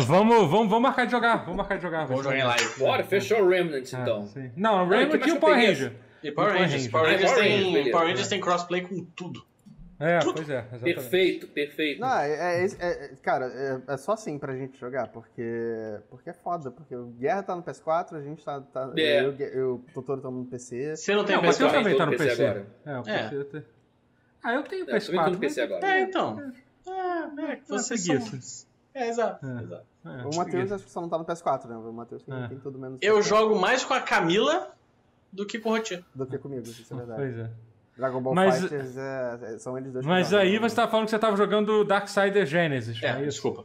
Speaker 1: vamos, vamos, vamos marcar de jogar. Vamos marcar de jogar.
Speaker 2: Vamos jogar em live.
Speaker 4: Bora, fechou o Remnant
Speaker 1: Ah,
Speaker 4: então.
Speaker 1: sim. Não, o
Speaker 4: Ah,
Speaker 1: Rainbow
Speaker 4: que
Speaker 1: tinha
Speaker 4: mais
Speaker 1: o Power
Speaker 4: que eu
Speaker 1: Ranger.
Speaker 2: E Power
Speaker 1: Power
Speaker 2: Rangers.
Speaker 1: Rangers.
Speaker 2: Power
Speaker 4: Ah,
Speaker 2: Rangers
Speaker 4: Power Rangers,
Speaker 2: tem,
Speaker 4: beleza.
Speaker 2: Power Rangers tem crossplay com tudo.
Speaker 1: É, pois é. Exatamente.
Speaker 4: Perfeito, perfeito.
Speaker 3: Não, é, é- é- é- cara, é, é só assim pra gente jogar, porque, porque é foda, porque o Guerra tá no PS4, a gente tá. tá
Speaker 4: É.
Speaker 3: eu, eu, o Totoro tá no PC.
Speaker 2: Você não tem
Speaker 1: Não, mas eu
Speaker 2: PS4?
Speaker 1: também tá no
Speaker 4: PC
Speaker 1: PC.
Speaker 4: agora.
Speaker 1: É, o
Speaker 2: É.
Speaker 1: PC tá- Ah, eu tenho
Speaker 4: É, eu também tô
Speaker 1: PS4.
Speaker 4: no PC
Speaker 1: mas-
Speaker 4: agora.
Speaker 2: É, então. É, é que vocês
Speaker 1: É,
Speaker 2: são... É, exato,
Speaker 1: É.
Speaker 2: exato.
Speaker 1: É,
Speaker 3: O Matheus acho que só não tá no PS4, né? O Matheus tem,
Speaker 1: É.
Speaker 3: tem tudo menos.
Speaker 2: Eu
Speaker 3: PS4
Speaker 2: jogo mais com a Camila do que com o Rotinha.
Speaker 3: Do que comigo, isso é verdade.
Speaker 1: Pois é.
Speaker 3: Dragon Ball
Speaker 1: Mas-
Speaker 3: Fighters é, é- são eles dois. que
Speaker 1: Mas
Speaker 3: jogam.
Speaker 1: aí você tava falando que você tava jogando Darksider Genesis.
Speaker 2: É,
Speaker 1: não isso?
Speaker 2: desculpa.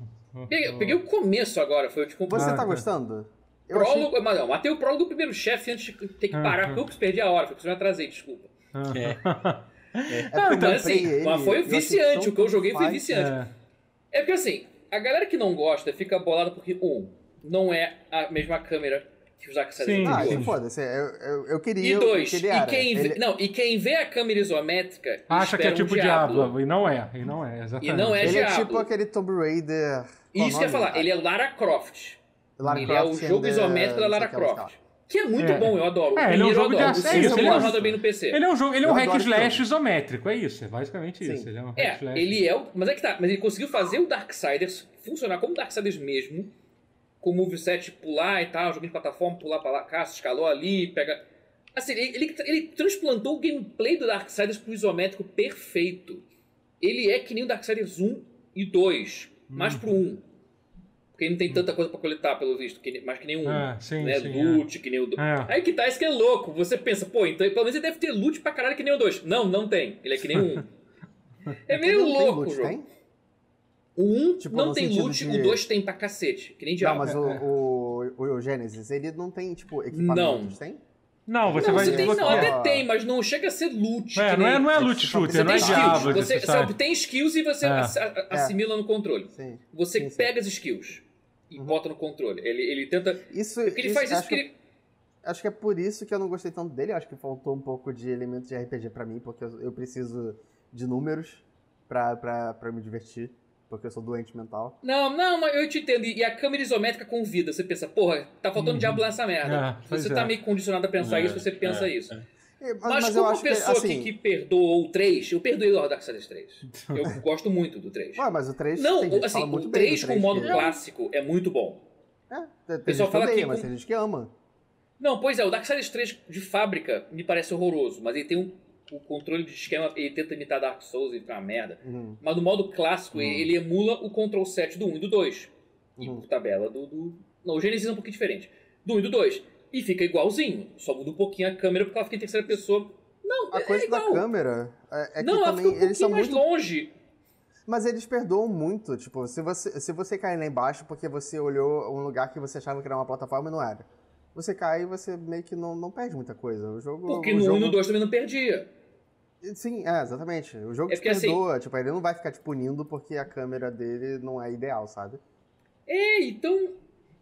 Speaker 4: Peguei, peguei o começo agora, foi tipo um
Speaker 3: Você
Speaker 1: Ah,
Speaker 3: tá
Speaker 1: tá.
Speaker 3: gostando? Eu achei-
Speaker 4: prólogo. Mas não, matei o prólogo do primeiro chefe antes de ter que
Speaker 1: Ah,
Speaker 4: parar,
Speaker 1: ah.
Speaker 4: porque eu que perdi a hora, porque eu me atrasei, desculpa.
Speaker 1: Ah.
Speaker 3: é porque eu
Speaker 4: então, assim,
Speaker 3: comprei ele,
Speaker 4: mas foi
Speaker 3: eu um achei
Speaker 4: viciante,
Speaker 3: tão
Speaker 4: o que eu joguei foi
Speaker 3: fácil.
Speaker 4: viciante. É porque assim, a galera que não gosta fica bolada porque, um, não é a mesma câmera que o Zack Snyder
Speaker 1: Sim,
Speaker 4: jogou.
Speaker 3: Ah,
Speaker 1: sim.
Speaker 3: isso foda-se. Eu, eu, eu queria.
Speaker 4: E
Speaker 3: o
Speaker 4: dois,
Speaker 3: que ele
Speaker 4: e
Speaker 3: era.
Speaker 4: quem, vê,
Speaker 3: Ele-
Speaker 4: não, e quem vê a câmera isométrica
Speaker 1: Acha que é
Speaker 4: espera um
Speaker 1: tipo
Speaker 4: Diablo.
Speaker 1: Diablo. E não é. E não é, exatamente.
Speaker 4: E não é
Speaker 3: Ele é
Speaker 4: Diablo.
Speaker 3: tipo aquele Tomb Raider. Qual o
Speaker 4: Isso que eu ia
Speaker 3: nome?
Speaker 4: falar, ele é Lara Croft.
Speaker 3: Lara
Speaker 4: ele
Speaker 3: Croft
Speaker 4: é o
Speaker 3: and
Speaker 4: jogo
Speaker 3: the-
Speaker 4: isométrico
Speaker 3: não
Speaker 4: da
Speaker 3: sei
Speaker 4: Lara
Speaker 3: o que ela fala.
Speaker 4: Croft. Que é muito
Speaker 1: É.
Speaker 4: bom, eu adoro. O
Speaker 1: É, ele é um
Speaker 4: primeiro
Speaker 1: jogo de
Speaker 4: eu adoro.
Speaker 1: ação,
Speaker 4: o segundo
Speaker 1: isso,
Speaker 4: ele
Speaker 1: ele
Speaker 4: não
Speaker 1: é-
Speaker 4: roda bem no PC.
Speaker 1: Ele é um jogo, ele é um
Speaker 3: Eu
Speaker 1: hack
Speaker 3: adoro esse
Speaker 1: slash
Speaker 3: jogo.
Speaker 1: isométrico, é isso, é basicamente
Speaker 3: Sim.
Speaker 1: isso. Ele é um hack
Speaker 4: É,
Speaker 1: slash.
Speaker 4: ele é o. Mas é que tá. Mas ele conseguiu fazer o Darksiders funcionar como Darksiders mesmo. Com o moveset pular e tal, joguinho de plataforma, pular pra lá, caça, escalou ali, pega. Assim, ele, ele, ele transplantou o gameplay do Darksiders pro isométrico perfeito. Ele é que nem o Darksiders 1 e 2, mas pro 1. Porque ele não tem tanta coisa pra coletar, pelo visto, que, nem- mais que nem o 1.
Speaker 1: Ah, sim,
Speaker 4: né?
Speaker 1: sim,
Speaker 4: loot, que nem o 2.
Speaker 1: É.
Speaker 4: Aí que tá, isso que é louco. Você pensa, pô, então pelo menos ele deve ter loot pra caralho que nem o 2. Não, não tem. Ele é que nem o 1.
Speaker 1: [laughs]
Speaker 4: É meio
Speaker 3: Não tem
Speaker 4: louco o
Speaker 3: loot,
Speaker 4: jogo.
Speaker 3: tem?
Speaker 4: O 1
Speaker 3: Tipo,
Speaker 4: não
Speaker 3: no
Speaker 4: tem
Speaker 3: sentido
Speaker 4: loot,
Speaker 3: de-
Speaker 4: o 2 tem pra cacete, que nem
Speaker 3: Não,
Speaker 4: diabo.
Speaker 3: mas o, o, o, o Genesis, ele não tem, tipo, equipamentos,
Speaker 4: Não.
Speaker 3: tem?
Speaker 1: Não, você
Speaker 4: não,
Speaker 1: vai
Speaker 4: você tem, não,
Speaker 1: desbloquear.
Speaker 4: até tem, mas não chega a ser loot.
Speaker 1: É,
Speaker 4: que
Speaker 1: não é,
Speaker 4: nem-
Speaker 1: não é
Speaker 3: é
Speaker 1: loot
Speaker 3: que você
Speaker 1: shooter,
Speaker 4: Você
Speaker 1: não é
Speaker 4: tem
Speaker 3: skills,
Speaker 1: diabo,
Speaker 4: skills, você,
Speaker 1: você
Speaker 4: você
Speaker 1: sabe.
Speaker 4: obtém skills e você
Speaker 1: É.
Speaker 4: ass- a- a- assimila no controle.
Speaker 3: Sim.
Speaker 4: Você
Speaker 3: Sim, sim.
Speaker 4: pega as skills e bota no controle. Ele, ele tenta.
Speaker 3: Isso,
Speaker 4: É Porque ele faz isso
Speaker 3: acho,
Speaker 4: porque ele.
Speaker 3: acho que é por isso que eu não gostei tanto dele. Acho que faltou um pouco de elemento de RPG pra mim, porque eu, eu preciso de números pra, pra, pra me divertir, porque eu sou doente mental.
Speaker 4: Não, não, mas eu te entendo. E a câmera isométrica convida. Você pensa, porra, tá faltando
Speaker 1: Uhum.
Speaker 4: diabo nessa merda.
Speaker 1: É,
Speaker 4: Se
Speaker 1: pois
Speaker 4: você
Speaker 1: é.
Speaker 4: tá meio condicionado a pensar isso, você pensa
Speaker 2: É,
Speaker 4: isso.
Speaker 2: é.
Speaker 3: E-
Speaker 4: Mas,
Speaker 3: mas eu
Speaker 4: como
Speaker 3: acho que,
Speaker 4: pessoa que,
Speaker 3: assim...
Speaker 4: que perdoou o 3, eu perdoei o Darksiders 3. Eu gosto muito do 3.
Speaker 3: Ué, mas o 3
Speaker 4: Não,
Speaker 3: tem gente
Speaker 4: o-
Speaker 3: que
Speaker 4: assim,
Speaker 3: fala muito bem
Speaker 4: o
Speaker 3: do né?
Speaker 4: 3 com o modo
Speaker 3: que-
Speaker 4: clássico é muito bom.
Speaker 3: É, tem- tem
Speaker 4: pessoal
Speaker 3: gente que
Speaker 4: fala
Speaker 3: odeia,
Speaker 4: que
Speaker 3: mas
Speaker 4: com-
Speaker 3: tem gente que ama.
Speaker 4: Não, pois é, o Darksiders 3 de fábrica me parece horroroso, mas ele tem um, o controle de esquema, ele tenta imitar Dark Souls e fica uma merda.
Speaker 3: Uhum.
Speaker 4: Mas no modo clássico, ele, ele emula o Control 7 do 1 e do 2. E
Speaker 3: Uhum.
Speaker 4: por tabela do, do. Não, o Genesis é um pouquinho diferente. Do 1 e do 2. E fica igualzinho. Só muda um pouquinho a câmera porque ela fica em terceira pessoa. Não,
Speaker 3: A
Speaker 4: é-
Speaker 3: coisa
Speaker 4: é
Speaker 3: da
Speaker 4: igual.
Speaker 3: câmera é, é que
Speaker 4: não, ela
Speaker 3: também
Speaker 4: fica um pouquinho
Speaker 3: eles são
Speaker 4: mais
Speaker 3: muito
Speaker 4: longe.
Speaker 3: Mas eles perdoam muito, tipo, se você, se você cair lá embaixo porque você olhou um lugar que você achava que era uma plataforma e não era. Você cai e você meio que não, não perde muita coisa. O jogo.
Speaker 4: Porque
Speaker 3: o
Speaker 4: no 1
Speaker 3: jogo...
Speaker 4: e no 2 também não perdia.
Speaker 3: Sim, é, exatamente. O jogo
Speaker 4: É
Speaker 3: te
Speaker 4: porque, assim-
Speaker 3: perdoa, tipo, ele não vai ficar te punindo porque a câmera dele não é ideal, sabe?
Speaker 4: É, então.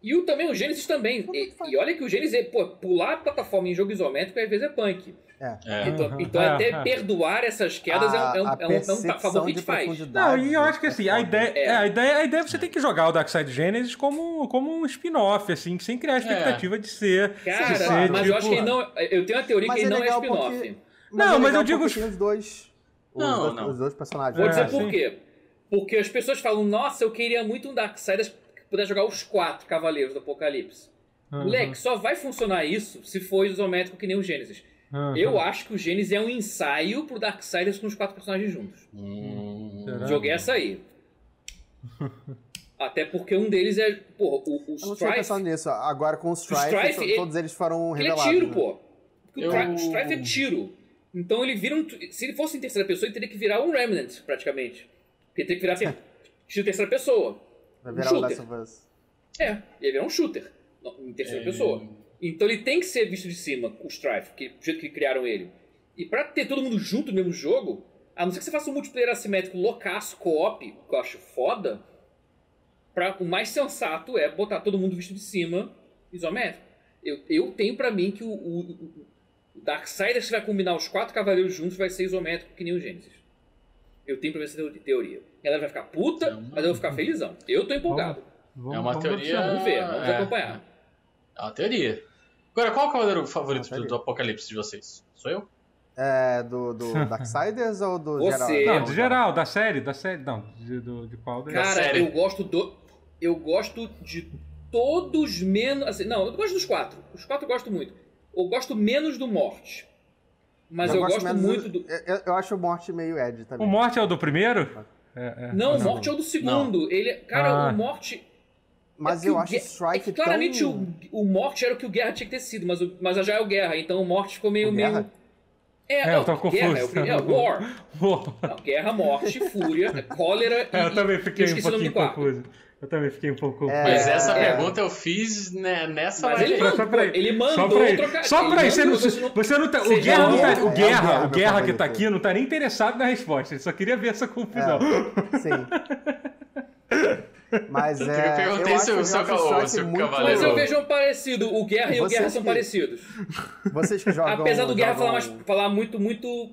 Speaker 4: E o, também o Genesis também. E, e olha que o Genesis, é, pô, pular a plataforma em jogo isométrico às vezes é punk.
Speaker 3: É.
Speaker 2: [laughs] É.
Speaker 4: Então,
Speaker 1: Aham.
Speaker 4: então até
Speaker 1: [laughs] É, é.
Speaker 4: perdoar essas quedas é um, é um,
Speaker 3: a
Speaker 4: é um- é um
Speaker 3: percepção
Speaker 4: favor que a
Speaker 3: de
Speaker 4: gente faz.
Speaker 1: Não,
Speaker 3: profundidade
Speaker 1: e eu acho que assim, a
Speaker 3: foda.
Speaker 1: ideia,
Speaker 4: É.
Speaker 1: é, a ideia, a ideia é você tem que jogar o Darkside Genesis como, como um spin-off, assim, sem criar a expectativa de ser.
Speaker 4: É. Cara,
Speaker 1: de ser
Speaker 4: mas
Speaker 1: tipo-
Speaker 4: eu acho que ele não. Eu tenho a teoria
Speaker 3: Mas
Speaker 4: que ele
Speaker 3: é
Speaker 4: não é
Speaker 3: legal
Speaker 4: spin-off.
Speaker 3: porque-
Speaker 1: Não,
Speaker 3: é
Speaker 1: mas
Speaker 3: legal
Speaker 1: eu digo-
Speaker 3: porque tem os dois. Os,
Speaker 2: Não,
Speaker 3: dois,
Speaker 2: não.
Speaker 3: os dois personagens.
Speaker 4: Vou
Speaker 1: É,
Speaker 4: dizer
Speaker 1: sim.
Speaker 4: por quê. Porque as pessoas falam, nossa, eu queria muito um Darksiders que pudesse jogar os quatro Cavaleiros do Apocalipse. é Moleque, só vai funcionar isso se for isométrico que nem o Gênesis.
Speaker 1: Aham.
Speaker 4: Eu acho que o Gênesis é um ensaio pro Darksiders com os quatro personagens juntos.
Speaker 2: hum, É.
Speaker 1: Será?
Speaker 4: Joguei
Speaker 1: [laughs]
Speaker 4: essa aí. Até porque um deles é. Porra, o, o
Speaker 3: Eu não tinha
Speaker 4: Strife.
Speaker 3: pensado nisso. Agora com o Strife,
Speaker 4: Strife,
Speaker 3: to-
Speaker 4: ele-
Speaker 3: todos eles foram
Speaker 4: Ele é
Speaker 3: revelados.
Speaker 4: tiro,
Speaker 3: né?
Speaker 4: pô. Porque
Speaker 2: Eu-
Speaker 4: o, Tri- o Strife é tiro. Então ele vira um. Se ele fosse em terceira pessoa, ele teria que virar um Remnant, praticamente. Porque ele teria que
Speaker 1: [laughs]
Speaker 4: virar assim, tiro em terceira pessoa.
Speaker 3: Vai
Speaker 4: Um
Speaker 3: virar o Last
Speaker 4: shooter.
Speaker 3: of Us.
Speaker 4: É, ele virar um shooter. não, Em terceira
Speaker 2: É.
Speaker 4: pessoa. Então ele tem que ser visto de cima, o Strife, que, do jeito que criaram ele. E pra ter todo mundo junto no mesmo jogo, a não ser que você faça um multiplayer assimétrico loucaço, co-op, o que eu acho foda, pra, o mais sensato é botar todo mundo visto de cima, isométrico. Eu, eu tenho pra mim que o, o, o- o Darksiders, se vai combinar os quatro cavaleiros juntos, vai ser isométrico que nem o Gênesis. Eu tenho pra mim essa teo- teoria. Ela vai ficar puta,
Speaker 2: É uma-
Speaker 4: mas eu vou ficar felizão. Eu tô empolgado.
Speaker 1: Vamos-
Speaker 2: É uma
Speaker 1: vamos
Speaker 2: teoria-
Speaker 1: observar.
Speaker 4: Vamos ver, vamos
Speaker 2: É.
Speaker 4: acompanhar.
Speaker 2: É uma teoria. Agora, qual é o cavaleiro favorito
Speaker 3: Uma teoria.
Speaker 2: do Apocalipse de vocês? Sou eu?
Speaker 3: É, do, do Darksiders ou do
Speaker 4: Você. um
Speaker 1: Não,
Speaker 3: geral?
Speaker 1: de geral, da série, da série. Não, de, do, de
Speaker 3: Tá
Speaker 1: qual dele?
Speaker 2: Da
Speaker 4: é Cara,
Speaker 2: série.
Speaker 4: eu gosto do. Eu gosto de todos menos. assim, não, eu gosto dos quatro. Os quatro eu gosto muito. Eu gosto menos do Morte. Mas eu, gosto,
Speaker 3: menos
Speaker 4: muito do.
Speaker 3: Eu, eu- eu acho o Morte meio Ed também.
Speaker 1: O Morte é o do primeiro? É, é.
Speaker 4: Não, o Morte é o do segundo. Ele, é-
Speaker 1: Ah.
Speaker 4: cara, o Morte.
Speaker 3: Mas
Speaker 4: é que
Speaker 3: eu
Speaker 4: o
Speaker 3: acho
Speaker 4: Ge-
Speaker 3: o Strike
Speaker 4: é que claramente
Speaker 3: tão...
Speaker 4: o, o Morte era o que o Guerra tinha que ter sido, mas, o- mas já é o Guerra, então o Morte ficou meio.
Speaker 3: O Guerra?
Speaker 4: meio... É,
Speaker 1: É,
Speaker 4: não,
Speaker 1: eu tava
Speaker 4: Guerra,
Speaker 1: confuso.
Speaker 4: é o primeiro.
Speaker 1: [laughs]
Speaker 4: É, War.
Speaker 1: Pô,
Speaker 4: Não, guerra, Morte,
Speaker 1: [laughs]
Speaker 4: Fúria, Cólera e.
Speaker 1: é, eu também
Speaker 4: e-
Speaker 1: fiquei
Speaker 4: eu
Speaker 1: um
Speaker 4: esqueci o nome
Speaker 1: pouquinho
Speaker 4: do quarto.
Speaker 1: confuso. Eu também fiquei um pouco confuso.
Speaker 2: Mas
Speaker 3: É,
Speaker 2: essa
Speaker 4: é.
Speaker 2: pergunta eu fiz né, nessa
Speaker 4: Mas
Speaker 2: live.
Speaker 4: ele
Speaker 1: Só
Speaker 4: mandou,
Speaker 1: pra ele.
Speaker 4: ele
Speaker 1: Só
Speaker 4: mandou
Speaker 1: pra aí,
Speaker 4: é trocar.
Speaker 1: só pra aí.
Speaker 4: ele
Speaker 1: Você não,
Speaker 4: mandou,
Speaker 1: você,
Speaker 4: não-
Speaker 1: não tá,
Speaker 4: Você
Speaker 1: o
Speaker 4: já
Speaker 1: Guerra, não tá,
Speaker 3: é o
Speaker 1: o Guerra,
Speaker 3: Guerra,
Speaker 1: o Guerra que
Speaker 3: meu
Speaker 1: tá
Speaker 3: favorito.
Speaker 1: aqui não tá nem interessado na resposta. Ele só queria ver essa confusão.
Speaker 4: É, então-
Speaker 3: Sim.
Speaker 4: [laughs]
Speaker 3: Mas é.
Speaker 2: eu perguntei
Speaker 3: acho-
Speaker 2: se o seu
Speaker 3: acho
Speaker 2: ca-
Speaker 3: Strike
Speaker 2: o seu
Speaker 3: é muito-
Speaker 2: cavaleiro-
Speaker 4: Mas eu vejo um parecido. O Guerra e o
Speaker 3: Você
Speaker 4: Guerra são
Speaker 3: que- tá
Speaker 4: parecidos.
Speaker 3: Vocês que jogam.
Speaker 4: Apesar do Guerra falar, mais,
Speaker 3: jogam-
Speaker 4: falar muito, muito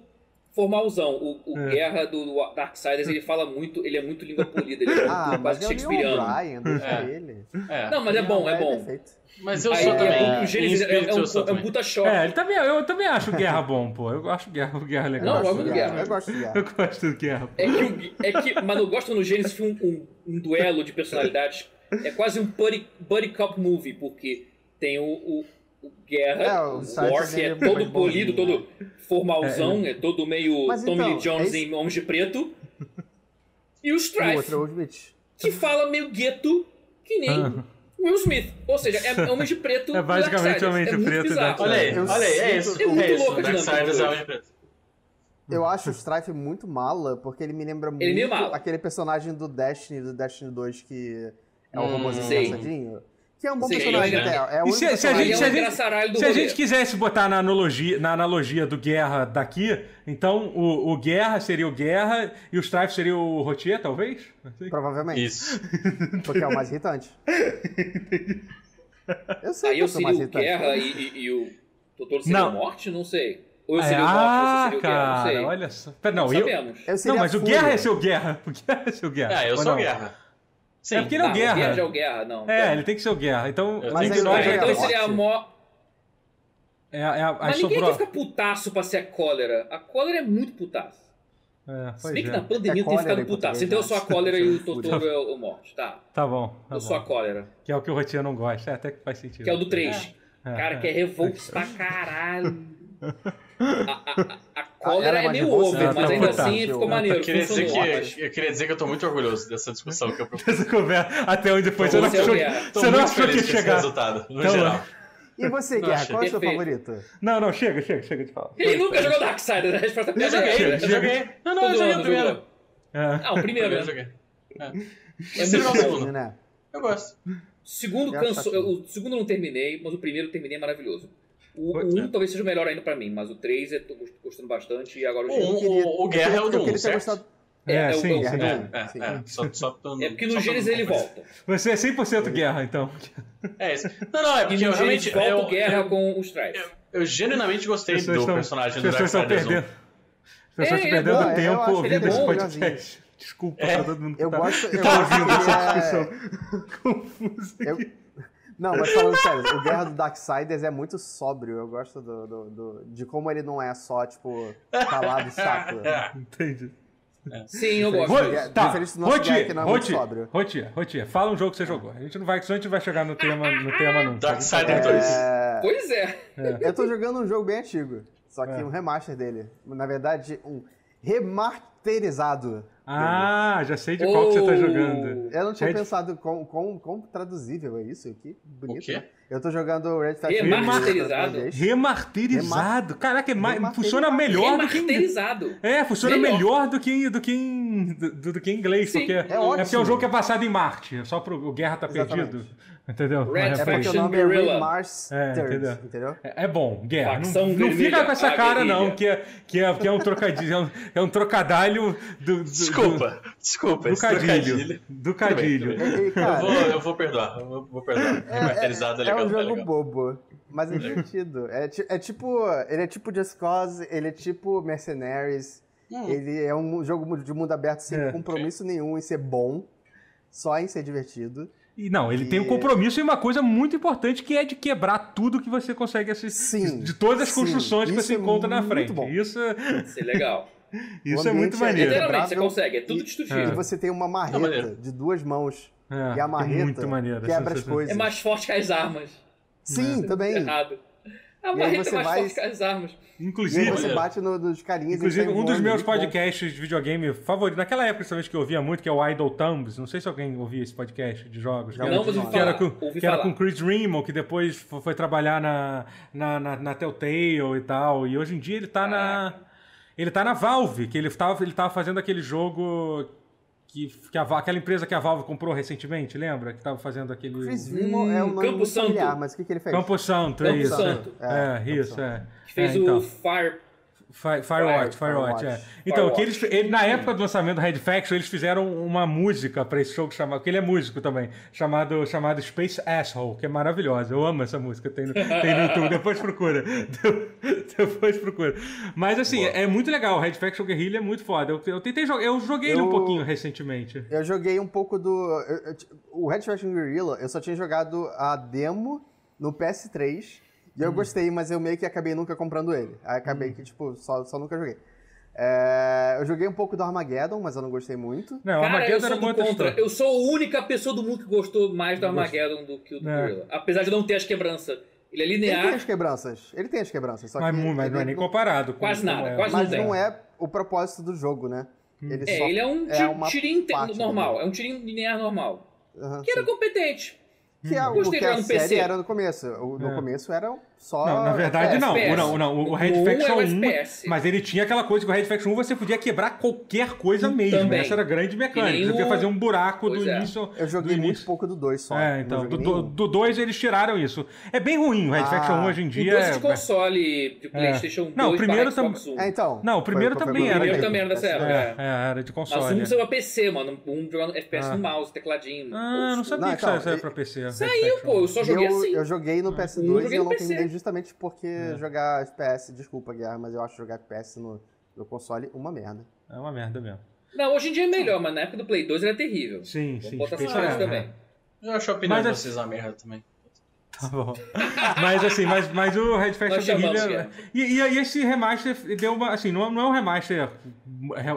Speaker 4: formalzão. O, o
Speaker 1: É.
Speaker 4: Guerra do, do Darksiders, ele fala muito, ele é muito língua polida, ele é muito [laughs]
Speaker 3: Ah, mas
Speaker 4: quase
Speaker 3: é o Neil
Speaker 4: shakespeareano.
Speaker 3: O'Brien, deixa
Speaker 2: É.
Speaker 3: ele.
Speaker 2: É.
Speaker 4: Não, mas é bom, é
Speaker 3: Ele
Speaker 4: bom.
Speaker 3: perfeito.
Speaker 2: Mas eu
Speaker 4: Aí,
Speaker 2: sou
Speaker 4: é
Speaker 2: também.
Speaker 4: bom pro Gênesis,
Speaker 2: Em
Speaker 4: é, é
Speaker 2: espírito, eu
Speaker 4: um,
Speaker 2: sou
Speaker 4: é um
Speaker 2: também.
Speaker 4: puta choque.
Speaker 1: É, ele também, eu também acho o Guerra bom, pô. Eu acho o Guerra, o Guerra legal.
Speaker 4: Não, eu amo
Speaker 3: do
Speaker 4: o Guerra.
Speaker 3: Eu gosto do Guerra.
Speaker 1: Eu gosto do Guerra. pô.
Speaker 4: É que, o- é que, mas eu gosto no Gênesis que um, um- um duelo de personalidades. É quase um buddy, buddy cop movie, porque tem o, o- o Guerra,
Speaker 3: É, o
Speaker 4: o War,
Speaker 3: Sartre
Speaker 4: que é
Speaker 3: é
Speaker 4: todo
Speaker 3: muito
Speaker 4: polido,
Speaker 3: bonzinho,
Speaker 4: todo formalzão, é, todo meio
Speaker 3: Mas
Speaker 4: Tommy Lee
Speaker 3: então,
Speaker 4: Jones
Speaker 3: esse-
Speaker 4: em Homens de Preto. E o
Speaker 3: O
Speaker 4: Strife,
Speaker 3: outro é o Smith.
Speaker 4: que fala meio gueto, que nem
Speaker 1: Ah.
Speaker 4: Will Smith. Ou seja,
Speaker 1: [laughs]
Speaker 4: é Homens de Preto
Speaker 1: É basicamente
Speaker 4: Darksiders.
Speaker 1: Homens de
Speaker 4: é muito
Speaker 1: Preto e
Speaker 4: bizarro.
Speaker 1: Darksiders.
Speaker 2: Olha aí,
Speaker 3: Eu
Speaker 2: olha aí, é
Speaker 3: sinto-
Speaker 2: isso.
Speaker 4: É muito
Speaker 2: É isso.
Speaker 4: louco né? a dinâmica
Speaker 2: Darksiders
Speaker 4: dos
Speaker 2: é
Speaker 4: dois.
Speaker 2: o preto.
Speaker 3: Eu acho o Strife muito mala, porque ele me lembra muito
Speaker 4: Ele é meio mala.
Speaker 3: aquele personagem do Destiny, do Destiny 2, que é o
Speaker 2: Hum,
Speaker 3: robôzinho
Speaker 4: sei.
Speaker 3: engraçadinho. Que é um bom
Speaker 4: Sei,
Speaker 3: personagem
Speaker 2: né?
Speaker 3: até. É o
Speaker 1: E
Speaker 3: único
Speaker 1: se- se a
Speaker 3: personagem-
Speaker 4: Ele é
Speaker 1: se a
Speaker 4: um
Speaker 1: gente-
Speaker 4: engraçaralho do
Speaker 1: Se a
Speaker 4: rolê.
Speaker 1: gente quisesse botar na analogia, na analogia do Guerra daqui, então o, o Guerra seria o Guerra e o Strife seria o Rotier, talvez?
Speaker 3: Provavelmente.
Speaker 2: Isso.
Speaker 3: Porque é o mais
Speaker 4: [laughs]
Speaker 3: irritante. Eu sei
Speaker 4: Aí
Speaker 3: que
Speaker 1: tá
Speaker 3: eu sou
Speaker 4: eu seria
Speaker 3: mais
Speaker 4: o
Speaker 3: irritante.
Speaker 4: Guerra e, e- e o Totoro seria
Speaker 1: Não.
Speaker 4: Morte? Não sei. Ou eu
Speaker 1: É,
Speaker 4: seria o
Speaker 1: ah,
Speaker 4: Morte, ou você seria o Guerra? Não
Speaker 1: cara,
Speaker 4: sei.
Speaker 1: olha só. Pera, não, eu,
Speaker 4: Sabemos.
Speaker 3: Eu
Speaker 1: não,
Speaker 3: seria
Speaker 1: mas
Speaker 3: a
Speaker 1: o Guerra
Speaker 3: Fúria.
Speaker 1: é seu Guerra. [laughs] O Guerra é seu Guerra.
Speaker 4: Ah,
Speaker 2: É, eu
Speaker 1: Ou
Speaker 2: sou
Speaker 1: não?
Speaker 2: guerra. Sim.
Speaker 1: É porque ele é o
Speaker 4: Não,
Speaker 1: Guerra.
Speaker 4: Guerra já é o Guerra, não.
Speaker 1: É, ele tem que ser o Guerra. Então,
Speaker 2: Eu
Speaker 3: Mas
Speaker 2: tenho
Speaker 3: aí
Speaker 2: que
Speaker 3: não
Speaker 2: ser
Speaker 4: Ah,
Speaker 3: é
Speaker 2: guerra.
Speaker 4: então
Speaker 3: Guerra.
Speaker 4: seria a Mo...
Speaker 1: é, é, a- a
Speaker 4: Mas ninguém
Speaker 1: sobrou-
Speaker 4: aqui fica putaço pra ser a cólera. A cólera é muito putaço.
Speaker 1: É,
Speaker 4: Se
Speaker 1: pois
Speaker 4: bem que
Speaker 1: é.
Speaker 4: na
Speaker 3: É
Speaker 4: pandemia eu tenho
Speaker 3: cólera
Speaker 4: ficado
Speaker 3: em
Speaker 4: putaço.
Speaker 3: português,
Speaker 4: Então eu sou a cólera e o Totoro
Speaker 1: Puta.
Speaker 4: é o Morte. Tá.
Speaker 1: Tá bom, né? tá
Speaker 4: Eu sou a
Speaker 1: bom.
Speaker 4: cólera.
Speaker 1: Que é o que o Rotier não gosta. É, até que faz sentido.
Speaker 4: Que é o do 3.
Speaker 1: É,
Speaker 4: Cara,
Speaker 1: é.
Speaker 4: que é revolts pra caralho. A, a-
Speaker 1: Ah,
Speaker 4: a- a
Speaker 3: Era
Speaker 4: cólera é
Speaker 3: mais
Speaker 4: meio
Speaker 3: revolts,
Speaker 1: né?
Speaker 4: over, mas
Speaker 1: Tá
Speaker 4: ainda
Speaker 1: putaço.
Speaker 4: assim ficou
Speaker 3: Eu
Speaker 4: maneiro.
Speaker 2: Eu queria, dizer
Speaker 4: funcionou.
Speaker 2: que, eu queria dizer que eu tô muito orgulhoso dessa discussão que eu propus.
Speaker 1: [laughs] Essa conversa, até onde foi, você não
Speaker 4: Você é o
Speaker 1: achou,
Speaker 4: Guerra.
Speaker 2: Tô
Speaker 1: você não
Speaker 2: muito
Speaker 1: achou que ia
Speaker 2: feliz com esse
Speaker 1: chegar.
Speaker 2: resultado, no
Speaker 1: Então,
Speaker 2: geral.
Speaker 3: E você,
Speaker 2: Não,
Speaker 3: Guerra, qual é o seu
Speaker 4: perfeito.
Speaker 3: favorito?
Speaker 1: Não, não, chega, chega, chega de falar.
Speaker 4: Ele nunca jogou Darksiders, a resposta é
Speaker 2: Eu joguei, eu
Speaker 1: Chega.
Speaker 2: joguei. Não, não, eu
Speaker 4: Todo
Speaker 2: joguei o
Speaker 4: ano
Speaker 2: primeiro.
Speaker 4: jogou.
Speaker 1: É.
Speaker 4: Ah, o primeiro,
Speaker 2: Eu
Speaker 4: né?
Speaker 2: joguei.
Speaker 4: É
Speaker 2: Sim,
Speaker 4: muito
Speaker 2: não,
Speaker 4: bom.
Speaker 2: segundo.
Speaker 3: Né?
Speaker 2: Eu gosto.
Speaker 4: Segundo
Speaker 3: Eu
Speaker 4: canso,
Speaker 3: acho assim.
Speaker 4: eu- o segundo eu não terminei, mas o primeiro eu terminei é maravilhoso. O,
Speaker 1: Pois
Speaker 4: o
Speaker 1: é.
Speaker 4: um talvez seja o melhor ainda pra mim, mas o 3 eu tô gost- gostando bastante e agora o
Speaker 2: O
Speaker 4: Gênesis.
Speaker 2: um- o Guerra é o do
Speaker 3: eu queria
Speaker 2: um,
Speaker 3: ter
Speaker 2: certo?
Speaker 3: gostado.
Speaker 1: É,
Speaker 4: é,
Speaker 1: sim,
Speaker 4: o- o-
Speaker 1: sim.
Speaker 2: É,
Speaker 3: Sim.
Speaker 2: é, é. Só, só pra-
Speaker 4: É porque no
Speaker 2: só pra-
Speaker 4: Gênesis ele volta.
Speaker 1: Você é 100% guerra, então.
Speaker 2: É isso. Não, não, é
Speaker 4: E
Speaker 2: porque eu
Speaker 4: no
Speaker 2: realmente.
Speaker 4: Gênesis volta
Speaker 2: Eu,
Speaker 4: o Guerra
Speaker 2: eu,
Speaker 4: com os Strife.
Speaker 2: eu genuinamente gostei
Speaker 1: As pessoas
Speaker 2: do
Speaker 1: estão-
Speaker 2: personagem
Speaker 1: as
Speaker 2: do
Speaker 1: pessoas estão
Speaker 2: Darksiders 1.
Speaker 1: perdendo. As pessoas
Speaker 4: É,
Speaker 1: estão
Speaker 4: é
Speaker 1: perdendo
Speaker 3: bom, eu acho
Speaker 1: tempo
Speaker 3: que ele é assim.
Speaker 1: ouvindo esse
Speaker 4: bom,
Speaker 1: podcast. Desculpa pra todo mundo que
Speaker 3: Eu
Speaker 1: tá,
Speaker 3: gosto-
Speaker 1: que
Speaker 3: eu
Speaker 1: tá
Speaker 3: acho
Speaker 1: ouvindo
Speaker 3: que
Speaker 1: essa
Speaker 3: é-
Speaker 1: discussão confusa.
Speaker 3: Eu- Não, mas falando sério, o Guerra do Darksiders é muito sóbrio. Eu gosto do, do- do- de como ele não é só, tipo, calado e
Speaker 2: um. [laughs]
Speaker 3: chato.
Speaker 2: É,
Speaker 1: Entendi.
Speaker 4: Sim, eu gosto.
Speaker 1: Vou-
Speaker 3: Guerra-
Speaker 1: tá,
Speaker 3: é, diferente do nosso Guerra, que
Speaker 1: Rotier,
Speaker 3: não é muito
Speaker 1: Rotier,
Speaker 3: sóbrio.
Speaker 1: Rotier, Rotier, fala um jogo que você jogou. A gente não vai, senão a gente vai chegar no tema, no tema nunca.
Speaker 2: Darksiders
Speaker 1: É,
Speaker 2: 2.
Speaker 3: [laughs]
Speaker 4: Pois é.
Speaker 3: Eu tô jogando um jogo bem antigo, só que
Speaker 1: É.
Speaker 3: um remaster dele. Na verdade, um remasterizado.
Speaker 1: Ah, já sei de qual que você tá
Speaker 4: Oh.
Speaker 1: jogando.
Speaker 3: Eu não tinha
Speaker 1: Red-
Speaker 3: pensado quão, quão, quão traduzível é isso. Que
Speaker 2: O
Speaker 3: bonito.
Speaker 2: quê?
Speaker 3: né? Eu tô jogando Red Fat Redemption
Speaker 4: Remasterizado?
Speaker 3: pra PlayStation.
Speaker 1: Remartirizado. Caraca, é mais-
Speaker 3: Remartirizado.
Speaker 1: funciona melhor do que em
Speaker 4: Remasterizado.
Speaker 1: É, funciona
Speaker 4: Melhor.
Speaker 1: melhor, do, que em, do, que em, do, do que em inglês,
Speaker 4: Sim,
Speaker 1: porque
Speaker 4: é
Speaker 1: é,
Speaker 3: ótimo.
Speaker 1: porque é um jogo que é passado em Marte, é só pro o Guerra tá
Speaker 3: Exatamente.
Speaker 1: perdido. Entendeu?
Speaker 4: Red
Speaker 1: Mas
Speaker 3: É
Speaker 1: é,
Speaker 3: porque o
Speaker 4: Faction
Speaker 3: nome é
Speaker 4: Guerrilla.
Speaker 3: Remastered,
Speaker 1: É, entendeu?
Speaker 3: entendeu?
Speaker 1: é- é bom, Guerra. Não,
Speaker 4: Facção
Speaker 1: não
Speaker 4: vermelha,
Speaker 1: fica com essa
Speaker 2: Ah,
Speaker 4: a
Speaker 1: cara,
Speaker 4: guerrilha.
Speaker 1: não, que é, que é, que é um trocadilho, é um, é um trocadalho do, do, do,
Speaker 2: Desculpa, desculpa.
Speaker 1: do
Speaker 2: esse
Speaker 1: cadilho. Do
Speaker 2: Tudo bem, tudo
Speaker 1: cadilho.
Speaker 2: bem.
Speaker 3: E,
Speaker 2: Eu
Speaker 3: cara,
Speaker 2: vou, eu vou perdoar, eu vou, vou perdoar. Remasterizado é, legal, tá
Speaker 3: um jogo
Speaker 2: legal. Uhum.
Speaker 3: bobo, mas é divertido. É, ti- é tipo, ele é tipo Just Cause, ele é tipo Mercenaries,
Speaker 2: Hum.
Speaker 3: ele é um jogo de mundo aberto sem
Speaker 1: É.
Speaker 3: compromisso nenhum em ser bom, só em ser divertido.
Speaker 1: E não, ele tem um
Speaker 3: E-
Speaker 1: compromisso e uma coisa muito importante que é de quebrar tudo que você consegue assistir.
Speaker 3: Sim.
Speaker 1: De todas as
Speaker 3: sim,
Speaker 1: construções que
Speaker 3: isso
Speaker 1: você
Speaker 3: é
Speaker 1: encontra na
Speaker 3: muito
Speaker 1: frente.
Speaker 3: bom.
Speaker 1: Isso,
Speaker 4: Isso é legal.
Speaker 2: [laughs]
Speaker 1: isso é
Speaker 3: ambiente
Speaker 1: muito
Speaker 3: é-
Speaker 1: maneiro.
Speaker 3: é-
Speaker 4: Literalmente, você
Speaker 3: Quebrável.
Speaker 4: consegue, é tudo
Speaker 1: É.
Speaker 3: E- E
Speaker 4: destrutivo.
Speaker 3: você tem uma
Speaker 2: Não, é-
Speaker 3: marreta
Speaker 2: maneiro.
Speaker 3: de duas mãos.
Speaker 1: É,
Speaker 3: e a marreta
Speaker 1: muito maneiro.
Speaker 3: quebra as
Speaker 1: Essa-
Speaker 4: É
Speaker 3: coisas.
Speaker 4: mais forte que as armas.
Speaker 1: é.
Speaker 3: Sim,
Speaker 2: É,
Speaker 3: também.
Speaker 2: ah,
Speaker 4: Errado. A
Speaker 3: aí
Speaker 4: marreta é
Speaker 3: você
Speaker 4: mais
Speaker 3: vai-
Speaker 4: forte que as armas.
Speaker 3: E aí
Speaker 1: Inclusive,
Speaker 3: você
Speaker 2: Olha.
Speaker 3: bate no- nos carinhas e
Speaker 1: Inclusive,
Speaker 3: sai
Speaker 1: um dos
Speaker 3: voando,
Speaker 1: meus
Speaker 3: muito bom.
Speaker 1: podcasts de videogame favorito, naquela época, essa vez que eu ouvia muito, que é o Idle Thumbs, não sei se alguém ouvia esse podcast de jogos, que,
Speaker 3: Não,
Speaker 1: era,
Speaker 3: mas ouvi
Speaker 1: que era
Speaker 4: falar,
Speaker 1: com,
Speaker 4: ouvi
Speaker 1: que era
Speaker 4: falar.
Speaker 1: com Chris Remo, que depois fo- foi trabalhar na, na, na, na Telltale e tal, e hoje em dia ele tá na... Ele tá na Valve, que ele tava, ele tava fazendo aquele jogo que, que a Va- aquela empresa que a Valve comprou recentemente, lembra? Que tava fazendo aquele...
Speaker 3: Chris Vimmo é
Speaker 2: Hum,
Speaker 3: um nome
Speaker 4: Campo
Speaker 3: muito
Speaker 4: Santo.
Speaker 3: familiar, mas o que, que ele fez?
Speaker 1: Campo Santo, é
Speaker 4: Campo
Speaker 1: isso.
Speaker 4: Santo.
Speaker 1: É,
Speaker 3: É,
Speaker 1: isso,
Speaker 3: Campo
Speaker 1: é.
Speaker 4: Que fez
Speaker 1: É, então.
Speaker 4: o Fire.
Speaker 1: Fi- Firewatch, Firewatch,
Speaker 4: Firewatch,
Speaker 1: é.
Speaker 3: Firewatch.
Speaker 1: Então, que eles,
Speaker 4: Firewatch.
Speaker 1: ele- na época do lançamento do Red Faction, eles fizeram uma música pra esse show que chamava, porque ele é músico também, chamado, chamado Space Asshole, que é maravilhosa. Eu amo essa música, tem no, tem no YouTube. Depois procura. [laughs] De- Depois procura. Mas assim, é, é muito legal. O Red Faction Guerrilla é muito foda. Eu, eu tentei jogar, eu joguei ele um
Speaker 3: Eu-
Speaker 1: pouquinho recentemente.
Speaker 3: Eu joguei um pouco do. eu- eu ti- o Red Faction Guerrilla, eu só tinha jogado a demo no PS3. E eu
Speaker 1: Hum.
Speaker 3: gostei, mas eu meio que acabei nunca comprando ele. Aí acabei que, tipo, só, só nunca joguei. É, eu joguei um pouco do Armageddon, mas eu não gostei muito.
Speaker 1: Não, a
Speaker 4: Cara, eu
Speaker 1: É, Armageddon
Speaker 4: sou
Speaker 1: era
Speaker 4: do
Speaker 1: muito
Speaker 4: contra. Eu sou a única pessoa do mundo que gostou mais do
Speaker 1: Eu gosto.
Speaker 4: Armageddon do que o do
Speaker 1: É.
Speaker 4: Gorilla. Apesar de não ter as quebranças. Ele é
Speaker 3: Ele tem
Speaker 4: linear.
Speaker 3: as quebranças. Ele tem as quebranças, só
Speaker 1: Mas,
Speaker 3: que.
Speaker 1: mu- mas
Speaker 3: ele
Speaker 1: não é nem
Speaker 3: não-
Speaker 1: comparado. com
Speaker 4: Quase
Speaker 1: como
Speaker 4: nada,
Speaker 1: é.
Speaker 4: quase
Speaker 3: mas
Speaker 4: não
Speaker 3: não é o propósito do jogo, né?
Speaker 1: Hum.
Speaker 3: Ele
Speaker 4: É,
Speaker 3: só-
Speaker 4: ele é um
Speaker 3: é
Speaker 4: ti-
Speaker 3: uma
Speaker 4: tirinho inte-
Speaker 3: parte
Speaker 4: normal.
Speaker 3: do-
Speaker 4: É um tirinho linear normal.
Speaker 1: um
Speaker 3: Aham,
Speaker 4: Que era
Speaker 3: sim.
Speaker 4: competente.
Speaker 3: Que é o
Speaker 4: Gostei
Speaker 3: que
Speaker 4: de jogar
Speaker 3: a
Speaker 4: no
Speaker 3: série
Speaker 4: PC.
Speaker 3: era no começo. O- no
Speaker 1: É.
Speaker 3: começo era só.
Speaker 1: Não, na verdade não.
Speaker 4: FPS.
Speaker 1: O, não, o não. O
Speaker 4: O
Speaker 1: Red
Speaker 4: um
Speaker 1: Faction
Speaker 4: é o
Speaker 1: 1,
Speaker 4: FPS.
Speaker 1: mas ele tinha aquela coisa que o Red Faction 1 você podia quebrar qualquer coisa mesmo.
Speaker 4: Também.
Speaker 1: Essa era a grande
Speaker 4: Que
Speaker 1: mecânica.
Speaker 4: nem
Speaker 1: Você podia
Speaker 4: o-
Speaker 1: fazer um buraco do
Speaker 4: Pois é.
Speaker 1: início.
Speaker 3: Eu joguei
Speaker 1: do
Speaker 3: muito
Speaker 1: início.
Speaker 3: pouco do 2 só.
Speaker 1: É,
Speaker 3: Não
Speaker 1: então,
Speaker 3: joguei
Speaker 1: do- do
Speaker 3: nenhum.
Speaker 1: do 2 eles tiraram isso. É bem ruim o Red
Speaker 3: Ah.
Speaker 1: Faction 1 hoje em
Speaker 4: O
Speaker 1: dia.
Speaker 4: dois de
Speaker 1: é-
Speaker 4: console, de Playstation 2
Speaker 1: Não, o
Speaker 4: barra
Speaker 1: primeiro
Speaker 4: Xbox One.
Speaker 3: É, então.
Speaker 1: Não, o primeiro
Speaker 3: Foi- foi
Speaker 1: também
Speaker 3: pra-
Speaker 1: era.
Speaker 4: Eu também era dessa época.
Speaker 1: É, é, era de
Speaker 4: Mas um
Speaker 1: console.
Speaker 4: saiu pra PC, mano. Um jogando FPS
Speaker 1: Ah.
Speaker 4: no mouse, tecladinho.
Speaker 1: Ah, não
Speaker 4: Old school.
Speaker 1: sabia
Speaker 3: Não,
Speaker 1: que
Speaker 3: então,
Speaker 1: saiu- saiu
Speaker 3: e-
Speaker 1: pra PC. Red
Speaker 4: Saiu,
Speaker 1: Faction.
Speaker 4: pô. Eu só joguei
Speaker 3: eu,
Speaker 4: assim.
Speaker 3: eu joguei
Speaker 1: Hum.
Speaker 3: no PS2
Speaker 4: Eu joguei
Speaker 3: e eu
Speaker 4: no
Speaker 3: não
Speaker 4: PC.
Speaker 3: terminei justamente porque
Speaker 1: É.
Speaker 3: jogar FPS, desculpa, Guerra, mas eu acho jogar FPS no, no console uma merda.
Speaker 1: É uma merda mesmo.
Speaker 4: Não, hoje em dia é melhor, mas na época do Play 2 era terrível.
Speaker 1: Sim,
Speaker 4: Vamos
Speaker 1: sim.
Speaker 4: botar essa
Speaker 1: Space
Speaker 4: parte
Speaker 1: é, é.
Speaker 4: também.
Speaker 2: Eu acho a opinião
Speaker 1: Mas
Speaker 2: de
Speaker 1: é-
Speaker 2: vocês uma merda também.
Speaker 1: [laughs] Tá bom. Mas assim, mas, mas o Red Faction né?
Speaker 4: Nós chamamos, é.
Speaker 1: Guerrilla. E, e aí esse remaster deu uma. Assim, não, não é um remaster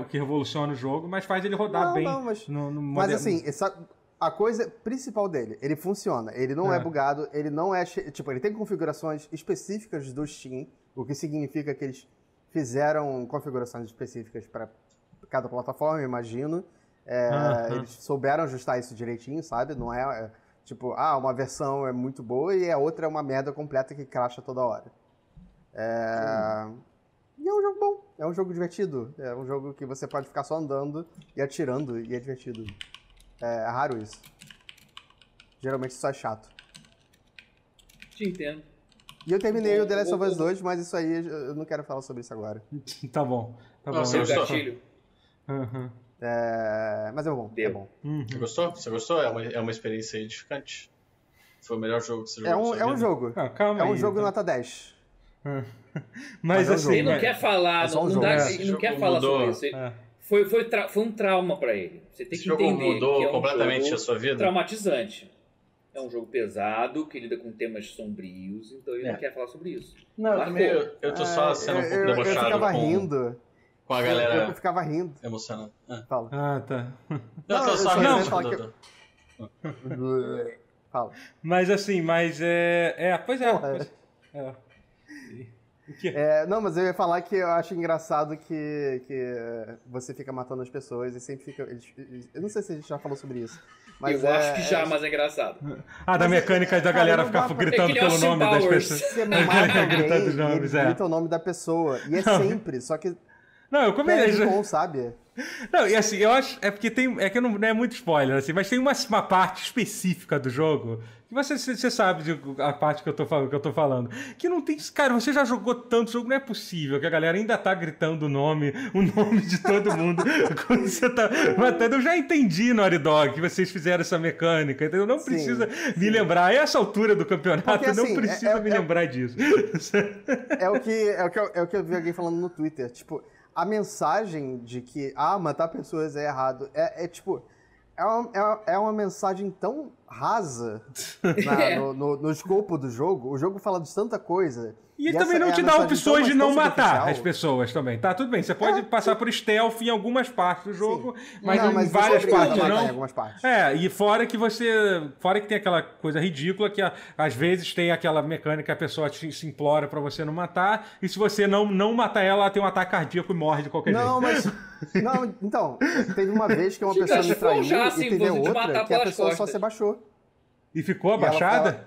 Speaker 1: que revoluciona o jogo, mas faz ele rodar
Speaker 3: não,
Speaker 1: bem.
Speaker 3: não, mas.
Speaker 1: no, no
Speaker 3: Mas
Speaker 1: moder-
Speaker 3: assim, essa, a coisa principal dele, ele funciona, ele não é.
Speaker 1: É.
Speaker 3: bugado, ele não é. che- Tipo, ele tem configurações específicas do Steam, o que significa que eles fizeram configurações específicas para cada plataforma, eu imagino. É,
Speaker 1: Aham.
Speaker 3: Eles souberam ajustar isso direitinho, sabe? Não é, é, tipo, ah, uma versão é muito boa e a outra é uma merda completa que cracha toda hora. É... E é um jogo bom, é um jogo divertido, é um jogo que você pode ficar só andando e atirando e é divertido. É raro isso. Geralmente só é chato.
Speaker 4: Te entendo.
Speaker 3: E eu terminei o The Last
Speaker 4: Vou-
Speaker 3: of Us
Speaker 4: vou-
Speaker 3: 2, mas isso aí eu eu não quero falar sobre isso agora.
Speaker 1: [laughs] Tá bom. Tá
Speaker 2: Nossa,
Speaker 1: bom.
Speaker 4: Seu
Speaker 2: eu só-
Speaker 4: gatilho.
Speaker 1: Aham.
Speaker 3: É, Mas é bom, é
Speaker 4: Deu.
Speaker 3: bom.
Speaker 1: Uhum.
Speaker 2: Você gostou? Você gostou? É uma, é uma experiência edificante. Foi o melhor jogo que você
Speaker 3: É
Speaker 2: jogou.
Speaker 3: um,
Speaker 2: na
Speaker 3: é
Speaker 2: sua
Speaker 3: um
Speaker 2: vida?
Speaker 3: jogo.
Speaker 1: Ah, calma
Speaker 3: É um
Speaker 1: aí,
Speaker 3: jogo
Speaker 1: então.
Speaker 3: nota 10.
Speaker 1: Mas
Speaker 3: Mas é um
Speaker 1: assim.
Speaker 4: Ele
Speaker 3: jogo.
Speaker 4: não
Speaker 1: mas-
Speaker 4: quer
Speaker 3: É
Speaker 4: falar,
Speaker 3: só um
Speaker 4: não, não
Speaker 3: jogo.
Speaker 4: dá,
Speaker 1: É.
Speaker 4: ele
Speaker 2: Esse
Speaker 4: não quer
Speaker 2: jogo
Speaker 4: falar
Speaker 2: mudou.
Speaker 4: sobre isso. Ele-
Speaker 1: É.
Speaker 4: Foi, foi, tra- foi um trauma pra ele. Você tem
Speaker 2: Esse
Speaker 4: que
Speaker 2: jogo
Speaker 4: entender
Speaker 2: mudou
Speaker 4: que é um
Speaker 2: completamente
Speaker 4: jogo
Speaker 2: a sua vida?
Speaker 4: traumatizante. É um jogo pesado, que lida com temas sombrios, então ele
Speaker 2: É.
Speaker 4: não quer falar sobre isso.
Speaker 2: Não, eu,
Speaker 4: Marcou.
Speaker 2: também, eu, eu tô só
Speaker 3: É,
Speaker 2: sendo um
Speaker 3: eu-
Speaker 2: pouco
Speaker 3: eu- Eu
Speaker 2: debochado
Speaker 3: ficava
Speaker 2: com,
Speaker 3: rindo.
Speaker 2: com a
Speaker 3: Eu, eu
Speaker 2: galera
Speaker 3: ficava rindo.
Speaker 2: emocionada. É.
Speaker 3: Fala. [laughs]
Speaker 1: Ah, tá.
Speaker 2: Eu
Speaker 3: Não,
Speaker 2: tô
Speaker 3: eu
Speaker 2: só
Speaker 3: só
Speaker 1: ia
Speaker 2: rindo.
Speaker 3: falar que-
Speaker 2: Dudu.
Speaker 3: Fala.
Speaker 1: Mas assim, mas é. É, pois é.
Speaker 3: Porra.
Speaker 1: Pois... é. E- O quê?
Speaker 3: É, não, mas eu ia falar que eu acho engraçado que, que eh, você fica matando as pessoas e sempre fica. eles- eles- Eu não sei se a gente já falou sobre isso. Mas
Speaker 4: eu
Speaker 3: é-
Speaker 4: acho que já, mas é engraçado.
Speaker 1: Ah, da
Speaker 3: Mas, é-
Speaker 1: mecânica da
Speaker 3: cara,
Speaker 1: galera
Speaker 3: não
Speaker 1: ficar
Speaker 3: dá pra-
Speaker 1: gritando
Speaker 4: É que nem
Speaker 1: pelo
Speaker 4: Austin
Speaker 1: nome das
Speaker 4: Powers.
Speaker 1: pessoas.
Speaker 3: é, Você
Speaker 2: [laughs]
Speaker 3: mata alguém,
Speaker 1: Grita dos
Speaker 3: e
Speaker 1: nomes,
Speaker 3: ele
Speaker 1: é.
Speaker 3: grita o nome da pessoa. E é sempre, só que
Speaker 1: Não, eu
Speaker 2: é
Speaker 1: comecei.
Speaker 3: perde o tom, sabe?
Speaker 1: Não, e assim, eu acho. É porque tem. É que não, não é muito spoiler, assim, mas tem uma, uma parte específica do jogo. Que você, você você sabe de- a parte que eu, tô, fal- que eu tô falando. Que não tem. Cara, você já jogou tanto jogo, não é possível que a galera ainda tá gritando o nome, o nome de todo mundo [laughs] quando você tá matando. Eu já entendi, Naughty Dog, que vocês fizeram essa mecânica, entendeu? Não
Speaker 3: Sim,
Speaker 1: precisa me lembrar. A essa altura do campeonato,
Speaker 3: Porque,
Speaker 1: não
Speaker 3: assim,
Speaker 1: precisa
Speaker 3: é-
Speaker 1: me
Speaker 3: é-
Speaker 1: lembrar disso.
Speaker 3: É o que, é o que, eu, é o que eu vi alguém falando no Twitter. Tipo, a mensagem de que ah, matar pessoas é errado é, é, tipo. É uma, é, uma, é uma mensagem tão rasa na-
Speaker 4: É.
Speaker 3: no, no- no escopo do jogo, o jogo fala de tanta coisa.
Speaker 1: E,
Speaker 3: essa
Speaker 1: também não
Speaker 3: é a
Speaker 1: te dá
Speaker 3: nossa
Speaker 1: opções
Speaker 3: visão
Speaker 1: de não
Speaker 3: mais tão
Speaker 1: matar
Speaker 3: superficial.
Speaker 1: as pessoas também. Tá, tudo bem. Você pode passar por stealth em algumas partes do jogo, mas
Speaker 3: Não,
Speaker 1: em
Speaker 3: mas você é
Speaker 1: várias
Speaker 3: obrigado a
Speaker 1: partes
Speaker 3: matar
Speaker 1: não.
Speaker 3: Em algumas partes.
Speaker 1: É, e fora que você. Fora que tem aquela coisa ridícula que a- às vezes tem aquela mecânica que a pessoa te, se implora pra você não matar, e se você não, não matar ela, ela tem um ataque cardíaco e morre de qualquer
Speaker 3: Não,
Speaker 1: jeito.
Speaker 3: mas. Não, então, teve uma vez que uma
Speaker 4: Gente,
Speaker 3: pessoa
Speaker 4: acho
Speaker 3: me
Speaker 4: que foi um
Speaker 3: traiu
Speaker 4: jato,
Speaker 3: e
Speaker 4: hein,
Speaker 3: teve
Speaker 4: você de matar
Speaker 3: outra que a
Speaker 4: pelas
Speaker 3: pessoa só
Speaker 4: costas.
Speaker 3: se abaixou.
Speaker 1: E ficou
Speaker 3: ela
Speaker 1: abaixada?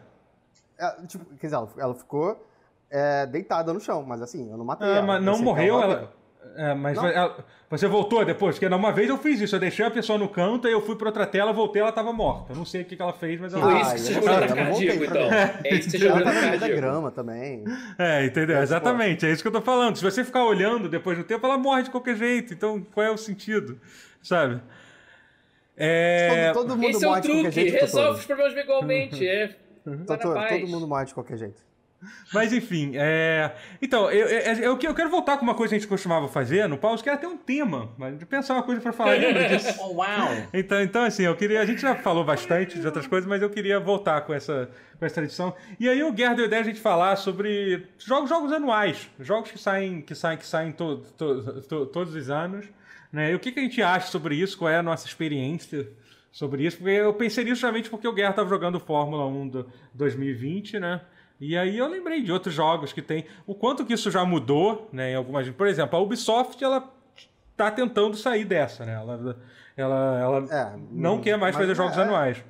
Speaker 3: Ela, tipo, quer dizer, ela, ela ficou é, deitada no chão, mas assim, eu não matei
Speaker 1: Ah,
Speaker 3: ela.
Speaker 1: mas
Speaker 3: eu
Speaker 1: não
Speaker 3: pensei que
Speaker 1: morreu,
Speaker 3: tava
Speaker 1: ela. É, mas
Speaker 3: Não.
Speaker 1: ela- você voltou depois? Porque uma vez eu fiz isso, eu deixei a pessoa no canto, aí eu fui pra outra tela, voltei, ela tava morta. Eu não sei o que, que ela fez, mas ela.
Speaker 4: Por
Speaker 3: Ah,
Speaker 4: isso que você
Speaker 3: eu
Speaker 4: jogou
Speaker 3: não
Speaker 4: no
Speaker 3: sei,
Speaker 4: ataque
Speaker 3: eu não voltei
Speaker 4: cardíaco,
Speaker 3: pra
Speaker 4: então. É isso que você jogou
Speaker 3: Ela
Speaker 4: no
Speaker 3: tava no meio da
Speaker 4: cardíaco.
Speaker 3: grama também.
Speaker 1: [laughs] É, entendeu?
Speaker 3: Eu,
Speaker 1: Exatamente, é isso que eu tô falando. Se você ficar olhando depois do tempo, ela morre de qualquer jeito. Então, qual é o sentido? Sabe? É...
Speaker 3: Todo, todo mundo
Speaker 4: Esse é
Speaker 3: morre
Speaker 4: o
Speaker 3: de qualquer
Speaker 4: truque,
Speaker 3: jeito,
Speaker 4: resolve
Speaker 3: Totoro.
Speaker 4: os problemas igualmente. É. Vai na
Speaker 3: Totoro,
Speaker 4: paz.
Speaker 3: todo mundo morre de qualquer jeito.
Speaker 1: Mas enfim, é... então, eu, eu, eu que- eu quero voltar com uma coisa que a gente costumava fazer no pause, que era ter um tema, mas de pensar uma coisa pra falar. Lembra disso?
Speaker 2: Oh, uau!
Speaker 1: Então, então assim, eu queria. A gente já falou bastante de outras coisas, mas eu queria voltar com essa, com essa edição. E aí o Guerra deu ideia de a gente falar sobre jogos, jogos anuais, jogos que saem, que saem, que saem to- to- to- todos os anos. Né? E o que, que a gente acha sobre isso? Qual é a nossa experiência sobre isso? Porque eu pensei nisso justamente porque o Guerra estava jogando Fórmula 1 do 2020, né? E aí eu lembrei de outros jogos que tem. O quanto que isso já mudou, né? Em algumas. Por exemplo, a Ubisoft, ela tá tentando sair dessa, né? Ela, ela, ela
Speaker 3: É,
Speaker 1: não quer mais
Speaker 3: mas-
Speaker 1: fazer jogos
Speaker 3: é,
Speaker 1: anuais.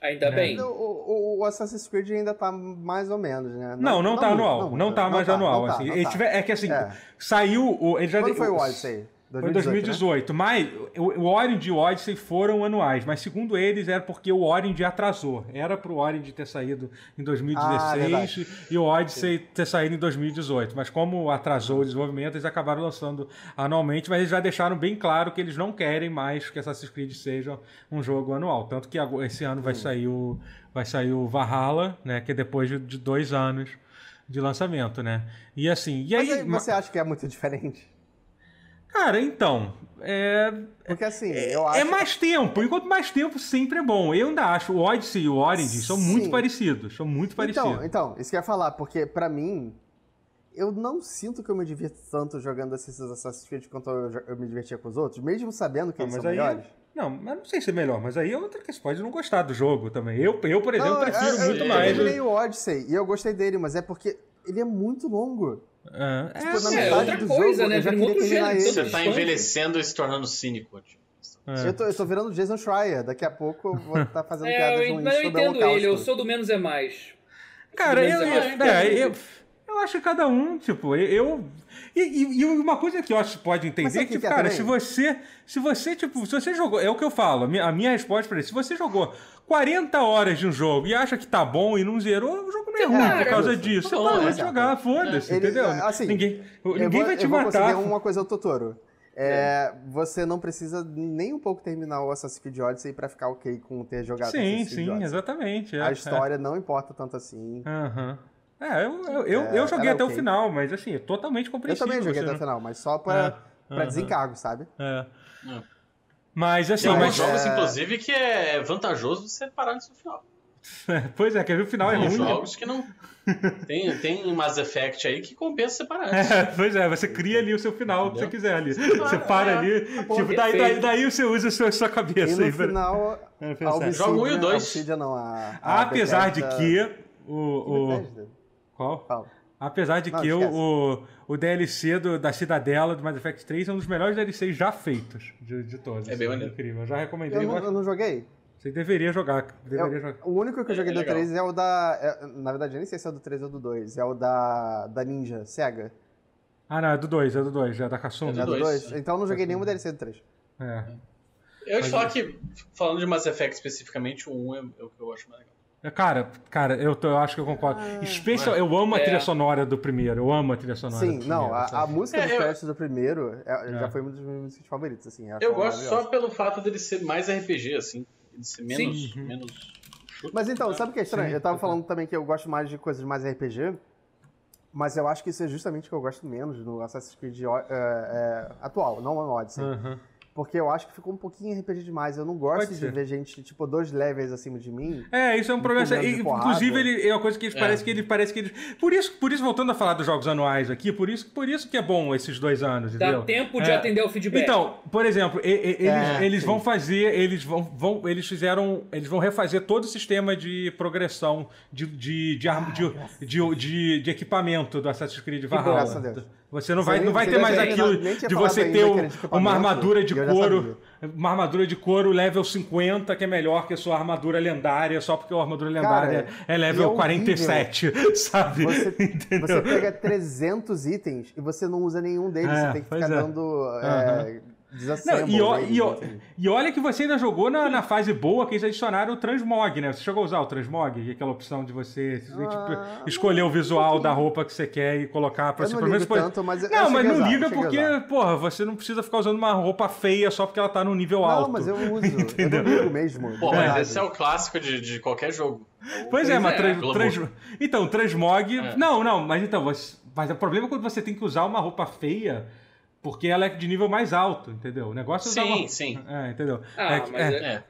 Speaker 4: Ainda bem. É,
Speaker 3: O, o- o Assassin's Creed ainda tá mais ou menos, né?
Speaker 1: Não, não, tá
Speaker 3: muito,
Speaker 1: anual. Não,
Speaker 3: muito,
Speaker 1: tá mais anual.
Speaker 3: não tá,
Speaker 1: assim.
Speaker 3: não
Speaker 1: Ele
Speaker 3: tá.
Speaker 1: tiver- é que assim,
Speaker 3: É.
Speaker 1: saiu o. Ele já
Speaker 3: Quando foi o
Speaker 1: o-
Speaker 3: Odyssey?
Speaker 1: Foi em
Speaker 3: né?
Speaker 1: 2018, mas o o Origin e o Odyssey foram anuais, mas segundo eles era porque o Origin atrasou. Era pro Origin ter saído em
Speaker 3: Ah,
Speaker 1: 2016
Speaker 3: verdade.
Speaker 1: e o Odyssey ter saído em 2018, mas como atrasou o desenvolvimento, eles acabaram lançando anualmente, mas eles já deixaram bem claro que eles não querem mais que Assassin's Creed seja um jogo anual, tanto que ago- esse ano vai
Speaker 3: Hum.
Speaker 1: sair o vai sair o Valhalla, né, que é depois de- de dois anos de lançamento, né? E assim, e aí,
Speaker 3: Mas aí você acha que é muito [laughs] diferente?
Speaker 1: cara, então, é,
Speaker 3: Porque assim, eu acho.
Speaker 1: é mais tempo. Enquanto mais tempo, sempre é bom. Eu ainda acho o Odyssey e o Origin são muito
Speaker 3: Sim.
Speaker 1: parecidos. São muito parecidos.
Speaker 3: Então, então, isso que eu ia falar, porque pra mim, eu não sinto que eu me divirto tanto jogando esses Assassin's Creed quanto eu, jo- eu me divertia com os outros, mesmo sabendo que
Speaker 1: Não,
Speaker 3: eles
Speaker 1: mas
Speaker 3: são
Speaker 1: aí- é
Speaker 3: melhores.
Speaker 1: Não, mas não sei se é melhor. Mas aí é outra questão. Pode não gostar do jogo também. Eu, eu por exemplo,
Speaker 3: Não, é,
Speaker 1: prefiro
Speaker 3: eu- eu-
Speaker 1: muito
Speaker 3: eu
Speaker 1: mais. né?
Speaker 3: terminei o Odyssey e eu gostei dele, mas é porque ele é muito longo.
Speaker 1: Ah, é,
Speaker 3: Tipo, na
Speaker 1: é,
Speaker 4: É
Speaker 3: metade
Speaker 4: outra
Speaker 3: do
Speaker 4: coisa,
Speaker 3: jogo,
Speaker 4: né?
Speaker 3: eu já
Speaker 4: Vira um
Speaker 3: queria
Speaker 4: outro
Speaker 3: terminar
Speaker 4: gênero.
Speaker 3: ele.
Speaker 4: todo
Speaker 2: Você tá
Speaker 4: distante.
Speaker 2: envelhecendo e se tornando cínico. Tio.
Speaker 1: é.
Speaker 3: Eu, tô, eu tô virando Jason Schreier, daqui a pouco eu vou estar fazendo piadas
Speaker 4: [laughs] É, eu,
Speaker 3: ruins
Speaker 4: mas eu
Speaker 3: sobre o
Speaker 4: entendo
Speaker 3: Holocausto.
Speaker 4: ele, eu sou do menos é mais.
Speaker 1: Cara, eu,
Speaker 4: Mas eu acho que
Speaker 1: é,
Speaker 4: é
Speaker 1: eu, eu acho que cada um, tipo, eu. eu- e, e- e uma coisa que eu acho que pode
Speaker 3: Mas
Speaker 1: entender
Speaker 3: sabe
Speaker 1: é
Speaker 3: o
Speaker 1: que,
Speaker 3: que
Speaker 1: tipo,
Speaker 3: que é
Speaker 1: cara,
Speaker 3: também?
Speaker 1: se você. Se você, tipo, se você jogou. É o que eu falo, a minha, a minha resposta pra isso. Se você jogou 40 horas de um jogo e acha que tá bom e não zerou, o jogo não é ruim
Speaker 4: Cara,
Speaker 1: por causa
Speaker 3: justo.
Speaker 1: disso. Você
Speaker 2: Não,
Speaker 1: parou
Speaker 2: é
Speaker 1: de
Speaker 3: certo.
Speaker 1: jogar, foda-se,
Speaker 3: Ele-
Speaker 1: entendeu?
Speaker 3: assim,
Speaker 1: ninguém
Speaker 3: Eu
Speaker 1: ninguém
Speaker 3: vou-
Speaker 1: vai te
Speaker 3: eu vou
Speaker 1: matar.
Speaker 3: conceder uma coisa ao Totoro. É, Você não precisa nem um pouco terminar o Assassin's Creed Odyssey pra ficar ok com ter jogado
Speaker 1: Sim,
Speaker 3: Assassin's Creed
Speaker 1: sim,
Speaker 3: Odyssey.
Speaker 1: exatamente. é,
Speaker 3: assim, A
Speaker 1: é.
Speaker 3: história não importa tanto assim.
Speaker 1: Aham. É, eu, eu, eu,
Speaker 3: É,
Speaker 1: eu joguei
Speaker 3: era
Speaker 1: até o
Speaker 3: ok.
Speaker 1: final, mas assim, é totalmente
Speaker 3: Eu
Speaker 1: compreensível.
Speaker 3: também joguei
Speaker 1: você
Speaker 3: até o
Speaker 1: não-
Speaker 3: final, mas só pra,
Speaker 1: É,
Speaker 3: pra
Speaker 1: aham.
Speaker 3: desencargo, sabe?
Speaker 1: É.
Speaker 2: Não.
Speaker 1: Mas assim,
Speaker 2: Tem
Speaker 1: mas,
Speaker 2: alguns
Speaker 3: Mas,
Speaker 2: jogos,
Speaker 3: é-
Speaker 2: inclusive, que é vantajoso você parar nisso no final.
Speaker 1: [laughs] pois é, quer ver o final é
Speaker 2: Tem
Speaker 1: ruim.
Speaker 2: jogos que não. Tem, tem Mass Effect aí que compensa
Speaker 1: [laughs]
Speaker 2: separar antes.
Speaker 1: É, [laughs] pois é, você cria ali o seu final que você
Speaker 2: Entendeu?
Speaker 1: quiser ali.
Speaker 2: Claro,
Speaker 1: Você para
Speaker 2: é.
Speaker 1: ali, tipo, daí, daí,
Speaker 4: perfeito.
Speaker 1: daí você usa a sua, sua
Speaker 3: E
Speaker 1: cabeça. aí,
Speaker 3: no
Speaker 1: pra-
Speaker 3: final,
Speaker 1: pra
Speaker 3: Ah, a
Speaker 1: pensar.
Speaker 3: Obsidian,
Speaker 2: Joga um e o dois.
Speaker 3: a Obsidian não, a, a
Speaker 1: Apesar de
Speaker 3: Bethesda-
Speaker 1: que. O, o,
Speaker 3: Bethesda?
Speaker 1: qual?
Speaker 3: Fala.
Speaker 1: Apesar de
Speaker 3: Não,
Speaker 1: que
Speaker 3: esquece.
Speaker 1: o, o DLC do- da Cidadela do Mass Effect 3 é um dos melhores DLCs já feitos de, de todos. assim,
Speaker 2: É bem maneiro.
Speaker 1: Incrível. Eu já recomendei.
Speaker 3: Eu
Speaker 1: Eu
Speaker 3: não,
Speaker 1: acho-
Speaker 3: eu não joguei.
Speaker 1: Você deveria jogar. Deveria
Speaker 3: Eu-
Speaker 1: jogar.
Speaker 3: O único que eu joguei
Speaker 2: É
Speaker 3: do
Speaker 2: legal.
Speaker 3: 3 é o da. é- na verdade, eu nem sei se é o do 3 ou do 2. É o da, da Ninja, Sega.
Speaker 1: Ah, não, é do 2, é do 2, é da Katsumi.
Speaker 2: É
Speaker 3: É
Speaker 2: do
Speaker 3: do
Speaker 2: dois.
Speaker 3: 2. Então eu não joguei nenhuma DLC do 3.
Speaker 1: É.
Speaker 2: Eu ia te
Speaker 1: Mas-
Speaker 2: falar que, falando de Mass Effect especificamente, o 1 é é o que eu acho mais legal.
Speaker 1: Cara, cara, eu, tô- eu acho que eu concordo.
Speaker 3: Ah.
Speaker 1: Especial, eu amo a
Speaker 4: É.
Speaker 1: trilha sonora do primeiro. Eu amo a trilha sonora.
Speaker 3: Sim,
Speaker 1: do
Speaker 3: não,
Speaker 1: primeiro,
Speaker 3: a,
Speaker 1: sabe?
Speaker 3: a música
Speaker 2: É,
Speaker 3: dos
Speaker 2: eu-
Speaker 3: créditos do primeiro é-
Speaker 1: É.
Speaker 3: já foi uma das minhas músicas favoritas, assim.
Speaker 1: Tá
Speaker 3: acho
Speaker 2: Eu gosto só
Speaker 3: maravilhosa.
Speaker 2: pelo fato dele ser mais RPG, assim. Ele ser menos.
Speaker 1: Sim. uhum.
Speaker 2: menos chute.
Speaker 3: Mas então, sabe o que é estranho?
Speaker 1: Sim,
Speaker 3: eu tava falando também que eu gosto mais de coisas mais RPG, mas eu acho que isso é justamente o que eu gosto menos no Assassin's Creed ó, é, é, atual, é, não no Odyssey.
Speaker 1: Aham.
Speaker 3: Porque eu acho que ficou um pouquinho RPG demais. Eu não gosto
Speaker 1: Ah. Pode
Speaker 3: de
Speaker 1: ser.
Speaker 3: ver gente, tipo, dois levels acima de mim.
Speaker 1: É, isso é um problema.
Speaker 3: Empurrando de
Speaker 1: e,
Speaker 3: porrada.
Speaker 1: Inclusive, ele, é uma coisa que eles
Speaker 2: É.
Speaker 1: parece que ele parece que eles. Por isso, por isso, voltando a falar dos jogos anuais aqui, por isso, por isso que é bom esses dois anos,
Speaker 4: Dá
Speaker 1: entendeu?
Speaker 4: tempo de
Speaker 1: É.
Speaker 4: atender o feedback.
Speaker 1: Então, por exemplo, e- e- eles,
Speaker 3: É,
Speaker 1: eles
Speaker 3: sim.
Speaker 1: vão fazer, eles vão, vão- eles fizeram, eles vão refazer todo o sistema de progressão de, de, de, arm-
Speaker 3: Ah,
Speaker 1: de, de, de- de equipamento do Assassin's Creed
Speaker 3: graças a Deus.
Speaker 1: Valhalla. Você não
Speaker 3: Você
Speaker 1: vai,
Speaker 3: nem-
Speaker 1: não vai
Speaker 3: você
Speaker 1: ter
Speaker 3: nem
Speaker 1: mais
Speaker 3: tinha-
Speaker 1: aquilo
Speaker 3: nem tinha
Speaker 1: de
Speaker 3: falado
Speaker 1: você
Speaker 3: ainda
Speaker 1: ter
Speaker 3: que
Speaker 1: o-
Speaker 3: era de equipamento,
Speaker 1: uma armadura de
Speaker 3: e eu já
Speaker 1: couro, uma armadura de couro level 50 que é melhor que a sua armadura lendária, só porque a armadura lendária é
Speaker 3: e é
Speaker 1: level
Speaker 3: horrível.
Speaker 1: 47, [laughs] sabe?
Speaker 3: Você,
Speaker 1: Entendeu?
Speaker 3: você pega 300 itens e você não usa nenhum deles.
Speaker 1: É,
Speaker 3: você tem que
Speaker 1: pois
Speaker 3: ficar
Speaker 1: é.
Speaker 3: dando. É, desassemble
Speaker 1: Não, e, ó-
Speaker 3: deles,
Speaker 1: e ó-
Speaker 3: assim.
Speaker 1: e olha que você ainda jogou na, na fase boa que eles adicionaram o transmog, né? Você chegou a usar o transmog? Aquela opção de você
Speaker 3: Ah,
Speaker 1: tipo, escolher o visual da roupa que você quer e colocar pra
Speaker 3: Eu
Speaker 1: você.
Speaker 3: não
Speaker 1: pelo menos
Speaker 3: ligo
Speaker 1: pra-
Speaker 3: tanto, mas é eu- eu
Speaker 1: Não, mas
Speaker 3: cheguei a
Speaker 1: não
Speaker 3: usar,
Speaker 1: liga
Speaker 3: eu cheguei a
Speaker 1: porque, é
Speaker 3: usar.
Speaker 1: porra, você não precisa ficar usando uma roupa feia só porque ela tá num nível alto.
Speaker 3: Não, mas eu uso.
Speaker 1: [laughs] Entendeu?
Speaker 3: Eu não ligo mesmo. de
Speaker 2: Pô, mas
Speaker 3: verdade.
Speaker 2: esse é o clássico de, de qualquer jogo.
Speaker 1: Pois é, mas
Speaker 4: é,
Speaker 1: trans,
Speaker 2: pelo
Speaker 1: trans- Então, transmog.
Speaker 2: É.
Speaker 1: Não, não, mas então, você... mas o problema é quando você tem que usar uma roupa feia porque ela é de nível mais alto, entendeu? O negócio é usar
Speaker 2: Sim,
Speaker 1: uma-
Speaker 2: sim.
Speaker 1: É, entendeu?
Speaker 4: Ah,
Speaker 1: É que-
Speaker 4: mas
Speaker 1: é.
Speaker 4: é-
Speaker 2: É.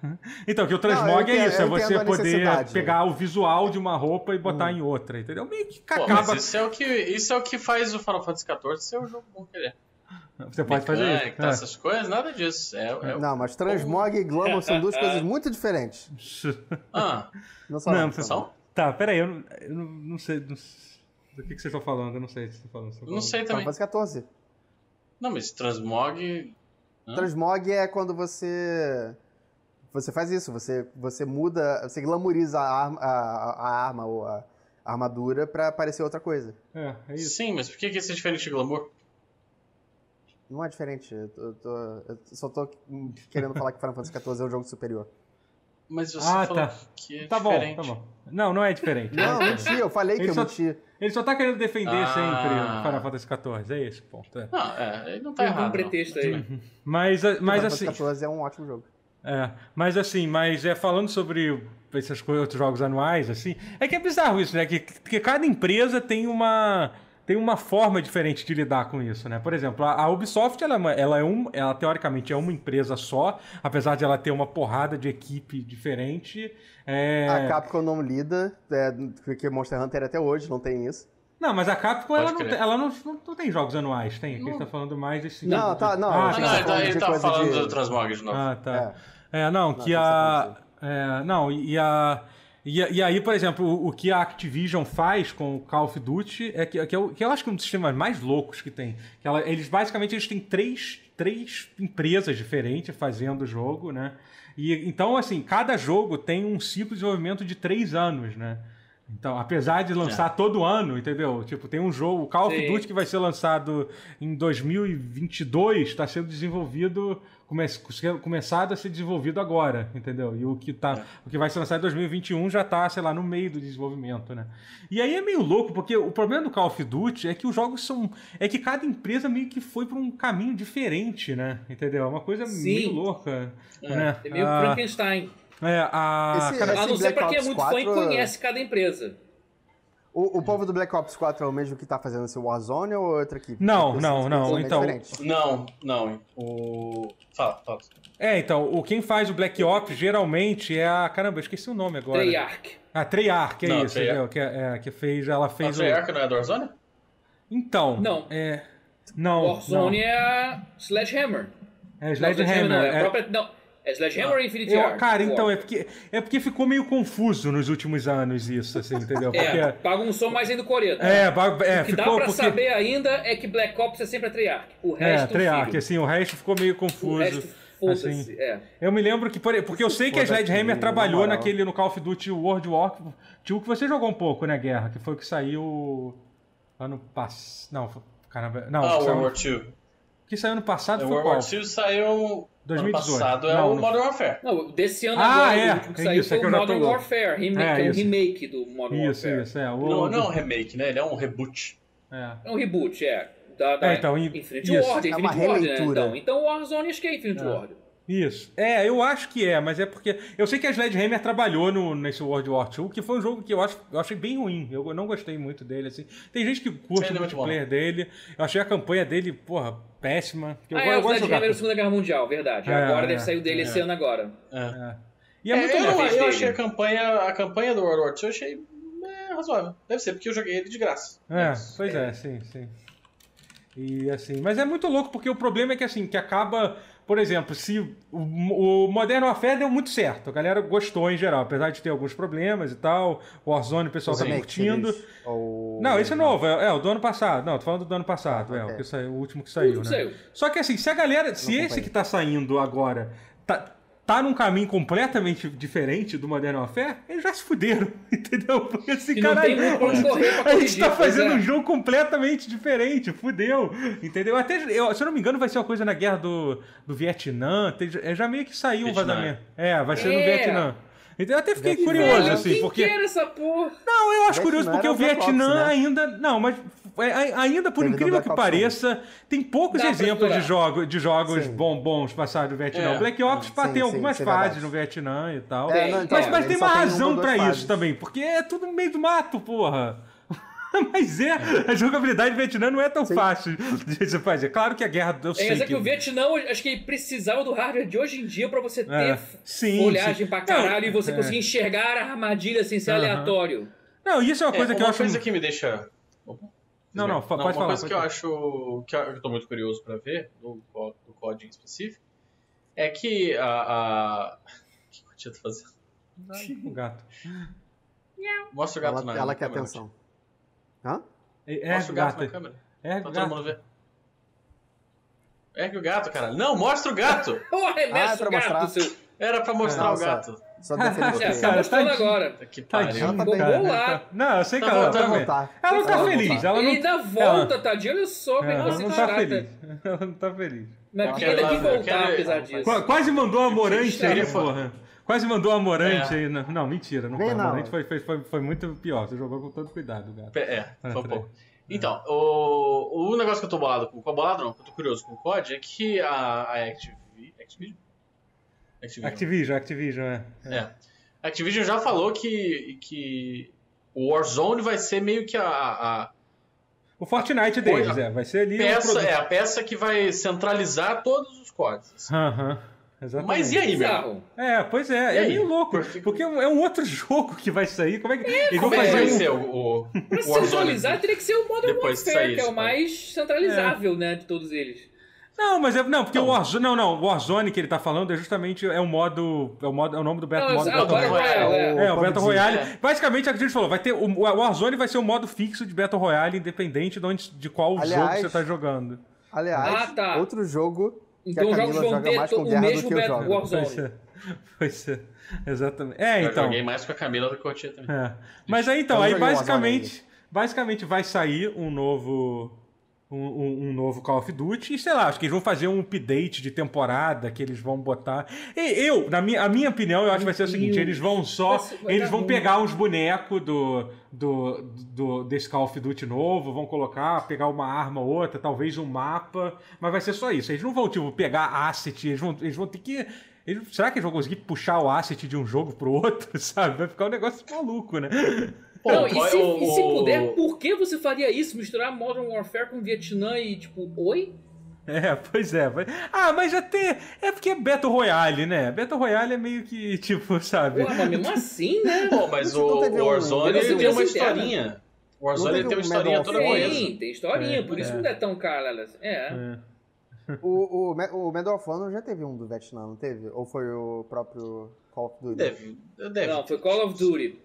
Speaker 1: Então, que o
Speaker 3: Não, eu
Speaker 1: transmog
Speaker 3: entendo-
Speaker 1: é isso, é
Speaker 3: eu entendo
Speaker 1: você
Speaker 3: a
Speaker 1: poder
Speaker 3: necessidade. Hum.
Speaker 1: pegar o visual de uma roupa e botar em outra, entendeu? Meio que
Speaker 2: Pô,
Speaker 1: acaba.
Speaker 2: mas isso é, o que, isso é o que faz o Final Fantasy XIV ser um jogo bom que ele é.
Speaker 1: Você pode fazer
Speaker 2: Mecânica,
Speaker 1: isso. é. Ah.
Speaker 2: tá, essas coisas, nada disso. É, é-
Speaker 3: Não, mas transmog e glamour são
Speaker 2: [laughs]
Speaker 3: duas coisas muito diferentes.
Speaker 1: É.
Speaker 2: Ah,
Speaker 3: Não são
Speaker 1: Não,
Speaker 3: não,
Speaker 2: são?
Speaker 1: Tá, peraí, eu não, eu não- não sei. não sei- do que, que vocês estão falando? Eu não sei o que vocês estão falando. vocês estão
Speaker 2: não
Speaker 1: falando.
Speaker 2: sei também.
Speaker 3: Faz 14.
Speaker 2: Não, mas transmog. Hã?
Speaker 3: Transmog é quando você. Você faz isso, você, você muda, você glamouriza a arma, a, a arma ou a armadura pra parecer outra coisa.
Speaker 1: É, é isso.
Speaker 2: Sim, mas por que que isso é diferente de glamour?
Speaker 3: Não é diferente. Eu, tô- eu tô- eu só tô querendo falar que Final Fantasy XIV é um jogo superior.
Speaker 2: Mas você
Speaker 1: Ah,
Speaker 2: falou
Speaker 1: tá.
Speaker 2: que é
Speaker 1: Tá bom,
Speaker 2: diferente.
Speaker 1: tá bom. Não, não é diferente.
Speaker 3: [laughs] Não,
Speaker 1: é diferente.
Speaker 3: menti, eu falei que
Speaker 1: Ele
Speaker 3: eu
Speaker 1: só-
Speaker 3: menti.
Speaker 1: Ele só tá querendo defender
Speaker 2: Ah.
Speaker 1: sempre o Final Fantasy XIV, é esse o ponto. é.
Speaker 2: Não, é, ele não tá
Speaker 4: Tem
Speaker 2: errado.
Speaker 4: algum
Speaker 2: não.
Speaker 4: pretexto aí.
Speaker 1: Mas, a- mas
Speaker 3: Final
Speaker 1: assim.
Speaker 3: Fantasy XIV é um ótimo jogo.
Speaker 1: É, mas assim, mas é falando sobre esses co- outros jogos anuais, assim, é que é bizarro isso, né? Que, que cada empresa tem uma tem uma forma diferente de lidar com isso, né? Por exemplo, a, a Ubisoft, ela, é uma- ela é um, ela teoricamente é uma empresa só, apesar de ela ter uma porrada de equipe diferente. é-
Speaker 3: A Capcom não lida, é, porque Monster Hunter até hoje não tem isso.
Speaker 1: Não, mas a Capcom,
Speaker 2: Pode
Speaker 1: ela, não,
Speaker 2: crer.
Speaker 1: tem- ela não, não, não tem jogos anuais, tem? Aqui a gente tá falando mais desse...
Speaker 3: Não, tá, não,
Speaker 1: Ah,
Speaker 2: Ah,
Speaker 3: Ele
Speaker 2: não,
Speaker 3: tá
Speaker 2: ele tá,
Speaker 3: falando
Speaker 2: ele
Speaker 3: de
Speaker 2: tá
Speaker 3: coisa
Speaker 2: falando
Speaker 3: de-
Speaker 2: do transmog de novo.
Speaker 1: Ah, tá. É, não, que
Speaker 3: tem
Speaker 1: a. é, não, e a. E, a- e aí, por exemplo, o, o que a Activision faz com o Call of Duty é que, que, eu, que eu acho que é um dos sistemas mais loucos que tem. Que ela- eles basicamente eles têm três, três empresas diferentes fazendo o jogo, né? E, então, assim, cada jogo tem um ciclo de desenvolvimento de três anos, né? Então, apesar de lançar todo ano, entendeu? Tipo, tem um jogo, o Call of
Speaker 4: É. Sim.
Speaker 1: Duty que vai ser lançado em 2022, está tá sendo desenvolvido, come, sendo começado a ser desenvolvido agora, entendeu? E o que, tá,
Speaker 4: É.
Speaker 1: o que vai ser lançado em 2021 já está, sei lá, no meio do desenvolvimento, né? E aí é meio louco, porque o problema do Call of Duty é que os jogos são... É que cada empresa meio que foi para um caminho diferente, né? Entendeu? É uma coisa
Speaker 4: Sim.
Speaker 1: meio louca, né?
Speaker 4: É meio
Speaker 1: Ah,
Speaker 4: Frankenstein.
Speaker 1: é, a...
Speaker 3: Esse-
Speaker 1: cada-
Speaker 3: esse
Speaker 4: A não ser pra
Speaker 3: Black
Speaker 4: quem é
Speaker 3: Ops
Speaker 4: muito fã e
Speaker 3: 4,
Speaker 4: conhece cada empresa.
Speaker 3: O, o povo do Black Ops 4 é o mesmo que tá fazendo esse Warzone ou outra equipe?
Speaker 1: Não,
Speaker 3: Porque
Speaker 1: não,
Speaker 3: são
Speaker 1: não,
Speaker 3: totalmente
Speaker 1: então-
Speaker 3: diferentes.
Speaker 2: Não, não. O. Fala, fala.
Speaker 1: É, então, o quem faz o Black Ops geralmente é a. Caramba, eu esqueci o nome agora.
Speaker 4: Treyarch.
Speaker 1: A Treyarch, é
Speaker 2: Não,
Speaker 1: isso,
Speaker 2: Treyarch.
Speaker 1: entendeu? Que, é, que fez. Ela
Speaker 2: A
Speaker 1: fez. o-
Speaker 2: Treyarch não é do Warzone?
Speaker 1: Então.
Speaker 4: Não.
Speaker 1: É. Não.
Speaker 4: Warzone é a Sledgehammer.
Speaker 1: não. É
Speaker 4: Não,
Speaker 1: Sledgehammer.
Speaker 4: não, é
Speaker 1: é- Ah.
Speaker 4: a própria... Não, é Sledgehammer e Infinity
Speaker 1: Eu,
Speaker 4: Ward.
Speaker 1: cara,
Speaker 4: War.
Speaker 1: então, é porque, é porque ficou meio confuso nos últimos anos isso, assim, entendeu? Porque.
Speaker 4: É, paga um som mais ainda do Coreto.
Speaker 1: É, ba- é,
Speaker 4: o que dá
Speaker 1: ficou
Speaker 4: pra
Speaker 1: porque.
Speaker 4: saber ainda é que Black Ops é sempre a Treyarch. O resto,
Speaker 1: é, Treyarch,
Speaker 4: filho.
Speaker 1: assim, o resto ficou meio
Speaker 4: O
Speaker 1: confuso.
Speaker 4: resto, foda-se.
Speaker 1: assim.
Speaker 4: É.
Speaker 1: Eu me lembro que, por- porque eu sei que a
Speaker 3: foda-se,
Speaker 1: Sledgehammer
Speaker 3: na
Speaker 1: trabalhou
Speaker 3: moral.
Speaker 1: naquele, no Call of Duty World War 2, que você jogou um pouco, né, Guerra? Que foi o que saiu ano passado. Não, foi- caramba. Não,
Speaker 2: Ah,
Speaker 1: que,
Speaker 2: World
Speaker 1: saiu,
Speaker 2: War II.
Speaker 1: que saiu ano passado
Speaker 2: O
Speaker 1: foi
Speaker 2: World
Speaker 1: qual?
Speaker 2: War II saiu.
Speaker 1: 2018.
Speaker 2: Ano passado é
Speaker 1: Não,
Speaker 2: o
Speaker 1: não.
Speaker 2: Modern Warfare.
Speaker 4: Não, desse ano
Speaker 1: Ah,
Speaker 4: agora,
Speaker 1: é,
Speaker 4: o último que
Speaker 1: é
Speaker 4: saiu
Speaker 1: isso, é
Speaker 4: foi
Speaker 1: que eu
Speaker 4: o
Speaker 1: já tô
Speaker 4: Modern
Speaker 1: louco.
Speaker 4: Warfare, remake,
Speaker 1: É,
Speaker 4: que é um
Speaker 1: isso.
Speaker 4: remake do Modern
Speaker 1: Isso,
Speaker 4: Warfare.
Speaker 1: isso, é. O,
Speaker 2: Não, não é um remake, né? Ele é um reboot.
Speaker 1: É.
Speaker 4: É um reboot, é. Da, da
Speaker 1: É, então, e-
Speaker 4: Infinity
Speaker 1: isso.
Speaker 4: Ward,
Speaker 3: É uma
Speaker 4: Infinity Ward, né?
Speaker 3: releitura.
Speaker 4: Então, então Warzone acho que é Infinity Ward.
Speaker 1: Isso. É, eu acho que é, mas é porque. Eu sei que a Sledgehammer trabalhou no, nesse World War II, que foi um jogo que eu, acho, eu achei bem ruim. Eu não gostei muito dele, assim. Tem gente que curte
Speaker 2: Ele
Speaker 1: o
Speaker 2: é muito bom.
Speaker 1: multiplayer dele. Eu achei a campanha dele, porra, péssima. Eu,
Speaker 4: ah,
Speaker 1: go-
Speaker 4: é,
Speaker 1: eu gosto de
Speaker 4: o Cidade de
Speaker 1: jogar.
Speaker 4: Primeiro e Segunda Guerra Mundial, verdade.
Speaker 1: É,
Speaker 4: agora
Speaker 1: é,
Speaker 4: deve sair o dele
Speaker 1: é.
Speaker 4: esse ano agora.
Speaker 1: É. E é, muito
Speaker 2: eu,
Speaker 1: legal.
Speaker 4: legal.
Speaker 2: eu achei a campanha, a campanha do World War II, eu achei é, razoável. Deve ser, porque eu joguei ele de graça.
Speaker 1: É,
Speaker 2: Mas-
Speaker 1: pois é, sim, sim. E assim, mas é muito louco porque o problema é que assim, que acaba, por exemplo, se o, o Modern Warfare deu muito certo, a galera gostou em geral, apesar de ter alguns problemas e tal, Warzone o pessoal tá
Speaker 3: Remake
Speaker 1: curtindo.
Speaker 3: deles, ou-
Speaker 1: Não, esse é novo, é, é o do ano passado. Não, tô falando do ano passado, é, o,
Speaker 3: ok.
Speaker 1: que saiu, o último que
Speaker 4: Tudo
Speaker 1: saiu, né?
Speaker 4: saiu.
Speaker 1: Só que assim, se a galera, se
Speaker 3: acompanhei.
Speaker 1: esse que tá saindo agora tá, tá num caminho completamente diferente do Modern Warfare, eles já se fuderam, [laughs] entendeu? Porque assim,
Speaker 4: E não tem
Speaker 1: caralho,
Speaker 4: um muito pra onde correr pra
Speaker 1: [laughs] a gente
Speaker 4: corrigir,
Speaker 1: tá
Speaker 4: pois
Speaker 1: fazendo
Speaker 4: é.
Speaker 1: um jogo completamente diferente, fudeu, entendeu? Até, eu- se eu não me engano, vai ser uma coisa na guerra do, do Vietnã, tem- é, já meio que saiu o
Speaker 2: Vietnã.
Speaker 1: vazamento. É, vai ser no
Speaker 4: É.
Speaker 1: Vietnã. Então eu até fiquei
Speaker 3: Vietnã.
Speaker 1: curioso,
Speaker 4: Velho,
Speaker 1: assim,
Speaker 4: quem
Speaker 1: porque...
Speaker 4: quer essa porra? É,
Speaker 1: Não, eu acho
Speaker 3: é? Vietnã
Speaker 1: curioso, porque
Speaker 3: era
Speaker 1: o
Speaker 3: Black Ops,
Speaker 1: Vietnã
Speaker 3: né?
Speaker 1: ainda. Não, mas é, é, ainda por
Speaker 3: Teve no
Speaker 1: incrível
Speaker 3: Black
Speaker 1: que
Speaker 3: Ops
Speaker 1: pareça, tem poucos
Speaker 4: Dá pra
Speaker 1: exemplos de,
Speaker 4: explorar.
Speaker 1: jogo, de jogos
Speaker 3: Sim.
Speaker 1: bom, bons passados do Vietnã.
Speaker 2: É,
Speaker 1: O Black Ops
Speaker 3: sim,
Speaker 1: bateu
Speaker 3: sim,
Speaker 1: algumas
Speaker 3: isso é
Speaker 1: fases
Speaker 3: verdade.
Speaker 1: no Vietnã e tal.
Speaker 3: É, não, então,
Speaker 1: mas, mas
Speaker 3: ele
Speaker 1: tem
Speaker 3: só
Speaker 1: uma
Speaker 3: tem um
Speaker 1: razão
Speaker 3: ou duas
Speaker 1: pra
Speaker 3: fases.
Speaker 1: isso também, porque é tudo no meio do mato, porra. [laughs] Mas é, a jogabilidade do Vietnã não é tão fácil de se fazer. Claro que a guerra, eu sei
Speaker 4: É, mas é que o Vietnã, eu acho que ele precisava do hardware de hoje em dia pra você ter
Speaker 1: É, sim, sim.
Speaker 4: olhagem pra caralho
Speaker 1: Não,
Speaker 4: e você
Speaker 1: é.
Speaker 4: conseguir enxergar a armadilha sem ser
Speaker 1: Aham.
Speaker 4: aleatório.
Speaker 1: Não, isso é uma coisa
Speaker 2: é,
Speaker 1: que
Speaker 2: uma
Speaker 1: eu acho.
Speaker 2: coisa que me deixa. Opa.
Speaker 1: Não, não, fa-
Speaker 2: uma
Speaker 1: pode falar,
Speaker 2: coisa
Speaker 1: pode
Speaker 2: que eu
Speaker 1: falar.
Speaker 2: acho que eu tô muito curioso pra ver, do, co- do COD em específico, é que a. [laughs] a... O que que eu tinha fazendo?
Speaker 1: O gato.
Speaker 2: Mostra o gato
Speaker 3: Ela,
Speaker 2: na
Speaker 3: ela
Speaker 2: na
Speaker 3: quer
Speaker 2: câmera,
Speaker 3: atenção. Hã?
Speaker 1: É,
Speaker 2: Mostra
Speaker 1: é,
Speaker 2: o gato, na
Speaker 1: gato.
Speaker 2: câmera.
Speaker 1: É,
Speaker 2: Pra todo
Speaker 1: gato.
Speaker 2: mundo ver. É que o gato, cara. Não, mostra o gato!
Speaker 4: Ou
Speaker 3: Ah, é
Speaker 4: arremessa
Speaker 3: pra
Speaker 4: o gato
Speaker 3: mostrar?
Speaker 4: seu.
Speaker 2: Era pra mostrar
Speaker 3: Nossa.
Speaker 2: o gato.
Speaker 1: [laughs]
Speaker 3: Só defender
Speaker 4: É,
Speaker 3: você.
Speaker 4: tá
Speaker 1: Cara,
Speaker 4: mostrando
Speaker 1: tadinho.
Speaker 4: agora.
Speaker 2: Puta Que
Speaker 1: Tadinho, cara.
Speaker 3: Ela tá bem.
Speaker 1: Ela
Speaker 4: Bolado.
Speaker 1: tá- Não, eu sei que
Speaker 2: Tá
Speaker 1: ela
Speaker 2: voltando.
Speaker 1: tá bem.
Speaker 3: Voltar.
Speaker 1: Ela não tá
Speaker 3: Ela vai
Speaker 1: feliz.
Speaker 3: voltar.
Speaker 1: Ela não,
Speaker 4: Ele dá volta, tadinho, olha só como
Speaker 1: ela,
Speaker 4: é que
Speaker 1: ela
Speaker 4: você
Speaker 1: não tá
Speaker 4: trata.
Speaker 1: feliz. [laughs] Ela não tá feliz.
Speaker 4: Mas
Speaker 2: Eu
Speaker 4: porque ele
Speaker 2: quero-
Speaker 4: tem que
Speaker 2: eu quero-
Speaker 4: voltar, apesar disso.
Speaker 1: Qua- Quase mandou a Morante
Speaker 4: Sim,
Speaker 1: aí,
Speaker 2: sim.
Speaker 1: porra. Quase mandou a Morante
Speaker 2: É.
Speaker 1: aí. Não, não, mentira. Não
Speaker 3: Vem
Speaker 1: foi. A
Speaker 3: não.
Speaker 1: Morante foi, foi, foi, foi muito pior. Você jogou com todo cuidado, gato.
Speaker 2: Pe- É, foi
Speaker 1: Ah, peraí.
Speaker 2: pouco. Então, o, o negócio que eu tô bolado com, com bolado não, que eu tô curioso com o COD é que a, a Activi- Activision?
Speaker 1: Activision,
Speaker 2: Activision.
Speaker 1: Activision, é.
Speaker 2: É. A Activision já falou que, que o Warzone vai ser meio que a, a- a
Speaker 1: O Fortnite deles, é. Vai ser ali. o
Speaker 2: peça,
Speaker 1: produto.
Speaker 2: é, a peça que vai centralizar todos os
Speaker 1: é.
Speaker 2: códigos.
Speaker 1: Aham, Exatamente.
Speaker 2: Mas e aí, meu?
Speaker 4: Bizarro.
Speaker 1: É, pois é,
Speaker 2: E
Speaker 1: é
Speaker 2: aí?
Speaker 1: meio louco,
Speaker 2: Porque-
Speaker 1: porque é um é um outro [laughs] jogo que vai sair. Como é que. Eles vão
Speaker 2: Como é que
Speaker 1: fazer
Speaker 2: vai
Speaker 1: um-
Speaker 2: ser o, o,
Speaker 4: Pra
Speaker 2: o Warzone?
Speaker 4: centralizar, teria que ser o Modern
Speaker 2: Depois que
Speaker 4: Warfare,
Speaker 2: sair
Speaker 4: que é
Speaker 2: isso, né?
Speaker 4: o mais centralizável, né, de todos eles.
Speaker 1: Não, mas é. Não, porque
Speaker 2: Não.
Speaker 1: o Warzone. Não, não. O Warzone que ele tá falando é justamente. É o modo. É o, modo, é o nome do Battle
Speaker 4: Não,
Speaker 1: Modo
Speaker 4: é o
Speaker 1: Battle
Speaker 4: Battle
Speaker 1: Royale.
Speaker 4: Royale, é.
Speaker 1: É, o
Speaker 3: PUBG.
Speaker 1: Battle Royale.
Speaker 2: É.
Speaker 1: Basicamente, é o que a gente falou, vai ter. O o Warzone vai ser o modo fixo de Battle Royale, independente de, onde, de qual
Speaker 3: Aliás-
Speaker 1: jogo você tá jogando.
Speaker 3: Aliás,
Speaker 4: Ah, tá.
Speaker 3: outro jogo que
Speaker 4: Então
Speaker 3: a
Speaker 4: os
Speaker 3: Camila
Speaker 4: jogos vão
Speaker 3: joga
Speaker 4: ter
Speaker 3: mais
Speaker 4: to-
Speaker 3: com
Speaker 4: o
Speaker 3: guerra do
Speaker 4: mesmo
Speaker 3: que eu
Speaker 4: Battle
Speaker 3: jogo.
Speaker 1: Pois
Speaker 4: Warzone.
Speaker 1: é. Pois é. Exatamente. É,
Speaker 2: Eu
Speaker 1: então.
Speaker 2: joguei mais com a Camila do que eu tinha também.
Speaker 1: É. Mas aí então,
Speaker 3: Eu não
Speaker 1: aí
Speaker 3: joguei Warzone
Speaker 1: basicamente, basicamente vai sair um novo um, um- um novo Call of Duty e sei lá, acho que eles vão fazer um update de temporada que eles vão botar. E eu, na minha, a minha opinião, eu acho que vai ser o seguinte, eles vão só,
Speaker 4: Vai ser- vai
Speaker 1: eles
Speaker 4: dar
Speaker 1: vão
Speaker 4: ruim.
Speaker 1: pegar os bonecos do, do, do desse Call of Duty novo, vão colocar, pegar uma arma ou outra, talvez um mapa, mas vai ser só isso. Eles não vão tipo pegar asset, eles vão, eles vão ter que eles- será que eles vão conseguir puxar o asset de um jogo pro outro, [laughs] sabe? Vai ficar um negócio maluco, né?
Speaker 2: Pô,
Speaker 4: não, e
Speaker 2: qual é
Speaker 4: se, e se
Speaker 2: o-
Speaker 4: puder, por que você faria isso? Misturar Modern Warfare com Vietnã e, tipo, oi?
Speaker 1: É, pois é. mas- Ah, mas até. É porque é Battle Royale, né? Battle Royale é meio que, [laughs] tipo, sabe?
Speaker 4: Porra, mas mesmo assim, né?
Speaker 2: Pô, mas
Speaker 3: Isso não
Speaker 2: o
Speaker 3: teve um-
Speaker 2: Warzone
Speaker 4: não
Speaker 2: ele
Speaker 4: teve
Speaker 2: tem uma
Speaker 4: essa ideia, né?
Speaker 2: historinha. O Warzone
Speaker 3: Não
Speaker 2: ele
Speaker 3: teve
Speaker 2: tem uma
Speaker 3: um
Speaker 2: historinha
Speaker 3: Medal
Speaker 2: toda
Speaker 3: of Honor.
Speaker 2: coesa.
Speaker 4: Sim, tem historinha,
Speaker 1: É,
Speaker 4: por isso
Speaker 1: é.
Speaker 4: não é tão cara. É.
Speaker 1: É.
Speaker 3: O, o, Me- o Medal of Honor já teve um do Vietnã, não teve? Ou foi o próprio Call of Duty?
Speaker 2: Deve, deve.
Speaker 4: Não, foi Call of Duty,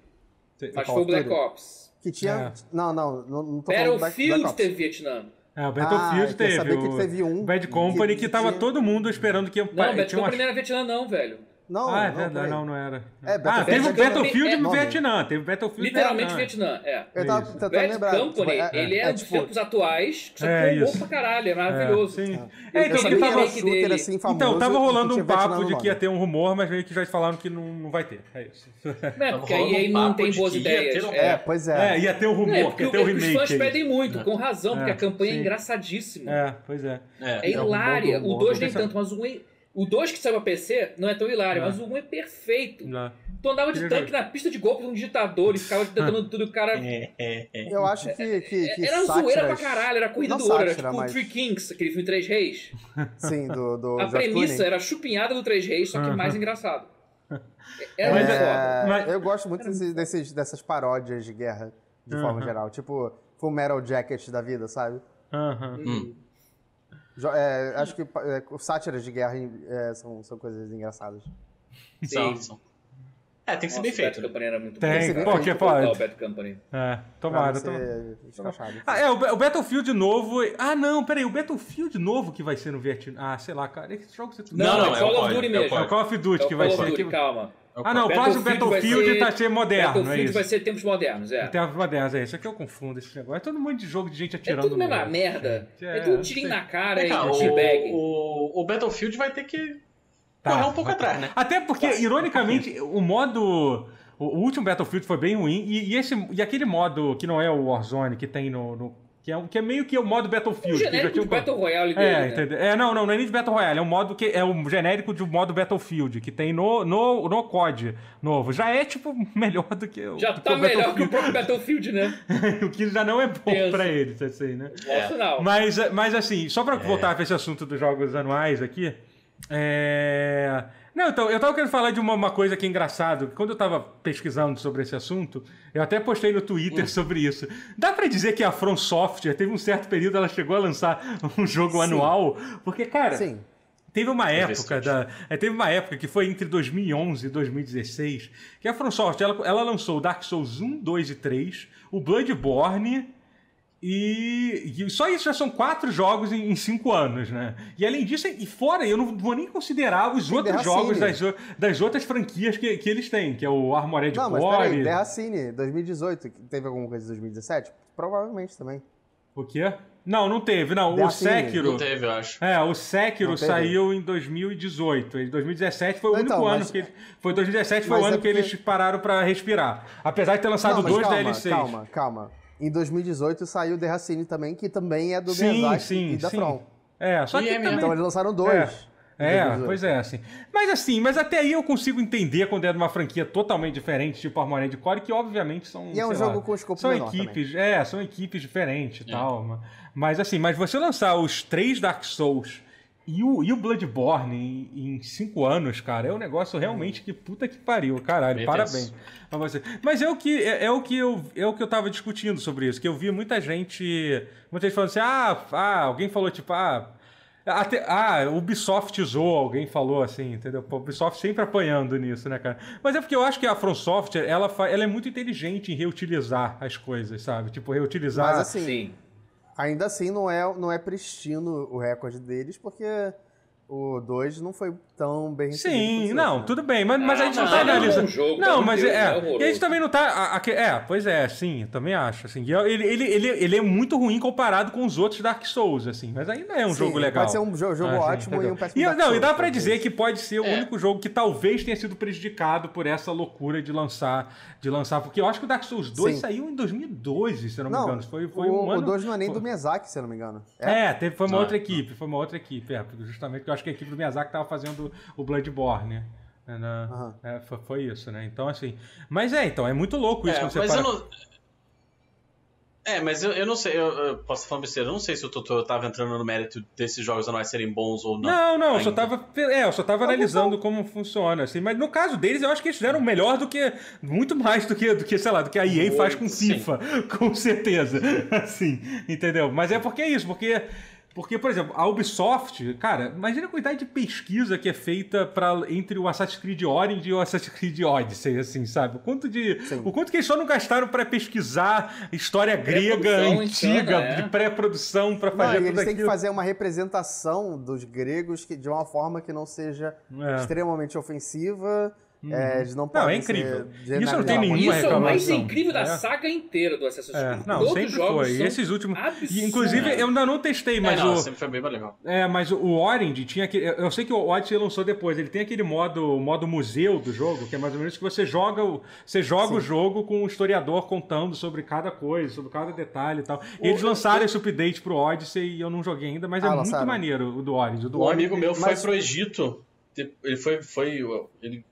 Speaker 3: Call
Speaker 4: mas foi o
Speaker 3: of Duty.
Speaker 4: Black Ops.
Speaker 3: Que tinha.
Speaker 1: É.
Speaker 3: Não, não, não, não tô falando Black, Black
Speaker 4: Battlefield
Speaker 3: Ops.
Speaker 4: teve Vietnã.
Speaker 1: É, o
Speaker 3: ah, eu
Speaker 1: Battlefield
Speaker 3: queria
Speaker 1: teve.
Speaker 3: saber
Speaker 1: o
Speaker 3: que teve um.
Speaker 1: Bad Company que tava
Speaker 3: tinha-
Speaker 1: todo mundo esperando que.
Speaker 4: Não, Batman
Speaker 1: tinha uma-
Speaker 4: Company não é era Vietnã, não, velho.
Speaker 3: Não,
Speaker 1: Ah, é
Speaker 3: não,
Speaker 1: verdade,
Speaker 3: peraí.
Speaker 1: não, não era.
Speaker 3: É,
Speaker 1: ah,
Speaker 3: Battle-
Speaker 1: teve o
Speaker 4: Bad Company
Speaker 1: Battlefield
Speaker 4: é
Speaker 1: no
Speaker 3: nome.
Speaker 1: Vietnã. Teve o Battlefield
Speaker 4: Literalmente
Speaker 1: no
Speaker 4: Vietnã, é.
Speaker 3: Eu tava
Speaker 1: Isso.
Speaker 3: tentando
Speaker 4: Bad
Speaker 3: lembrar.
Speaker 4: Company,
Speaker 3: tipo,
Speaker 4: ele é, dos
Speaker 3: tipo,
Speaker 4: tempos atuais, só que
Speaker 1: É,
Speaker 4: é, bom
Speaker 1: isso.
Speaker 4: pra caralho, é
Speaker 1: É,
Speaker 4: maravilhoso.
Speaker 1: sim.
Speaker 4: Eu
Speaker 1: É, então,
Speaker 4: sabia
Speaker 1: porque
Speaker 4: que
Speaker 1: tava,
Speaker 4: era remake dele.
Speaker 3: assim, famoso,
Speaker 1: então, tava
Speaker 3: e que
Speaker 1: rolando
Speaker 3: tinha
Speaker 1: um
Speaker 3: Vietnã
Speaker 1: papo
Speaker 3: no
Speaker 1: de que ia
Speaker 3: nome.
Speaker 1: ter um rumor, mas meio que já falaram que não, não vai ter. É isso. [laughs]
Speaker 4: É, porque aí, aí
Speaker 2: rolando um
Speaker 4: não
Speaker 2: papo
Speaker 4: tem
Speaker 2: de
Speaker 4: boas
Speaker 2: que ia
Speaker 4: ideias.
Speaker 2: ter um-
Speaker 3: É, pois é.
Speaker 1: É, ia ter um rumor,
Speaker 4: É, porque
Speaker 1: porque
Speaker 4: o-
Speaker 1: ter o
Speaker 4: os fãs
Speaker 1: remake. aí.
Speaker 4: pedem muito, com razão, porque
Speaker 1: É,
Speaker 4: a campanha
Speaker 1: sim.
Speaker 4: é engraçadíssima.
Speaker 1: É, pois é.
Speaker 2: É.
Speaker 4: É
Speaker 3: É, o
Speaker 4: hilária.
Speaker 3: modo- o
Speaker 4: O
Speaker 3: modo
Speaker 4: 2 nem
Speaker 1: pensar.
Speaker 4: tanto, mas o 1 é O 2 que saiu pra PC não é tão hilário, mas o 1 um é perfeito.
Speaker 1: Não.
Speaker 4: Tu andava de tanque na pista de golpe de um digitador e ficava tentando tudo, o cara.
Speaker 2: É, é, é.
Speaker 3: Eu acho que. que, que
Speaker 4: É, Era zoeira pra
Speaker 3: sátiras-
Speaker 4: caralho, era corrida
Speaker 3: Não
Speaker 4: do ouro, era
Speaker 3: sátira,
Speaker 4: tipo
Speaker 3: mas-
Speaker 4: Three Kings, aquele filme Três Reis.
Speaker 3: Sim, do, do
Speaker 4: [laughs] A
Speaker 3: George
Speaker 4: premissa
Speaker 3: Clooney.
Speaker 4: era chupinhada do Três Reis, só que
Speaker 1: Aham.
Speaker 3: [laughs]
Speaker 4: mais engraçado. Era
Speaker 1: Mas
Speaker 4: muito foda.
Speaker 3: É,
Speaker 1: mas-
Speaker 3: Eu gosto muito desse- desses, dessas paródias de guerra, de forma
Speaker 1: Aham.
Speaker 3: geral. Tipo, Full Metal Jacket da vida, sabe?
Speaker 1: Aham.
Speaker 2: Hum.
Speaker 3: Jo- é, acho que é, sátiras de guerra é, são, são coisas engraçadas.
Speaker 2: São,
Speaker 4: Sim.
Speaker 2: são. É, tem que ser
Speaker 4: Nossa,
Speaker 2: bem feito.
Speaker 4: O Bad
Speaker 2: né?
Speaker 4: Company era muito
Speaker 1: Tem,
Speaker 4: bom, cara.
Speaker 3: pô,
Speaker 1: que é
Speaker 4: Eu
Speaker 1: foda.
Speaker 4: vou botar o Bad Company.
Speaker 1: É,
Speaker 3: Pra
Speaker 1: tomara,
Speaker 3: não
Speaker 1: tomara.
Speaker 3: ser escrachado.
Speaker 1: Ah, é, o, Ba- o Battlefield novo. Ah, não, peraí, o Battlefield novo que vai ser no Vietnã. Ah, sei lá, cara. Esse jogo você
Speaker 4: Não, não,
Speaker 2: é
Speaker 4: é
Speaker 2: o
Speaker 4: Call of
Speaker 2: código,
Speaker 4: Duty
Speaker 2: é o
Speaker 4: mesmo.
Speaker 1: É o
Speaker 2: código. é
Speaker 1: Call of Duty
Speaker 4: É o
Speaker 1: que vai
Speaker 4: Call of
Speaker 1: ser.
Speaker 4: Duty,
Speaker 1: que-
Speaker 4: calma.
Speaker 1: Ah, não, o próximo Battlefield
Speaker 4: vai ser-
Speaker 1: tá ser moderno, não é
Speaker 4: Battlefield
Speaker 1: isso?
Speaker 4: vai ser tempos modernos, é.
Speaker 1: Até as modernas, é isso aqui eu confundo esse negócio. É todo mundo de jogo de gente
Speaker 4: É
Speaker 1: atirando.
Speaker 4: tudo
Speaker 1: no
Speaker 4: mesmo,
Speaker 1: outro,
Speaker 4: merda.
Speaker 1: gente.
Speaker 4: É tudo
Speaker 1: não
Speaker 4: tirinho
Speaker 1: sei.
Speaker 4: na cara
Speaker 2: Vem
Speaker 4: e
Speaker 2: cá, o,
Speaker 4: teabag.
Speaker 2: o, o Battlefield vai ter que
Speaker 1: Tá,
Speaker 2: correr um pouco
Speaker 1: vai-
Speaker 2: atrás, né?
Speaker 1: Até porque,
Speaker 4: um
Speaker 1: ironicamente, o modo. O o último Battlefield foi bem ruim. E, e esse, e aquele modo que não é o Warzone, que tem no. no- que, é, um- que é meio que o modo
Speaker 4: O
Speaker 1: Battlefield. que já
Speaker 4: É genérico
Speaker 1: tinha
Speaker 4: de
Speaker 1: um-
Speaker 4: Battle Royale dele,
Speaker 1: É,
Speaker 4: né?
Speaker 1: entendeu? É, não, não, não é nem de Battle Royale, é um modo que é um genérico de um modo Battlefield, que tem no, no, no COD novo. Já é, tipo, [laughs] melhor do que o.
Speaker 4: Já
Speaker 1: do
Speaker 4: tá
Speaker 1: o
Speaker 4: melhor que o
Speaker 1: Tipo, Battlefield.
Speaker 4: próprio Battlefield, né?
Speaker 1: [laughs] o que já não é bom
Speaker 4: Pensa.
Speaker 1: pra eles, assim, né?
Speaker 2: É.
Speaker 4: Nossa, não.
Speaker 1: Mas, mas assim, só pra voltar pra esse assunto dos jogos anuais aqui. É... Não, então, eu tava querendo falar de uma, uma coisa que é engraçado. que Quando eu tava pesquisando sobre esse assunto, eu até postei no Twitter sobre isso. Dá pra dizer que a From Software teve um certo período, ela chegou a lançar [laughs] um jogo anual? Porque, cara,
Speaker 3: Sim.
Speaker 1: Teve uma época
Speaker 2: Interessante.
Speaker 1: da, é, teve uma época que foi entre 2011 e 2016 que a FromSoft ela, ela lançou o Dark Souls 1, 2 e 3, o Bloodborne e, e só isso já são quatro jogos em, em cinco anos, né? E além disso, e fora, eu não vou nem considerar os outros
Speaker 3: Derracine.
Speaker 1: jogos das, o- das outras franquias que, que eles têm, que é o Armored
Speaker 3: Não, mas peraí,
Speaker 1: Core,
Speaker 3: Terra Cine, 2018, que teve alguma coisa em 2017? Provavelmente também.
Speaker 1: o quê? Não, não teve, não.
Speaker 3: Derracine.
Speaker 1: O Sekiro.
Speaker 2: Não teve, eu acho.
Speaker 1: É, o
Speaker 3: Não
Speaker 1: Sekiro
Speaker 3: teve?
Speaker 1: saiu em 2018. Em 2017 foi o
Speaker 3: Não,
Speaker 1: único
Speaker 3: então,
Speaker 1: ano
Speaker 3: mas-
Speaker 1: que eles- foi 2017 foi o
Speaker 3: Mas
Speaker 1: ano
Speaker 3: é
Speaker 1: que
Speaker 3: porque-
Speaker 1: eles pararam pra respirar. Apesar de ter lançado
Speaker 3: Não, mas
Speaker 1: dois
Speaker 3: calma,
Speaker 1: DLCs.
Speaker 3: Calma, calma. Em 2018 saiu The Racine também, que também é do
Speaker 1: Sim,
Speaker 3: Miyazaki
Speaker 1: sim,
Speaker 3: e da
Speaker 1: sim.
Speaker 3: From.
Speaker 1: É, só
Speaker 2: E
Speaker 1: que
Speaker 2: é mesmo.
Speaker 1: também...
Speaker 3: Então eles lançaram dois. em
Speaker 1: É,
Speaker 3: 2018.
Speaker 1: pois é, assim. Mas assim, mas até aí eu consigo entender quando é de uma franquia totalmente diferente, tipo Armored Core, que obviamente são.
Speaker 3: E é um
Speaker 1: sei
Speaker 3: jogo
Speaker 1: lá,
Speaker 3: com escopo
Speaker 1: São
Speaker 3: menor também. É.
Speaker 1: equipes, é, são equipes diferentes e tal. ma- Mas assim, mas você lançar os três Dark Souls e o, e o Bloodborne em, em cinco anos, cara, é um negócio realmente que puta que pariu, caralho.
Speaker 2: Meu
Speaker 1: parabéns
Speaker 2: Deus.
Speaker 1: a você. Mas é o que é, é o que eu é o que eu tava discutindo sobre isso, que eu vi muita gente, muita gente falando assim: "Ah, ah alguém falou tipo, ah, até, ah, Ubisoft zoou, alguém falou assim, entendeu? Pô, Ubisoft sempre apanhando nisso, né, cara? Mas é porque eu acho que a From Software, ela, fa- ela é muito inteligente em reutilizar as coisas, sabe? Tipo, reutilizar.
Speaker 3: Mas assim,
Speaker 4: Sim.
Speaker 3: ainda assim não é, não é pristino o recorde deles, porque o 2 não foi tão bem recebido. né?
Speaker 1: Sim,
Speaker 3: quanto
Speaker 1: não,
Speaker 3: o outro,
Speaker 1: tudo bem, mas, mas a gente não,
Speaker 4: não,
Speaker 1: tá
Speaker 4: não, não é um bom
Speaker 1: analisando.
Speaker 4: jogo, pelo
Speaker 1: não,
Speaker 4: amor
Speaker 1: mas
Speaker 4: de Deus,
Speaker 1: é.
Speaker 4: é horroroso.
Speaker 1: e a gente também não tá. a- a que- é, pois é, sim, eu também acho. Assim, E eu- ele, ele, ele, ele é muito ruim comparado com os outros Dark Souls, assim, mas ainda é um
Speaker 3: Sim,
Speaker 1: jogo legal.
Speaker 3: Pode ser um jo- jogo
Speaker 1: Ah, sim,
Speaker 3: ótimo
Speaker 1: entendeu?
Speaker 3: e um péssimo
Speaker 1: E,
Speaker 3: Dark
Speaker 1: não, e
Speaker 3: Souls,
Speaker 1: dá pra
Speaker 3: talvez.
Speaker 1: dizer que pode ser o
Speaker 2: É.
Speaker 1: único jogo que talvez tenha sido prejudicado por essa loucura de lançar, de lançar, porque eu acho que o Dark Souls 2
Speaker 3: Sim.
Speaker 1: saiu em 2012, se eu não,
Speaker 3: Não,
Speaker 1: me engano. Foi, foi
Speaker 3: o,
Speaker 1: um ano.
Speaker 3: O 2 não é nem
Speaker 1: foi-
Speaker 3: do Miyazaki, se eu não me engano.
Speaker 1: É, teve, foi uma
Speaker 2: Ah,
Speaker 1: outra
Speaker 2: ah.
Speaker 4: tá.
Speaker 1: equipe, foi uma outra equipe, é, porque justamente porque eu acho que a equipe do Miyazaki tava fazendo o Bloodborne, né? na-
Speaker 3: Aham.
Speaker 1: é, foi, foi isso, né? Então, assim. Mas é, então, é muito louco isso
Speaker 2: É,
Speaker 1: quando você
Speaker 2: mas
Speaker 1: para...
Speaker 2: eu não. É, mas eu, eu não sei, eu, eu posso falar uma besteira, eu não sei se o Totoro tava entrando no mérito desses jogos anuais serem bons ou não.
Speaker 1: Não, não, eu só
Speaker 2: ainda.
Speaker 1: tava, é, eu só tava
Speaker 3: Alguns
Speaker 1: analisando como funciona, assim, mas no caso deles eu acho que eles fizeram melhor do que, muito mais do que, do que sei lá, do que a EA faz com
Speaker 2: Muito,
Speaker 1: FIFA, [laughs] com certeza, [laughs] assim, entendeu? Mas é porque é isso, porque, porque, por exemplo, a Ubisoft, cara, imagina a quantidade de pesquisa que é feita pra, entre o Assassin's Creed Origins e o Assassin's Creed Odyssey, assim, sabe? O quanto de,
Speaker 3: Sim.
Speaker 1: o quanto que eles só não gastaram pra pesquisar história grega,
Speaker 4: Pré-produção
Speaker 1: antiga,
Speaker 4: insana, é.
Speaker 1: de pré-produção pra
Speaker 3: Não,
Speaker 1: fazer
Speaker 3: e
Speaker 1: tudo
Speaker 3: eles têm que
Speaker 1: aquilo.
Speaker 3: fazer uma representação dos gregos que, de uma forma que não seja
Speaker 1: É.
Speaker 3: extremamente ofensiva É, eles não
Speaker 1: Não,
Speaker 3: podem
Speaker 1: é incrível.
Speaker 3: ser
Speaker 1: Isso não tem
Speaker 3: generalizados.
Speaker 1: nenhuma
Speaker 4: Isso é o mais
Speaker 1: reclamação.
Speaker 4: incrível da
Speaker 1: É.
Speaker 4: saga inteira do Assassin's
Speaker 1: É,
Speaker 4: Creed.
Speaker 1: não,
Speaker 4: Tipo, Todos
Speaker 1: sempre
Speaker 4: os jogos
Speaker 1: foi.
Speaker 4: são
Speaker 1: Esses últimos.
Speaker 4: absurdos.
Speaker 1: E, inclusive, eu ainda não testei, mas
Speaker 2: é, não,
Speaker 1: o.
Speaker 2: sempre foi bem mais legal.
Speaker 1: É, mas o Origin tinha aquele. Eu eu sei que o Odyssey lançou depois. Ele tem aquele modo, o modo museu do jogo, que é mais ou menos que você joga, o- você joga o jogo com o historiador contando sobre cada coisa, sobre cada detalhe e tal. E eles lançaram esse update pro Odyssey e eu não joguei ainda, mas
Speaker 3: Ah,
Speaker 1: é muito
Speaker 3: lançaram.
Speaker 1: maneiro o do Origin. O do
Speaker 2: Um
Speaker 1: Origin-
Speaker 2: amigo meu foi
Speaker 3: mas-
Speaker 2: pro Egito. de- Ele foi. foi ele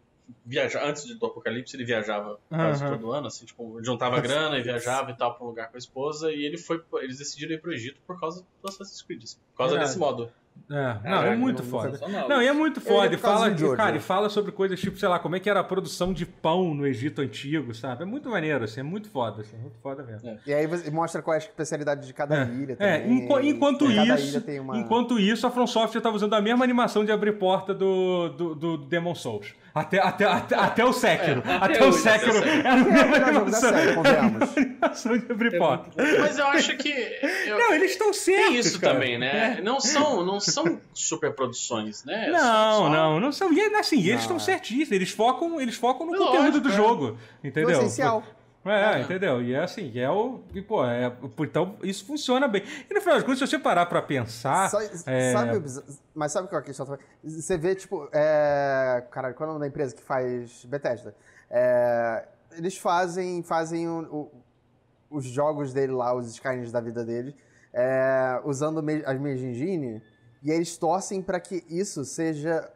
Speaker 2: viaja, antes do Apocalipse, ele viajava quase
Speaker 1: Aham.
Speaker 2: todo ano, assim, tipo, ele juntava grana e viajava e tal pra um lugar com a esposa. E ele foi. Eles decidiram ir pro Egito por causa do Assassin's Creed, assim, por causa
Speaker 1: Verdade.
Speaker 2: desse modo.
Speaker 1: É, não,
Speaker 4: Caraca,
Speaker 1: é muito
Speaker 3: não-
Speaker 1: foda.
Speaker 4: sensacional.
Speaker 1: Não, e é muito
Speaker 3: Eu
Speaker 1: foda.
Speaker 3: ia
Speaker 1: E
Speaker 3: por causa
Speaker 1: fala,
Speaker 3: do Jojo.
Speaker 1: cara, e fala sobre coisas tipo, sei lá, como é que era a produção de pão no Egito antigo, sabe? É muito maneiro, assim, é muito foda, assim, é muito foda mesmo.
Speaker 3: E aí você mostra qual é a especialidade de cada ilha
Speaker 1: É,
Speaker 3: também.
Speaker 1: enqu- enquanto
Speaker 3: cada
Speaker 1: isso,
Speaker 3: ilha tem uma...
Speaker 1: enquanto isso, a From Software tava usando a mesma animação de abrir porta do, do, do Demon Souls. Até, até, até, até o Sekiro. até,
Speaker 4: até
Speaker 1: o
Speaker 4: hoje,
Speaker 1: Sekiro
Speaker 2: até o Sekiro.
Speaker 1: era a mesma
Speaker 3: melhor jogo da
Speaker 1: animação.
Speaker 3: série,
Speaker 1: Era a
Speaker 3: convenhamos.
Speaker 1: mesma animação de abrir porta.
Speaker 2: Mas eu acho que. eu-
Speaker 1: Não, eles estão certos,
Speaker 2: Tem isso
Speaker 1: cara. É.
Speaker 2: também, né? Não são, não são super produções, né?
Speaker 1: Não,
Speaker 2: Só-
Speaker 1: não, não são. E é assim, eles
Speaker 3: Não,
Speaker 1: estão
Speaker 3: é.
Speaker 1: certíssimos. Eles focam, eles focam no
Speaker 2: É
Speaker 1: conteúdo
Speaker 2: lógico,
Speaker 1: do
Speaker 2: é.
Speaker 1: jogo. Entendeu?
Speaker 3: No Então, essencial.
Speaker 1: É,
Speaker 2: Aham.
Speaker 1: entendeu? E é assim, é o. E, pô, é, então isso funciona bem. E no final das contas, se você parar pra pensar.
Speaker 3: Só-
Speaker 1: é,
Speaker 3: sabe o bizar- mas sabe qual é a questão também? Você vê, tipo, é... Caralho, qual é o nome da empresa que faz Bethesda? É, Eles fazem, fazem o- o- os jogos dele lá, os Skyrims da vida deles, é, usando me- as mesmas engine, e eles torcem pra que isso seja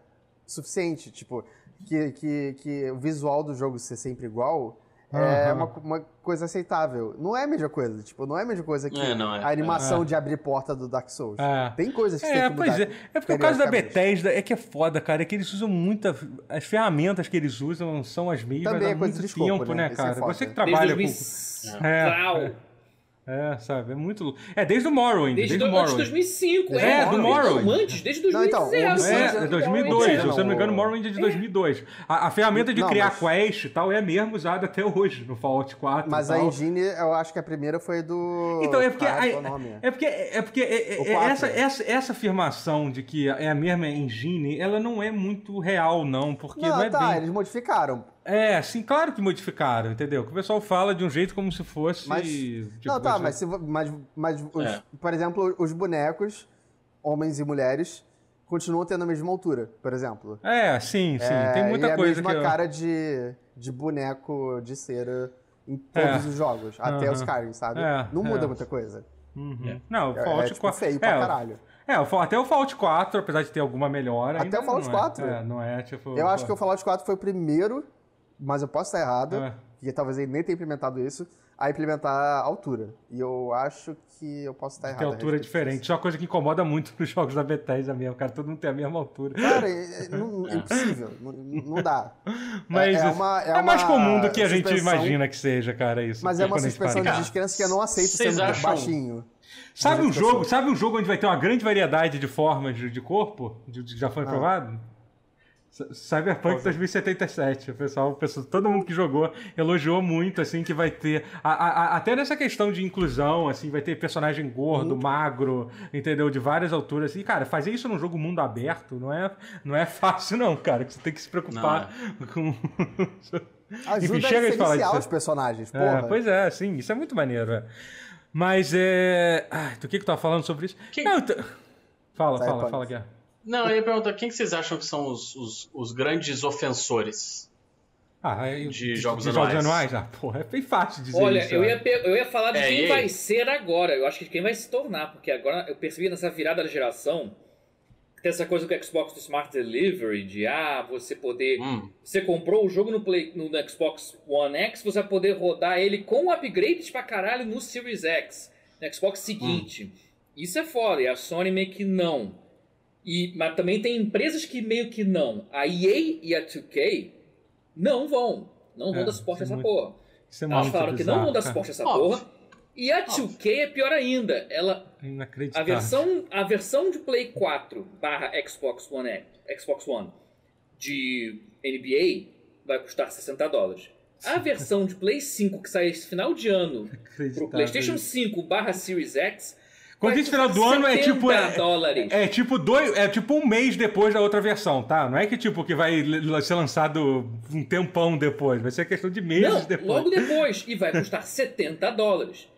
Speaker 3: suficiente, tipo, que, que, que o visual do jogo ser sempre igual é
Speaker 1: Aham.
Speaker 3: uma, co- uma coisa aceitável. Não é a mesma coisa, tipo, não é a mesma coisa que
Speaker 2: É, não é.
Speaker 3: a animação
Speaker 1: É.
Speaker 3: de abrir porta do Dark Souls.
Speaker 1: É.
Speaker 3: Tem coisas que
Speaker 1: É,
Speaker 3: tem que mudar.
Speaker 1: pois é. É porque o caso da
Speaker 3: periodicamente.
Speaker 1: Bethesda é que é foda, cara. É que eles usam muita. As ferramentas que eles usam são as mesmas
Speaker 3: Também
Speaker 1: há
Speaker 3: é coisa
Speaker 1: muito
Speaker 3: de escopo,
Speaker 1: tempo, né,
Speaker 3: né? Isso é
Speaker 1: cara?
Speaker 3: foda.
Speaker 1: Você que
Speaker 4: Desde
Speaker 1: trabalha
Speaker 4: 2000
Speaker 1: com. É.
Speaker 4: Uau.
Speaker 1: É, sabe? É muito. lou- É desde o Morrowind.
Speaker 4: Desde,
Speaker 1: Desde,
Speaker 4: do,
Speaker 1: o
Speaker 4: antes de
Speaker 1: Morrowind.
Speaker 4: 2005,
Speaker 1: É,
Speaker 4: é.
Speaker 1: do
Speaker 4: Não,
Speaker 1: Morrowind.
Speaker 4: Antes, desde
Speaker 3: Não, então,
Speaker 4: 2000.
Speaker 3: o Obsidian-
Speaker 4: antes,
Speaker 1: É,
Speaker 3: Sim,
Speaker 1: é
Speaker 4: então,
Speaker 1: 2002,
Speaker 3: é,
Speaker 1: se eu não me engano,
Speaker 3: não,
Speaker 1: Morrowind é de 2002. A, a ferramenta de
Speaker 3: Não,
Speaker 1: criar
Speaker 3: mas-
Speaker 1: quest e tal é a mesma usada até hoje no Fallout 4.
Speaker 3: Mas
Speaker 1: e
Speaker 3: a
Speaker 1: tal.
Speaker 3: engine, eu acho que a primeira foi do.
Speaker 1: Então, é porque.
Speaker 3: Caralho,
Speaker 1: aí-
Speaker 3: qual o nome?
Speaker 1: é porque, é porque é- é-
Speaker 3: O
Speaker 1: é
Speaker 3: quatro.
Speaker 1: essa, essa, essa afirmação de que é a mesma engine, ela não é muito real, não, porque não,
Speaker 3: Não,
Speaker 1: é
Speaker 3: tá,
Speaker 1: bem.
Speaker 3: eles modificaram.
Speaker 1: É, sim, claro que modificaram, entendeu? Que o pessoal fala de um jeito como se fosse.
Speaker 3: Mas-
Speaker 1: tipo,
Speaker 3: não, tá,
Speaker 1: você-
Speaker 3: mas, se, vo- mas, mas os-
Speaker 2: É.
Speaker 3: por exemplo, os bonecos, homens e mulheres, continuam tendo a mesma altura, por exemplo.
Speaker 1: É, sim, sim.
Speaker 3: É,
Speaker 1: tem muita
Speaker 3: e
Speaker 1: coisa
Speaker 3: É a mesma
Speaker 1: que. eu-
Speaker 3: cara de, de boneco de cera em
Speaker 1: É.
Speaker 3: todos os jogos, até
Speaker 1: Aham.
Speaker 3: os Skyrim, sabe?
Speaker 1: É,
Speaker 3: não
Speaker 1: é.
Speaker 3: muda muita coisa.
Speaker 1: Uhum. Não, o
Speaker 3: É,
Speaker 1: Fallout
Speaker 3: é, tipo,
Speaker 1: 4.
Speaker 3: feio pra
Speaker 1: é, o-
Speaker 3: caralho.
Speaker 1: É, o Fall- até o Fallout 4, apesar de ter alguma melhora.
Speaker 3: Até
Speaker 1: ainda
Speaker 3: o Fallout
Speaker 1: não é.
Speaker 3: 4.
Speaker 1: É, não é, tipo.
Speaker 3: Eu acho que o Fallout 4 foi o primeiro, mas eu posso estar errado,
Speaker 1: É.
Speaker 3: porque talvez ele nem tenha implementado isso, a implementar a altura. E eu acho que eu posso estar errado.
Speaker 1: Tem
Speaker 3: a
Speaker 1: altura
Speaker 3: respeito
Speaker 1: diferente.
Speaker 3: disso.
Speaker 1: Isso é uma coisa que incomoda muito [laughs] nos jogos da Bethesda mesmo, cara. Todo mundo tem a mesma altura.
Speaker 3: Cara, é,
Speaker 1: [laughs]
Speaker 3: é- não- é impossível. não, não dá.
Speaker 1: Mas
Speaker 3: é uma- é
Speaker 1: mais
Speaker 3: uma
Speaker 1: comum do que a gente
Speaker 3: suspensão-
Speaker 1: imagina que seja, cara, isso.
Speaker 3: Mas é uma
Speaker 1: quando a gente
Speaker 3: suspensão
Speaker 1: para.
Speaker 3: de
Speaker 2: Cara,
Speaker 3: descrença que eu não aceito
Speaker 2: vocês
Speaker 3: sendo
Speaker 2: acham-
Speaker 3: baixinho.
Speaker 1: Sabe um
Speaker 3: Mas é
Speaker 1: jogo,
Speaker 3: pessoal.
Speaker 1: sabe um jogo onde vai ter uma grande variedade de formas de, de corpo? De- de- já foi
Speaker 3: Ah.
Speaker 1: provado? C- Cyberpunk 2077, o pessoal, o pessoal- todo mundo que jogou elogiou muito, assim, que vai ter a- a- a- até nessa questão de inclusão, assim, vai ter personagem
Speaker 3: Uhum.
Speaker 1: gordo, magro, entendeu, de várias alturas. E cara, fazer isso num jogo mundo aberto não é, não é [laughs] fácil não, cara. que Você tem que se preocupar com
Speaker 3: é.
Speaker 1: [laughs]
Speaker 3: Ajuda
Speaker 1: Enfim,
Speaker 3: a
Speaker 1: chega de falar
Speaker 3: diferenciar
Speaker 1: disso.
Speaker 3: os personagens,
Speaker 1: É,
Speaker 3: porra.
Speaker 1: pois é, sim, isso é muito maneiro. é. Mas é. Ai, do que que tu tava falando sobre isso?
Speaker 2: Quem-
Speaker 1: Não, tu- Fala,
Speaker 3: Sai,
Speaker 1: fala,
Speaker 3: pode.
Speaker 1: fala, Guerra.
Speaker 2: Não, eu ia perguntar quem que vocês acham que são os, os, os grandes ofensores?
Speaker 1: Ah, aí-
Speaker 2: De jogos anuais.
Speaker 1: anuais? Ah, porra, é bem fácil dizer
Speaker 4: Olha,
Speaker 1: isso.
Speaker 4: eu
Speaker 1: né?
Speaker 4: ia, pe- eu ia falar de
Speaker 2: É, e
Speaker 4: quem
Speaker 2: aí?
Speaker 4: vai ser agora. Eu acho que de quem vai se tornar, porque agora eu percebi nessa virada da geração que tem essa coisa com o Xbox do Smart Delivery, de ah, você poder.
Speaker 2: Hum,
Speaker 4: Você comprou o jogo no, Play- no no Xbox One X, você vai poder rodar ele com upgrades pra caralho no Series X, no Xbox seguinte.
Speaker 1: Hum.
Speaker 4: Isso é foda, e a Sony meio que não. E, mas também tem empresas que meio que não. A EA e a 2K não vão. Não vão
Speaker 1: É,
Speaker 4: dar suporte a
Speaker 1: isso é
Speaker 4: essa
Speaker 1: muito-
Speaker 4: porra.
Speaker 1: Isso é
Speaker 4: Elas
Speaker 1: muito
Speaker 4: falaram que
Speaker 1: bizarro,
Speaker 4: não vão dar
Speaker 1: cara.
Speaker 4: suporte a essa
Speaker 2: Óbvio.
Speaker 4: porra. E a 2K é pior ainda. Ela,
Speaker 1: É
Speaker 4: a,
Speaker 1: Inacreditável.
Speaker 4: versão, a versão de Play 4 barra Xbox One, X- Xbox One de NBA vai custar 60 dólares. A versão de Play 5 que sai esse final de ano pro
Speaker 1: Tá, Inacreditável.
Speaker 4: PlayStation 5 barra Series X
Speaker 1: Convite final do ano é
Speaker 4: 70
Speaker 1: tipo. É,
Speaker 4: dólares.
Speaker 1: é tipo dois. É tipo um mês depois da outra versão, tá? Não é que tipo que vai l- ser lançado um tempão depois. Vai ser questão de meses
Speaker 4: Não,
Speaker 1: depois.
Speaker 4: logo depois. E vai custar 70 dólares.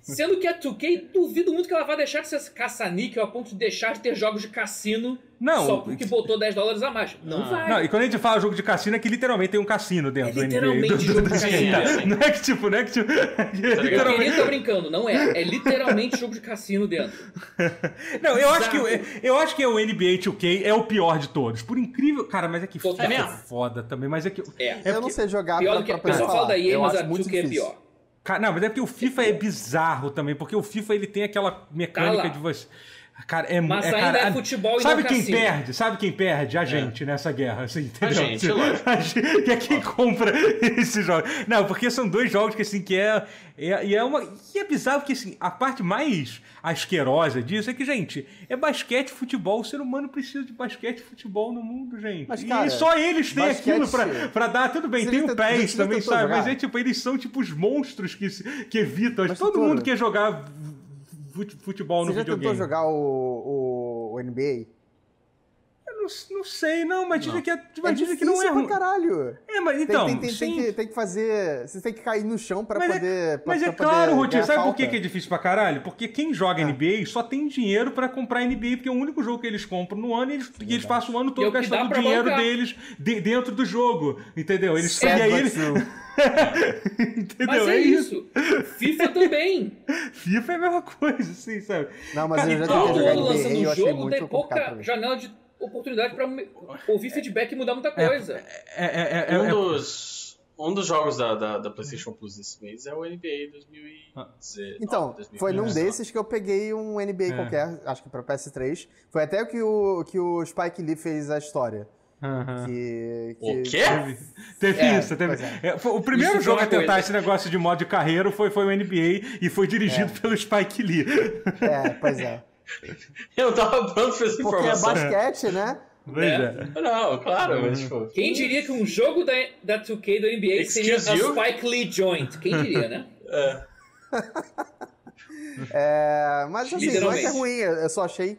Speaker 4: Sendo que a 2K, duvido muito que ela vai deixar de ser caça-níquel a ponto de deixar de ter jogos de cassino
Speaker 1: Não. Ah.
Speaker 4: só porque botou 10 dólares a mais. Não vai.
Speaker 1: Não, e quando a gente fala jogo de cassino, é que literalmente tem um cassino dentro
Speaker 4: É
Speaker 1: do NBA.
Speaker 4: literalmente
Speaker 1: do- do-
Speaker 4: jogo
Speaker 1: do-
Speaker 4: de Tá
Speaker 1: Sim,
Speaker 2: cassino.
Speaker 1: é. Não é que tipo, não é que tipo. é que
Speaker 2: ligado?
Speaker 4: Eu
Speaker 1: literalmente.
Speaker 4: queria tá brincando, não é. É literalmente jogo de cassino dentro.
Speaker 1: Não, eu acho, que, o- eu acho que o NBA 2K é o pior de todos. Por incrível. Cara, mas é que
Speaker 4: Total.
Speaker 1: foda,
Speaker 2: É mesmo?
Speaker 1: foda também. Mas é que.
Speaker 4: É.
Speaker 1: porque-
Speaker 3: eu não sei jogar
Speaker 4: Pior
Speaker 3: pra,
Speaker 4: do que.
Speaker 3: pra
Speaker 4: O
Speaker 3: poder
Speaker 4: pessoal
Speaker 3: falar.
Speaker 4: fala da EA,
Speaker 3: eu
Speaker 4: mas a
Speaker 3: acho muito
Speaker 4: 2K é
Speaker 3: difícil.
Speaker 4: pior.
Speaker 1: Cara, não, mas é porque o FIFA é bizarro também, porque o FIFA ele tem aquela
Speaker 4: Tá
Speaker 1: mecânica
Speaker 4: lá.
Speaker 1: de você. Cara, é
Speaker 4: Mas
Speaker 1: é,
Speaker 4: ainda
Speaker 1: cara,
Speaker 4: é
Speaker 1: a-
Speaker 4: futebol e
Speaker 1: Sabe
Speaker 4: não É.
Speaker 1: quem
Speaker 4: cassino.
Speaker 1: perde? Sabe quem perde? A gente nessa guerra, assim, entendeu?
Speaker 2: gente, lógico.
Speaker 1: [laughs] A gente- que é quem compra esses jogos. Não, porque são dois jogos que assim, que é. é- e é uma. E é bizarro que assim, a parte mais asquerosa disso é que, gente, é basquete e futebol. O ser humano precisa de basquete e futebol no mundo, gente.
Speaker 3: Mas, cara,
Speaker 1: e só eles têm
Speaker 3: basquete-
Speaker 1: aquilo pra, pra dar. Tudo bem,
Speaker 3: Você tá
Speaker 1: tem
Speaker 3: já
Speaker 1: o
Speaker 3: tentou-
Speaker 1: PES
Speaker 3: você já
Speaker 1: também,
Speaker 3: tentou
Speaker 1: sabe? Mas
Speaker 3: jogar?
Speaker 1: é tipo, eles são tipo os monstros que, se- que evitam.
Speaker 3: Mas
Speaker 1: Todo
Speaker 3: doutora,
Speaker 1: mundo quer jogar fut- futebol
Speaker 3: Você
Speaker 1: no
Speaker 3: já tentou
Speaker 1: videogame.
Speaker 3: jogar o, o, o NBA?
Speaker 1: Eu não, não sei, não, mas dizem que, é,
Speaker 3: é
Speaker 1: mas dizem
Speaker 3: difícil
Speaker 1: que não é
Speaker 3: pra
Speaker 1: ruim.
Speaker 3: caralho.
Speaker 1: É, mas
Speaker 3: Tem-
Speaker 1: então,
Speaker 3: tem, tem,
Speaker 1: sim.
Speaker 3: tem que, tem que fazer... Você tem que cair no chão pra
Speaker 1: Mas é-
Speaker 3: poder... pra-
Speaker 1: Mas é
Speaker 3: pra
Speaker 1: claro,
Speaker 3: poder
Speaker 1: Rotinha,
Speaker 3: ganhar
Speaker 1: sabe por que
Speaker 3: falta.
Speaker 1: que é difícil pra caralho? Porque quem
Speaker 4: Ah.
Speaker 1: joga NBA só tem dinheiro pra comprar NBA, porque é o único jogo que eles compram no ano e eles, e eles passam o ano
Speaker 4: E é
Speaker 1: todo
Speaker 4: o que dá
Speaker 1: gastando
Speaker 4: pra
Speaker 1: dinheiro
Speaker 4: bancar.
Speaker 1: deles de- dentro do jogo, entendeu? Eles, e
Speaker 3: Sad
Speaker 1: aí
Speaker 3: but
Speaker 1: eles,
Speaker 3: true.
Speaker 1: [laughs] entendeu?
Speaker 4: Mas é isso. FIFA também.
Speaker 1: FIFA é a mesma coisa, assim, sabe?
Speaker 3: Não, mas eu já
Speaker 4: Todo
Speaker 3: tentei jogar
Speaker 4: ano
Speaker 3: NBA
Speaker 4: lançando
Speaker 3: e eu
Speaker 4: um
Speaker 3: achei
Speaker 4: jogo
Speaker 3: muito
Speaker 4: tem
Speaker 3: complicado pra
Speaker 4: pouca
Speaker 3: mim.
Speaker 4: janela de oportunidade pra me- ouvir feedback e mudar muita coisa.
Speaker 1: É- é- é- é-
Speaker 2: Um
Speaker 1: é-
Speaker 2: dos, um dos jogos da, da, da PlayStation Plus desse mês é o NBA 2019.
Speaker 3: Então, foi num
Speaker 2: 2019.
Speaker 3: desses que eu peguei um NBA
Speaker 1: É.
Speaker 3: qualquer, acho que pra PS3. Foi até o que o, que o Spike Lee fez a história.
Speaker 1: Aham.
Speaker 3: Que,
Speaker 2: O
Speaker 3: que-
Speaker 2: quê?
Speaker 1: Teve, teve
Speaker 3: É,
Speaker 1: isso, teve.
Speaker 3: pois é.
Speaker 1: é, foi- o primeiro
Speaker 4: Isso
Speaker 1: jogo
Speaker 4: foi
Speaker 1: a
Speaker 4: uma
Speaker 1: tentar
Speaker 4: coisa.
Speaker 1: esse negócio de modo de carreira foi, foi o NBA e foi dirigido pelo Spike Lee.
Speaker 3: É, pois
Speaker 4: [laughs]
Speaker 3: é.
Speaker 2: [laughs] Eu tava pronto pra essa
Speaker 3: Porque é
Speaker 2: informação.
Speaker 3: basquete, né?
Speaker 1: Veja.
Speaker 2: Não, claro,
Speaker 1: Hum.
Speaker 2: mas tipo.
Speaker 4: Quem diria que um jogo da, da 2K do NBA seria
Speaker 2: Excuse you?
Speaker 4: a Spike Lee Joint? Quem diria, né?
Speaker 3: É, mas assim, não é que é
Speaker 4: Literalmente.
Speaker 3: ruim, eu só achei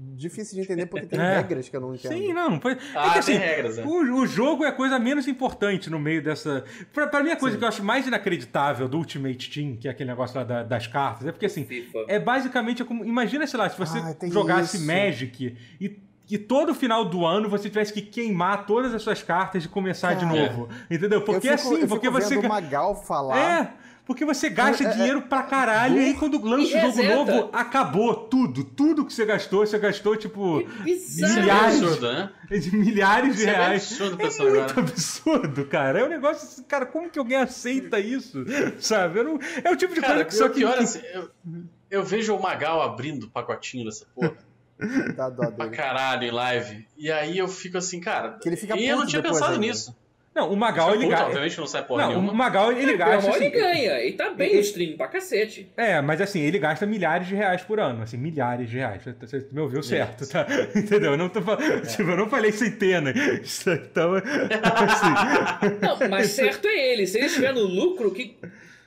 Speaker 3: difícil de entender porque
Speaker 1: [laughs]
Speaker 3: tem
Speaker 1: É.
Speaker 3: regras que eu não entendo.
Speaker 1: Sim, não, não foi. é
Speaker 2: Ah,
Speaker 1: que, assim,
Speaker 2: tem regras, né?
Speaker 1: o, o jogo é a coisa menos importante no meio dessa. Pra, pra mim, a coisa que eu acho mais inacreditável do Ultimate Team, que é aquele negócio lá da- das cartas, é porque assim,
Speaker 4: FIFA.
Speaker 1: É basicamente como. Imagina, sei lá, se você
Speaker 3: Ah, tem
Speaker 1: jogasse
Speaker 3: isso.
Speaker 1: Magic e, e todo final do ano você tivesse que queimar todas as suas cartas e começar de
Speaker 3: Cara,
Speaker 1: novo. Entendeu?
Speaker 3: Eu
Speaker 1: Porque
Speaker 3: fico-
Speaker 1: assim,
Speaker 3: eu
Speaker 1: porque
Speaker 3: fico
Speaker 1: você.
Speaker 3: vendo o
Speaker 1: ga-
Speaker 3: Magal falar.
Speaker 1: É! Porque você gasta
Speaker 3: é,
Speaker 1: dinheiro pra caralho, e aí quando lança
Speaker 4: E
Speaker 1: o jogo
Speaker 4: reseta.
Speaker 1: novo, acabou tudo. Tudo que você gastou, você gastou, tipo,
Speaker 2: Isso é meio
Speaker 1: Milhares.
Speaker 2: absurdo, né?
Speaker 1: de milhares de
Speaker 2: Isso é meio
Speaker 1: reais.
Speaker 2: absurdo
Speaker 1: É
Speaker 2: pensar
Speaker 1: muito
Speaker 2: agora.
Speaker 1: absurdo, cara. É um negócio assim, cara, como que alguém aceita isso? [laughs] Sabe? Eu não- é o tipo [laughs] de
Speaker 2: Cara,
Speaker 1: coisa que só
Speaker 2: pior,
Speaker 1: que.
Speaker 2: pior assim, eu, eu vejo o Magal abrindo o pacotinho dessa
Speaker 1: [laughs]
Speaker 2: porra
Speaker 1: É.
Speaker 3: Dá dó
Speaker 2: pra
Speaker 3: dele.
Speaker 2: caralho em live. E aí eu fico assim, cara.
Speaker 3: Que ele fica
Speaker 2: e eu não
Speaker 3: puto
Speaker 2: tinha
Speaker 3: depois
Speaker 2: pensado
Speaker 3: ainda.
Speaker 2: nisso.
Speaker 1: Não, o
Speaker 2: Fica
Speaker 1: Magal ele
Speaker 2: puto,
Speaker 1: gasta.
Speaker 2: é obviamente não sai porra
Speaker 1: Não,
Speaker 2: nenhuma.
Speaker 1: o Magal ele
Speaker 4: Pelo
Speaker 1: gasta.
Speaker 4: amor ele
Speaker 1: assim,
Speaker 4: ganha. E tá bem no stream pra cacete.
Speaker 1: É, mas assim, ele gasta milhares de reais por ano, assim, milhares de reais. Você- Você me ouviu certo, tá? [laughs] Entendeu? Eu não tô falando.
Speaker 2: É.
Speaker 1: Tipo, eu não falei centenas. [laughs] Isso, Então, assim.
Speaker 4: Não, mas certo é ele. Se ele estiver no lucro, que.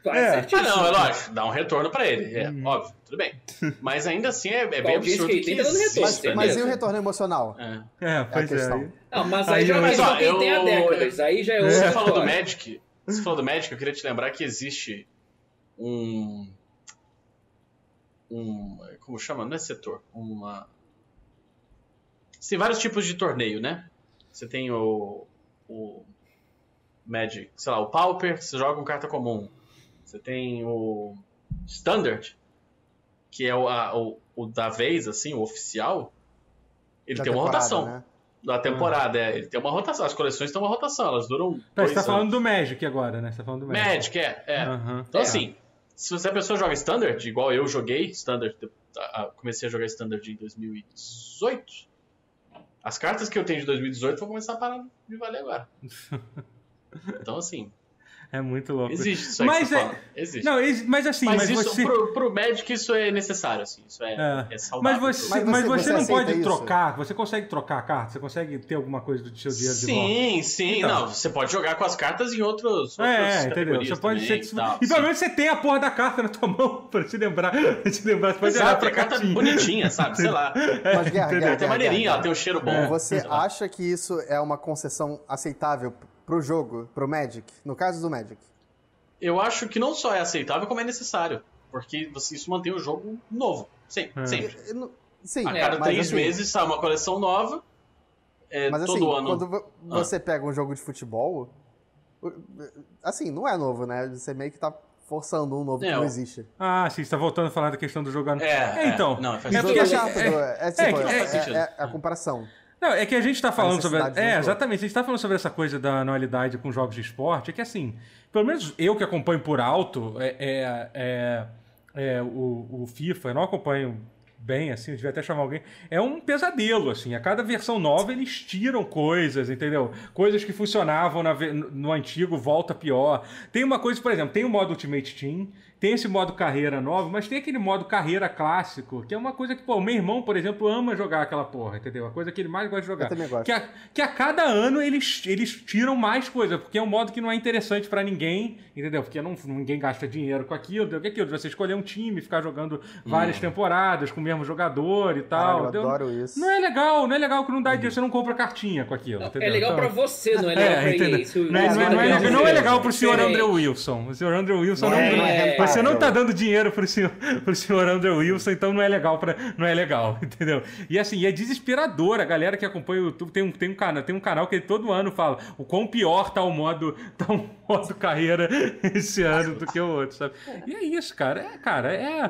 Speaker 4: Tá
Speaker 1: É.
Speaker 2: Ah,
Speaker 4: certíssimo.
Speaker 2: não, é lógico, dá um retorno pra ele, é
Speaker 3: Uhum.
Speaker 2: óbvio, tudo bem. Mas ainda assim é, é bem
Speaker 4: Qualquer
Speaker 2: absurdo que
Speaker 4: skate tem que dar um retorno,
Speaker 2: exista,
Speaker 4: entendeu?
Speaker 3: Mas
Speaker 2: né?
Speaker 3: e o retorno emocional?
Speaker 2: É.
Speaker 1: É, pois é.
Speaker 3: questão.
Speaker 4: Não, mas aí,
Speaker 1: Aí,
Speaker 4: já
Speaker 1: mas,
Speaker 4: mas,
Speaker 2: ó,
Speaker 4: quem tem há
Speaker 2: eu-
Speaker 4: décadas. Aí já é outra
Speaker 2: Você falou do
Speaker 4: história.
Speaker 2: Magic, você falou do Magic, eu queria te lembrar que existe um... um como chama? Não é setor, uma... Tem vários tipos de torneio, né? Você tem o, o Magic, sei lá, o Pauper, que você joga com carta comum. Você tem o Standard, que é o, a- o- o da vez, assim, o oficial. Ele
Speaker 3: da
Speaker 2: tem uma
Speaker 3: temporada,
Speaker 2: rotação
Speaker 3: né?
Speaker 2: da temporada, é. Ele tem uma rotação. As coleções têm uma rotação, elas duram.
Speaker 1: Tá,
Speaker 2: dois
Speaker 1: você tá
Speaker 2: anos.
Speaker 1: falando Ah. do Magic agora, né? Você tá falando do Magic.
Speaker 2: é. Magic, é. é.
Speaker 1: Aham.
Speaker 2: Então,
Speaker 4: É.
Speaker 2: assim, se você a pessoa joga Standard, igual eu joguei Standard, de- a- a- comecei a jogar Standard em 2018,
Speaker 1: [laughs]
Speaker 2: as cartas que eu tenho de 2018 vão começar a parar de valer agora. Então, assim,
Speaker 1: É muito louco.
Speaker 2: Existe isso aí
Speaker 1: Mas
Speaker 2: que você
Speaker 1: é-
Speaker 2: fala. Existe.
Speaker 1: Não, ex- mas assim,
Speaker 2: mas
Speaker 1: mas,
Speaker 2: isso,
Speaker 1: você.
Speaker 2: pro, pro médico, isso é necessário, assim. Isso é, é.
Speaker 1: É. Mas
Speaker 2: saudável.
Speaker 1: você,
Speaker 3: Mas
Speaker 1: mas
Speaker 3: você-
Speaker 1: você,
Speaker 3: você
Speaker 1: não
Speaker 3: aceita
Speaker 1: pode
Speaker 3: isso?
Speaker 1: trocar, você consegue trocar a carta, você consegue ter alguma coisa do seu dinheiro de volta.
Speaker 2: Sim, sim.
Speaker 1: Então.
Speaker 2: Não, você pode jogar com as cartas em outros. outras
Speaker 1: É, entendeu?
Speaker 2: categorias
Speaker 1: Você pode ser.
Speaker 2: também
Speaker 1: que-
Speaker 2: e tal,
Speaker 1: e pelo
Speaker 2: sim.
Speaker 1: menos você tem a porra da carta na tua mão [laughs] pra te lembrar. Pra te lembrar, você pode olhar
Speaker 2: Exato,
Speaker 1: pra
Speaker 2: a carta
Speaker 1: cartinha. É,
Speaker 2: bonitinha, sabe? Sei
Speaker 1: [laughs]
Speaker 2: lá.
Speaker 3: Mas, Guerra,
Speaker 1: Entendeu?
Speaker 2: Ela
Speaker 3: Guerra,
Speaker 2: tem
Speaker 3: Guerra,
Speaker 2: maneirinha,
Speaker 3: Guerra,
Speaker 2: ela tem um cheiro bom.
Speaker 1: É.
Speaker 3: Você
Speaker 2: sei lá.
Speaker 3: acha que isso é uma concessão aceitável pro jogo, pro Magic? No caso do Magic.
Speaker 2: Eu acho que não só é aceitável, como é necessário. Porque você- isso mantém o jogo novo. Sim,
Speaker 1: É.
Speaker 2: sempre.
Speaker 3: Eu não- Sim,
Speaker 2: A cada
Speaker 3: mas
Speaker 2: Ah, três
Speaker 3: assim,
Speaker 2: meses sai uma coleção nova. é,
Speaker 3: Mas assim,
Speaker 2: todo ano. Ah.
Speaker 3: quando vo- você pega um jogo de futebol, o- assim, não é novo, né? Você meio que tá forçando um novo
Speaker 2: É,
Speaker 3: que não
Speaker 2: o-
Speaker 3: existe.
Speaker 1: Ah, sim, você tá voltando a falar da questão do jogar no.
Speaker 2: É,
Speaker 1: então.
Speaker 2: é, não, faz
Speaker 1: é
Speaker 3: Jogo
Speaker 1: porque
Speaker 3: é
Speaker 1: a gente-
Speaker 3: rápido,
Speaker 1: é-
Speaker 3: é tipo,
Speaker 1: que-
Speaker 3: é-
Speaker 2: faz sentido.
Speaker 3: é- é a comparação.
Speaker 1: Não, é que a gente tá falando sobre.
Speaker 3: necessidade do
Speaker 1: É,
Speaker 3: um jogo.
Speaker 1: exatamente. A gente tá falando sobre essa coisa da anualidade com jogos de esporte. É que assim, pelo menos eu que acompanho por alto é, é- é- é o, o FIFA, eu não acompanho bem, assim, eu devia até chamar alguém. É um pesadelo, assim. A cada versão nova eles tiram coisas, entendeu? Coisas que funcionavam na ve- no antigo volta pior. Tem uma coisa, por exemplo, tem o modo Ultimate Team, tem esse modo carreira novo, mas tem aquele modo carreira clássico, que é uma coisa que, pô, meu irmão, por exemplo, ama jogar aquela porra, entendeu? A coisa que ele mais gosta de jogar.
Speaker 3: Eu também gosto.
Speaker 1: Que a, que a cada ano eles, eles tiram mais coisa, porque é um modo que não é interessante pra ninguém, entendeu? Porque não, ninguém gasta dinheiro com aquilo, entendeu? O que é aquilo? Você escolher um time, ficar jogando várias
Speaker 4: Hum.
Speaker 1: temporadas com o mesmo jogador e tal.
Speaker 3: Caralho, eu
Speaker 1: entendeu?
Speaker 3: adoro isso.
Speaker 1: Tá, Não é legal, não é legal que não dá dinheiro, você não compra cartinha com aquilo.
Speaker 4: Uhum. Não,
Speaker 1: entendeu?
Speaker 4: é legal
Speaker 1: Então-
Speaker 4: pra você, não é legal pra
Speaker 1: é,
Speaker 4: ele.
Speaker 1: entendeu?
Speaker 4: Isso-
Speaker 1: Não, é-
Speaker 4: isso
Speaker 1: não é- não é-
Speaker 4: legal.
Speaker 1: não é legal pro senhor
Speaker 4: Diferente.
Speaker 1: Andrew Wilson. O senhor Andrew Wilson não,
Speaker 4: é-
Speaker 1: não
Speaker 4: é-
Speaker 1: Você não tá dando dinheiro pro senhor, [laughs] pro senhor Andrew Wilson, então não é legal para não é legal, [laughs] entendeu? E assim, é desesperador a galera que acompanha o YouTube, tem um tem um canal, tem um canal que todo ano fala o quão pior tá o modo, [laughs] tá o modo carreira [laughs] esse ano do que o outro, sabe? E é isso, cara. É, cara, é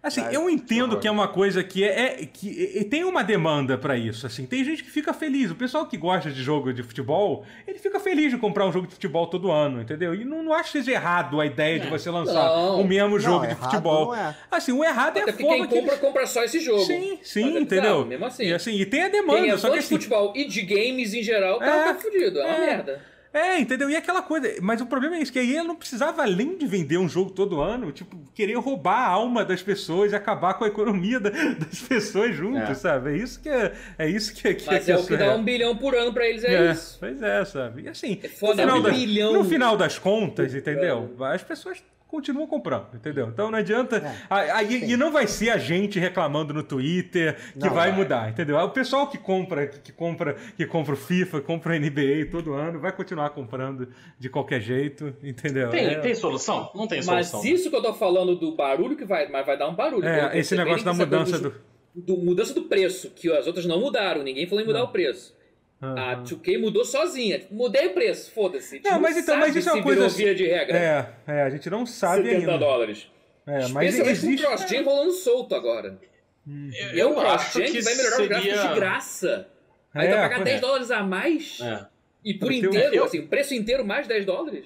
Speaker 1: Assim, eu entendo que é uma coisa que é, é- que e- e tem uma demanda pra isso, assim. Tem gente que fica feliz, o pessoal que gosta de jogo de futebol, ele fica feliz de comprar um jogo de futebol todo ano, entendeu? E não, não acho que seja errado a ideia
Speaker 4: É.
Speaker 1: de você lançar
Speaker 4: Não.
Speaker 1: o mesmo
Speaker 3: Não,
Speaker 1: jogo de
Speaker 3: errado
Speaker 1: futebol.
Speaker 3: não é.
Speaker 1: Assim, o errado é
Speaker 4: Até
Speaker 1: a
Speaker 4: porque
Speaker 1: forma
Speaker 4: quem
Speaker 1: que
Speaker 4: compra,
Speaker 1: eles...
Speaker 4: compra só esse jogo.
Speaker 1: Sim,
Speaker 4: Mas
Speaker 1: sim,
Speaker 4: é
Speaker 1: entendeu?
Speaker 4: bizarro, Mesmo assim.
Speaker 1: E assim, e tem a
Speaker 4: Quem
Speaker 1: demanda,
Speaker 4: é
Speaker 1: só
Speaker 4: fã
Speaker 1: que
Speaker 4: de
Speaker 1: assim,
Speaker 4: futebol e de games em geral, o
Speaker 1: É,
Speaker 4: cara tá fudido. É uma
Speaker 1: é. [laughs]
Speaker 4: merda.
Speaker 1: É, entendeu? E aquela coisa. Mas o problema é isso, que aí ele não precisava, além de vender um jogo todo ano, tipo, querer roubar a alma das pessoas e acabar com a economia da- [laughs] das pessoas juntos,
Speaker 2: É.
Speaker 1: sabe? É isso que é. É isso que, que
Speaker 4: Mas é o que
Speaker 1: isso
Speaker 4: dá um bilhão por ano pra eles, é,
Speaker 1: é,
Speaker 4: isso.
Speaker 1: Pois é, sabe? E assim,
Speaker 4: É foda,
Speaker 1: no, final
Speaker 4: um
Speaker 1: das,
Speaker 4: bilhão. É.
Speaker 1: no final das contas, entendeu? As pessoas continuam comprando, entendeu? Então não adianta. Ah, ah, e, e não vai ser a gente reclamando no Twitter que
Speaker 3: Não,
Speaker 1: vai
Speaker 2: vai.
Speaker 1: mudar, entendeu? É O pessoal que compra, que, que compra, que compra o FIFA, compra o NBA todo ano, vai continuar comprando de qualquer jeito, entendeu?
Speaker 2: Tem,
Speaker 1: É-
Speaker 2: tem solução? Não tem
Speaker 4: Mas
Speaker 2: solução. né?
Speaker 4: isso que eu tô falando do barulho que vai, mas vai dar um
Speaker 1: É,
Speaker 4: barulho. Eu tô
Speaker 1: esse
Speaker 4: percebendo
Speaker 1: negócio da
Speaker 4: que essa coisa
Speaker 1: mudança
Speaker 4: do mudança do preço, que as outras não mudaram, ninguém falou em mudar o preço.
Speaker 1: Aham.
Speaker 4: A 2K mudou sozinha. tipo, Mudei o preço, foda-se. Tipo,
Speaker 1: Não, mas então, mas isso é uma coisa assim-
Speaker 4: via de regra.
Speaker 1: É, é, a gente não sabe
Speaker 4: 70
Speaker 1: ainda.
Speaker 4: dólares.
Speaker 1: É, mas
Speaker 4: Especialmente
Speaker 1: existe.
Speaker 4: com o cross-gen rolando solto agora.
Speaker 2: Eu,
Speaker 4: E é um
Speaker 2: eu acho
Speaker 4: cross-gen que,
Speaker 2: que
Speaker 4: vai melhorar
Speaker 2: seria...
Speaker 4: os gráficos de graça. Aí
Speaker 1: É,
Speaker 4: vai pagar
Speaker 1: pois
Speaker 4: 10
Speaker 2: é.
Speaker 4: dólares a mais.
Speaker 2: É.
Speaker 4: E por
Speaker 1: Porque o-
Speaker 4: inteiro,
Speaker 2: eu-
Speaker 4: assim, preço inteiro mais 10 dólares?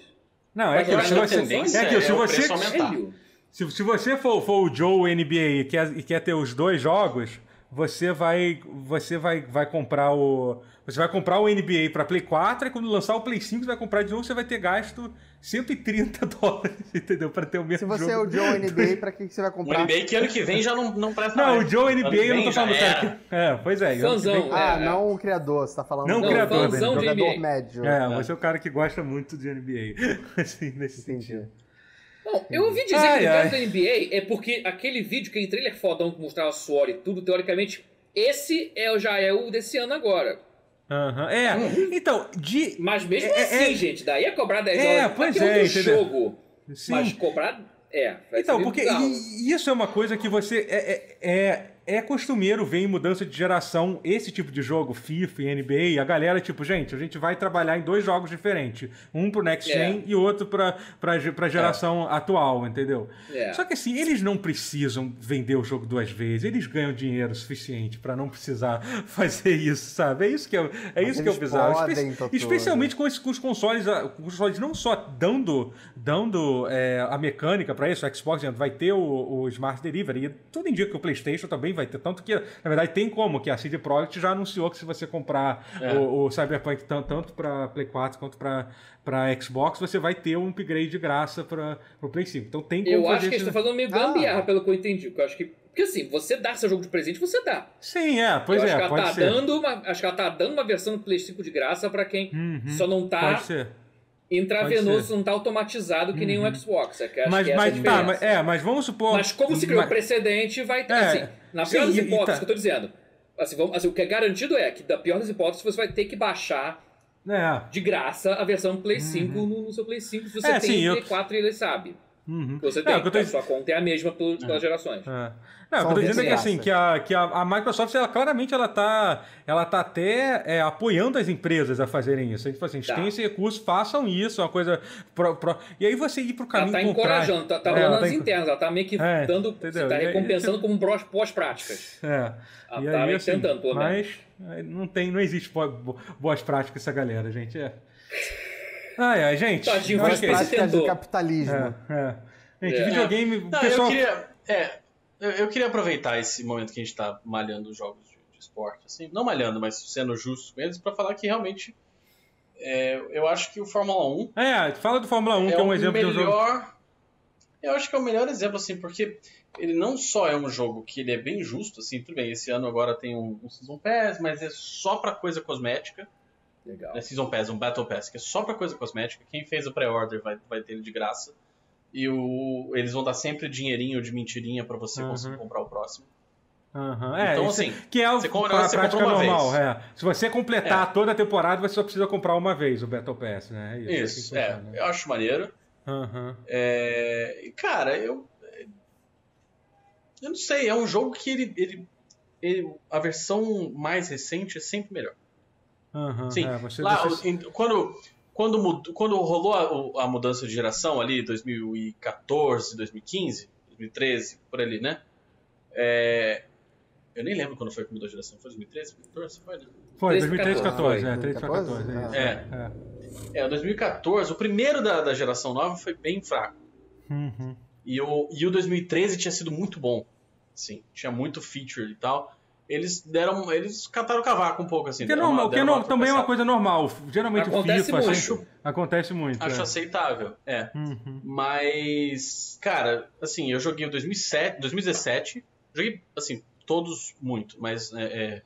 Speaker 1: Não, é
Speaker 4: Mas
Speaker 1: que
Speaker 4: eu
Speaker 2: acho
Speaker 1: se
Speaker 2: que a
Speaker 1: você,
Speaker 2: tendência
Speaker 4: né?
Speaker 1: é que se
Speaker 2: é o
Speaker 1: você
Speaker 2: preço aumentar.
Speaker 4: Sério?
Speaker 1: Se, se você for, for o Joe NBA e quer, e quer ter os dois jogos, você vai você vai, vai comprar o você vai comprar o NBA para Play 4 e quando lançar o Play 5 você vai comprar de novo, você vai ter gasto 130 [laughs] dólares, entendeu? Para ter o
Speaker 3: Se
Speaker 1: mesmo
Speaker 3: você é
Speaker 1: jogo.
Speaker 3: o Joe NBA, pra que que você vai
Speaker 2: O
Speaker 3: comprar?
Speaker 2: um NBA que ano que vem já não, não presta
Speaker 1: [laughs] Não,
Speaker 2: mais.
Speaker 1: o Joe
Speaker 2: Ano
Speaker 1: NBA
Speaker 2: que
Speaker 1: eu não
Speaker 2: vem
Speaker 1: tô
Speaker 2: já
Speaker 1: falando
Speaker 2: era.
Speaker 1: cara, que- É, pois é. eu-
Speaker 4: Fãzão.
Speaker 3: Ah,
Speaker 2: né?
Speaker 4: é.
Speaker 3: não o criador, você tá falando.
Speaker 1: Não o
Speaker 3: do-
Speaker 1: criador, fãzão
Speaker 4: de
Speaker 3: Jogador
Speaker 4: NBA.
Speaker 3: médio.
Speaker 1: É, você é o cara que gosta muito de NBA. [laughs] Assim, nesse sentido.
Speaker 3: Entendi.
Speaker 4: Bom, eu ouvi dizer
Speaker 1: Ai,
Speaker 4: que o
Speaker 1: ai.
Speaker 4: cara do NBA é porque aquele vídeo, aquele trailer fodão que mostrava suor e tudo, teoricamente, esse é, o- já é o desse ano agora.
Speaker 1: Aham. É, então, de.
Speaker 4: Mas mesmo
Speaker 1: É, é,
Speaker 4: assim,
Speaker 1: é.
Speaker 4: gente, daí é cobrar 10
Speaker 1: É,
Speaker 4: dólares.
Speaker 1: pois
Speaker 4: Daqui a
Speaker 1: é,
Speaker 4: outro
Speaker 1: entendeu?
Speaker 4: jogo.
Speaker 1: Sim.
Speaker 4: Mas cobrar. É, vai
Speaker 1: Então,
Speaker 4: ser
Speaker 1: porque
Speaker 4: bizarro.
Speaker 1: i- isso é uma coisa que você. É, é, é, é costumeiro ver em mudança de geração esse tipo de jogo, FIFA e NBA, a galera, tipo, gente, a gente vai trabalhar em dois jogos diferentes. Um pro Next
Speaker 4: É.
Speaker 1: Gen e outro pra, pra, ge- pra geração atual, entendeu?
Speaker 4: É.
Speaker 1: Só que assim, eles não precisam vender o jogo duas vezes, eles ganham dinheiro suficiente pra não precisar [laughs] fazer isso, sabe? É isso que é, é,
Speaker 3: Mas
Speaker 1: isso que é o
Speaker 3: eles
Speaker 1: bizarro.
Speaker 3: podem,
Speaker 1: Espe-
Speaker 3: Totoro.
Speaker 1: especialmente principalmente com, esses- com os consoles, ah, com os consoles não só dando, dando é, a mecânica para isso, o Xbox vai ter o, o Smart Delivery, e tudo indica que o PlayStation também vai vai ter. Tanto que, na verdade, tem como, que a CD Projekt já anunciou que se você comprar
Speaker 2: É.
Speaker 1: o, o Cyberpunk tan- tanto para Play 4 quanto para Xbox, você vai ter um upgrade de graça para o Play 5. Então tem como
Speaker 4: Eu
Speaker 1: fazer
Speaker 4: acho que eles
Speaker 1: esse-
Speaker 4: estão fazendo meio
Speaker 1: Ah.
Speaker 4: gambiarra, pelo que eu entendi. Porque, eu acho que, porque assim, você dá seu jogo de presente, você dá.
Speaker 1: Sim, é, pois
Speaker 4: eu acho que
Speaker 1: é,
Speaker 4: ela
Speaker 1: pode
Speaker 4: tá
Speaker 1: ser.
Speaker 4: dando uma, acho que ela tá dando uma versão do Play 5 de graça pra quem
Speaker 1: Uhum,
Speaker 4: só não tá
Speaker 1: Pode ser. pode
Speaker 4: intravenoso, não tá automatizado que nem
Speaker 1: Uhum.
Speaker 4: um Xbox. É que acho
Speaker 1: Mas,
Speaker 4: que essa é a
Speaker 1: mas, tá,
Speaker 4: diferença.
Speaker 1: mas, é, mas vamos supor.
Speaker 4: Mas como se criou
Speaker 1: Mas-
Speaker 4: um precedente, vai ter.
Speaker 1: É,
Speaker 4: assim, na pior
Speaker 1: sim,
Speaker 4: das
Speaker 1: e- e
Speaker 4: hipóteses
Speaker 1: tá.
Speaker 4: que eu tô dizendo. Assim, vamos- assim, o que é garantido é que, da pior das hipóteses, você vai ter que baixar
Speaker 1: É.
Speaker 4: de graça a versão Play 5 no, no seu Play 5. Se você
Speaker 1: Uhum. É,
Speaker 4: tem
Speaker 1: sim, eu-
Speaker 4: Play 4 e ele sabe.
Speaker 1: Uhum.
Speaker 4: Você
Speaker 1: É,
Speaker 4: tem,
Speaker 1: o que eu tô
Speaker 4: a sua conta é a mesma pelo- pelas gerações.
Speaker 1: É. Não, o que eu tô
Speaker 3: Talvez
Speaker 1: dizendo é que,
Speaker 3: graça.
Speaker 1: assim, que, a, que a, a Microsoft, ela, claramente, ela tá, ela tá até é, apoiando as empresas a fazerem isso. A gente fala assim, a gente
Speaker 4: Tá.
Speaker 1: tem esse recurso, façam isso, é uma coisa... Pro, pro- E aí você ir pro
Speaker 4: Ela
Speaker 1: caminho
Speaker 4: tá
Speaker 1: contrário.
Speaker 4: encorajando, tá, tá
Speaker 1: É,
Speaker 4: rolando
Speaker 1: ela tá
Speaker 4: nas
Speaker 1: enco-
Speaker 4: internas, ela tá meio que
Speaker 1: É,
Speaker 4: dando.
Speaker 1: entendeu?
Speaker 4: Tá
Speaker 1: E aí-
Speaker 4: recompensando como brós- pós-práticas.
Speaker 1: É.
Speaker 4: Ela
Speaker 1: E
Speaker 4: tá
Speaker 1: aí,
Speaker 4: meio
Speaker 1: assim,
Speaker 4: tentando, pelo menos.
Speaker 1: mas é, não, tem, não existe bo- bo- boas práticas essa galera, gente. É. Ai, ai, gente.
Speaker 4: Tadinho,
Speaker 1: ok.
Speaker 4: mas
Speaker 3: As
Speaker 4: que
Speaker 3: práticas
Speaker 4: tentou.
Speaker 3: do capitalismo.
Speaker 1: É, é. Gente,
Speaker 4: É.
Speaker 1: videogame...
Speaker 2: Não, eu
Speaker 1: pessoal...
Speaker 2: queria. É, eu, eu queria aproveitar esse momento que a gente tá malhando os jogos de, de esporte, assim, não malhando, mas sendo justo com eles, pra falar que realmente é, eu acho que o Fórmula 1
Speaker 1: É, fala do Fórmula 1, que é um
Speaker 2: o
Speaker 1: exemplo de um jogo...
Speaker 2: melhor- Eu acho que é o melhor exemplo, assim, porque ele não só é um jogo que ele é bem justo, assim, tudo bem, esse ano agora tem um, um Season Pass, mas é só pra coisa cosmética.
Speaker 4: Legal.
Speaker 2: Não é Season Pass, é um Battle Pass, que é só pra coisa cosmética. Quem fez o pré-order vai, vai ter ele de graça. E o, eles vão dar sempre dinheirinho de mentirinha pra você
Speaker 1: Uhum.
Speaker 2: conseguir comprar o próximo.
Speaker 1: Aham, é,
Speaker 2: então,
Speaker 1: isso-
Speaker 2: assim,
Speaker 1: Que é o-
Speaker 2: Você compra-
Speaker 1: a
Speaker 2: você
Speaker 1: prática
Speaker 2: compra uma
Speaker 1: normal,
Speaker 2: vez. É.
Speaker 1: é. Se você completar toda a temporada, você só precisa comprar uma vez o Battle Pass, né? É
Speaker 2: isso,
Speaker 1: assim que
Speaker 2: é,
Speaker 1: funciona.
Speaker 2: eu acho maneiro.
Speaker 1: Aham.
Speaker 2: É, e, cara, eu. Eu não sei, é um jogo que ele, ele, ele- A versão mais recente é sempre melhor.
Speaker 1: Aham.
Speaker 2: Sim,
Speaker 1: é, você-
Speaker 2: Lá,
Speaker 1: você-
Speaker 2: o- em- quando, quando, mud- quando rolou a, o- a mudança de geração ali, 2014, 2015, 2013, por ali, né? É, eu nem lembro quando foi que mudou a geração. Foi 2013, 2014? Foi, né?
Speaker 1: Foi, 2013, 14, é,
Speaker 3: 13,
Speaker 1: 14,
Speaker 3: Ah.
Speaker 1: é.
Speaker 2: É,
Speaker 1: isso. É.
Speaker 2: é, 2014, o primeiro da, da geração nova foi bem fraco.
Speaker 1: Uhum.
Speaker 2: E o, e o 2013 tinha sido muito bom. Assim, tinha muito feature e tal. Eles deram. Eles cataram o cavaco um pouco, assim.
Speaker 1: Que é
Speaker 2: deram uma-
Speaker 1: normal, que é
Speaker 2: deram uma
Speaker 1: normal, também é uma
Speaker 2: tropeçada.
Speaker 1: coisa normal. Geralmente
Speaker 4: Acontece
Speaker 1: o FIFA
Speaker 4: muito.
Speaker 1: assim, acontece muito.
Speaker 2: Acho
Speaker 1: é.
Speaker 2: aceitável, é.
Speaker 1: Uhum.
Speaker 2: Mas, cara, assim, eu joguei o 2007, 2017. Joguei, assim, todos muito, mas é, é,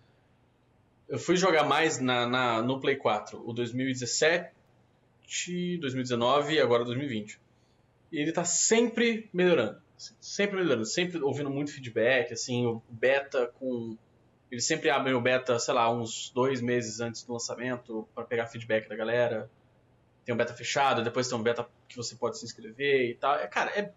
Speaker 2: eu fui jogar mais na, na- no Play 4. O 2017, 2019 e agora 2020. E ele tá sempre melhorando. assim, Sempre melhorando, sempre ouvindo muito feedback, assim, o beta com. Eles sempre abrem o beta, sei lá, uns dois meses antes do lançamento pra pegar feedback da galera tem um beta fechado, depois tem um beta que você pode se inscrever e tal. É, cara, é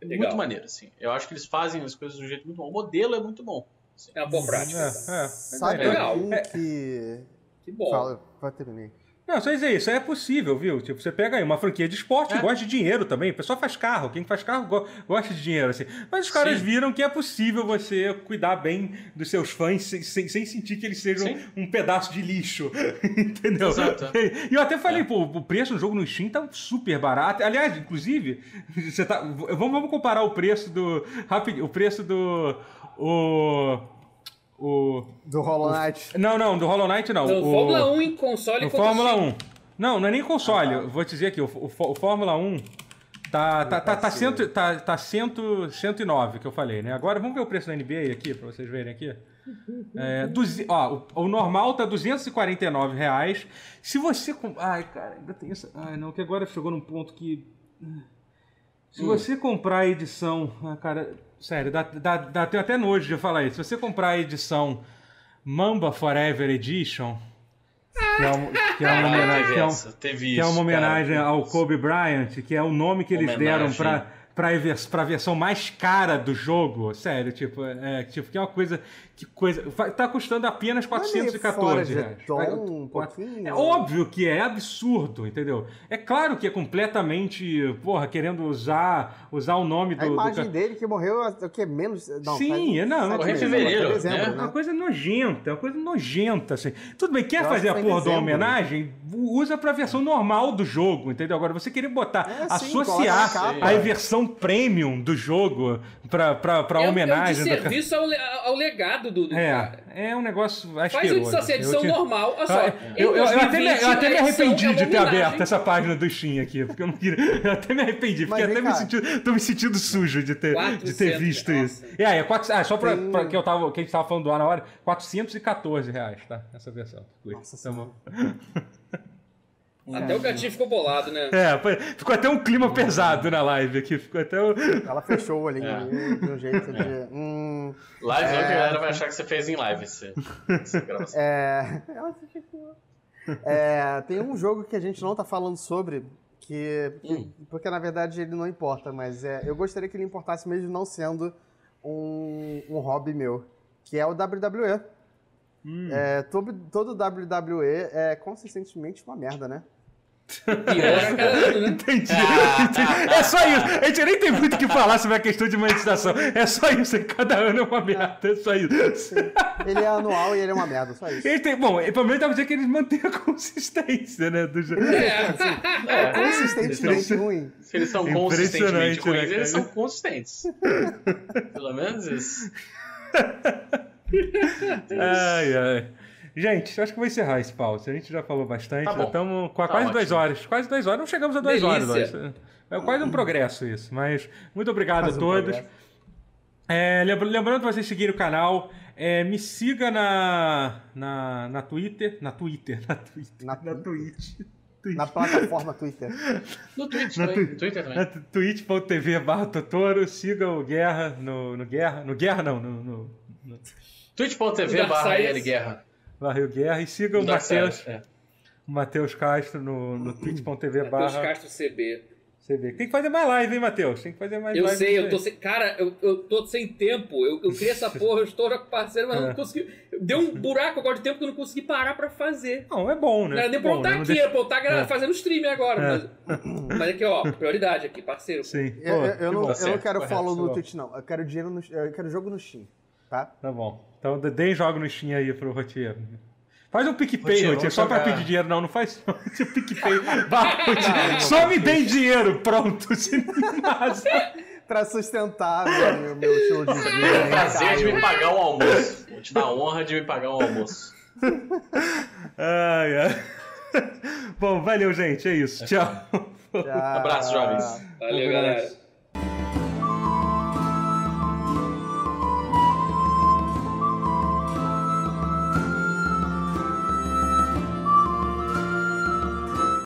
Speaker 2: é
Speaker 4: Legal.
Speaker 2: muito maneiro, assim. Eu acho que eles fazem as coisas de um jeito muito bom. O modelo é muito bom. assim.
Speaker 4: É uma boa prática.
Speaker 1: É, é.
Speaker 3: Sabe
Speaker 4: Legal.
Speaker 3: um que.
Speaker 4: Que bom.
Speaker 3: Fala, pode terminar.
Speaker 1: Não, só dizer isso, é possível, viu? Tipo, você pega aí uma franquia de esporte
Speaker 2: É.
Speaker 1: e gosta de dinheiro também. O pessoal faz carro, quem faz carro go- gosta de dinheiro, assim. Mas os caras
Speaker 2: Sim.
Speaker 1: viram que é possível você cuidar bem dos seus fãs sem, sem, sem sentir que eles sejam
Speaker 2: Sim.
Speaker 1: um pedaço de lixo. [laughs] Entendeu?
Speaker 2: Exato. É.
Speaker 1: E eu até falei, pô, o preço do jogo no Steam tá super barato. Aliás, inclusive, você tá. Vamos, vamos comparar o preço do. Rapidinho, o preço do. O. O.
Speaker 3: Do Hollow Knight.
Speaker 1: Não, não, do Hollow Knight não.
Speaker 4: Então,
Speaker 1: o...
Speaker 2: um,
Speaker 4: Fórmula 1 em console
Speaker 1: No
Speaker 4: contra
Speaker 1: Fórmula
Speaker 4: cinco.
Speaker 1: 1. Não, não é nem console. Eu Vou dizer aqui, o, F- o F- o Fórmula 1 tá, tá, tá, tá, cento, tá, tá cento, 109, que eu falei, né? Agora vamos ver o preço da NBA aqui, pra vocês verem aqui. É, duzi- ó, o, o normal tá R$ 249 reais. Se você... com- Ai, cara, ainda tem essa... Ai, não, que agora chegou num ponto que... Se
Speaker 2: Hum.
Speaker 1: você comprar a edição... Ah, cara, sério, dá, dá, dá, tenho até nojo de falar isso. Se você comprar a edição Mamba Forever Edition... Que é, um- que é uma
Speaker 2: Ah,
Speaker 1: homenagem,
Speaker 2: teve
Speaker 1: que é um-
Speaker 2: essa, teve
Speaker 1: que é uma
Speaker 2: isso,
Speaker 1: homenagem
Speaker 2: cara.
Speaker 1: ao Kobe Bryant, que é o nome que eles
Speaker 2: Homenagem.
Speaker 1: deram pra, pra, ver- pra versão mais cara do jogo. Sério, tipo, é, tipo, que é uma coisa. Que coisa. fa- Tá custando apenas
Speaker 3: Não é meio
Speaker 1: 414
Speaker 3: fora
Speaker 1: reais.
Speaker 3: de tom
Speaker 1: Vai-
Speaker 3: um pouquinho?
Speaker 1: É óbvio que é absurdo, entendeu? É claro que é completamente, porra, querendo usar, usar o nome do.
Speaker 3: A
Speaker 1: do
Speaker 3: imagem
Speaker 1: ca-
Speaker 3: dele que morreu, há- o que? Menos. Não,
Speaker 1: Sim,
Speaker 3: faz
Speaker 1: não,
Speaker 3: sete
Speaker 1: morreu em
Speaker 3: meses,
Speaker 2: fevereiro,
Speaker 3: foi dezembro,
Speaker 1: É uma coisa nojenta, uma coisa nojenta, assim. Tudo bem, quer
Speaker 3: né? Eu acho
Speaker 1: fazer
Speaker 3: que
Speaker 1: a
Speaker 3: foi em
Speaker 1: porra da
Speaker 3: dezembro. né?
Speaker 1: homenagem? Usa pra versão normal do jogo, entendeu? Agora, você querer botar,
Speaker 3: É, sim,
Speaker 1: associar
Speaker 3: coloca na
Speaker 1: a
Speaker 3: capa.
Speaker 1: versão versão premium do jogo pra, pra, pra
Speaker 4: é um-
Speaker 1: homenagem.
Speaker 4: É um
Speaker 1: da-
Speaker 4: serviço ao, le- ao legado do, do cara.
Speaker 1: É, é um negócio
Speaker 4: Faz
Speaker 1: asqueroso.
Speaker 4: isso assim, a edição
Speaker 1: te-
Speaker 4: normal. Olha
Speaker 1: Ah,
Speaker 4: só. em
Speaker 1: Eu, eu- eu até me,
Speaker 4: 2020,
Speaker 1: eu até me
Speaker 4: a edição
Speaker 1: arrependi
Speaker 4: é uma
Speaker 1: de ter
Speaker 4: homenagem.
Speaker 1: aberto essa página do Steam aqui, porque eu não queria. [laughs] Eu até me arrependi,
Speaker 3: Mas
Speaker 1: porque até
Speaker 3: vem
Speaker 1: me
Speaker 3: cá.
Speaker 1: senti, tô me sentindo sujo de ter, de ter
Speaker 4: 400,
Speaker 1: visto isso.
Speaker 4: nossa.
Speaker 1: E aí, é quatro- ah, só pra,
Speaker 3: Tem-
Speaker 1: pra que, eu tava, que a gente tava falando lá na hora, 414 reais, tá? Essa versão. Ui,
Speaker 3: Nossa
Speaker 1: tá bom.
Speaker 4: Até o gatinho ficou
Speaker 1: [laughs]
Speaker 4: bolado, né?
Speaker 1: É, foi- ficou até um clima pesado na live aqui. Ficou até. um, o-
Speaker 3: Ela fechou o olhinho
Speaker 2: É.
Speaker 3: ali de um jeito de. Hum.
Speaker 2: Live não, que a
Speaker 3: É.
Speaker 2: galera vai achar que você fez em live esse-
Speaker 1: [laughs]
Speaker 2: essa gravação.
Speaker 3: É... Ela se chateou. É, tem um jogo que a gente não tá falando sobre, que.
Speaker 2: Hum.
Speaker 3: Porque na verdade ele não importa, mas é, eu gostaria que ele importasse mesmo não sendo um, um hobby meu, que é o WWE.
Speaker 1: Hum.
Speaker 3: É, todo, todo WWE é consistentemente uma merda, né?
Speaker 4: Piora a cada ano, né?
Speaker 1: [laughs] Entendi.
Speaker 4: tá,
Speaker 1: entendi. É só isso. A gente nem tem muito o que falar sobre a questão de monetização. É só isso. é que Cada ano é uma merda. É só isso.
Speaker 3: Ele é anual e ele é uma merda, só
Speaker 1: [laughs]
Speaker 3: isso.
Speaker 1: Ele tem, bom, ele- pelo menos dá pra dizer que eles mantêm a [laughs] consistência, né? Do jogo.
Speaker 4: É.
Speaker 2: É.
Speaker 3: Consistentemente ruim.
Speaker 2: Se eles são
Speaker 1: Impressionante,
Speaker 2: consistentemente
Speaker 1: né,
Speaker 2: ruins, eles
Speaker 1: cara?
Speaker 2: são
Speaker 1: [laughs]
Speaker 2: consistentes. Pelo menos isso.
Speaker 1: Ai, ai. Gente, eu acho que vou encerrar esse pause. A gente já falou bastante.
Speaker 2: Tá
Speaker 1: já
Speaker 2: bom.
Speaker 1: estamos com a
Speaker 2: Tá
Speaker 1: quase duas
Speaker 2: ótimo.
Speaker 1: horas. Quase duas horas. Não chegamos a duas
Speaker 4: Delícia.
Speaker 1: horas. mas É quase um progresso isso. Mas muito obrigado
Speaker 3: Faz
Speaker 1: a
Speaker 3: um
Speaker 1: todos.
Speaker 3: progresso.
Speaker 1: É, lembra- lembrando pra vocês seguirem o canal, é, me siga na, na, na Twitter. Na Twitter, [laughs] na Twitter.
Speaker 3: Na
Speaker 1: Twitch.
Speaker 3: Na plataforma Twitter.
Speaker 2: No Twitch também. No Twitter
Speaker 1: Na
Speaker 2: também.
Speaker 1: t- twitch.tv barra Totoro, siga o Guerra no, no Guerra. No Guerra não, no, no, no
Speaker 2: twitch.tv
Speaker 4: Dark
Speaker 2: barra
Speaker 4: Science.
Speaker 2: IL Guerra.
Speaker 1: Barril Guerra. E siga o
Speaker 2: Dark Science,
Speaker 1: Matheus,
Speaker 2: é.
Speaker 1: o Matheus Castro no, no twitch.tv
Speaker 4: Uhum. Matheus
Speaker 1: barra
Speaker 4: Castro CB.
Speaker 1: CV. Tem que fazer mais live, hein, Matheus? Tem que fazer mais
Speaker 4: Eu
Speaker 1: live.
Speaker 4: sei, eu
Speaker 1: aí.
Speaker 4: tô sem. Cara, eu, eu tô sem tempo. Eu, eu criei
Speaker 1: [laughs]
Speaker 4: essa porra, eu estou com parceiro, mas eu não
Speaker 1: É.
Speaker 4: consegui. Deu um buraco agora de tempo que eu não consegui parar pra fazer.
Speaker 1: Não, é bom, né?
Speaker 4: Não era nem
Speaker 1: É
Speaker 4: pra eu
Speaker 1: bom,
Speaker 4: estar
Speaker 1: né? Não
Speaker 4: aqui,
Speaker 1: deixa-
Speaker 4: era pra eu estar gra-
Speaker 1: É.
Speaker 4: fazendo streaming agora. Mas, mas aqui, ó, prioridade aqui, parceiro.
Speaker 1: Sim.
Speaker 2: É,
Speaker 3: Eu,
Speaker 1: Pô,
Speaker 3: eu- eu
Speaker 1: que
Speaker 3: não,
Speaker 1: bom.
Speaker 3: eu não
Speaker 2: certo,
Speaker 3: quero
Speaker 2: correto,
Speaker 3: follow
Speaker 1: tá
Speaker 3: no
Speaker 1: bom.
Speaker 3: Twitch, não. Eu quero dinheiro no. Eu quero jogo no Steam, tá?
Speaker 1: Tá bom. Então dê jogo no Steam aí pro Rotier. Faz um PicPay,
Speaker 2: Rotier,
Speaker 1: Rotier,
Speaker 2: vamos
Speaker 1: só pra
Speaker 2: jogar.
Speaker 1: pedir dinheiro. Não, não faz não. [laughs] Tem
Speaker 4: [laughs]
Speaker 1: PicPay. Barra, Rotier. só me dê dinheiro, pronto. [laughs] Sem mais.
Speaker 3: Pra sustentar né, meu, meu show de
Speaker 2: Tenho [laughs]
Speaker 3: vida. né,
Speaker 2: o prazer de me pagar um almoço. Vou te dar a honra de me pagar um almoço.
Speaker 1: Ai, ai. [laughs] Bom, valeu, gente. É isso. Tchau. Um
Speaker 2: Abraço, jovens.
Speaker 4: Valeu, galera.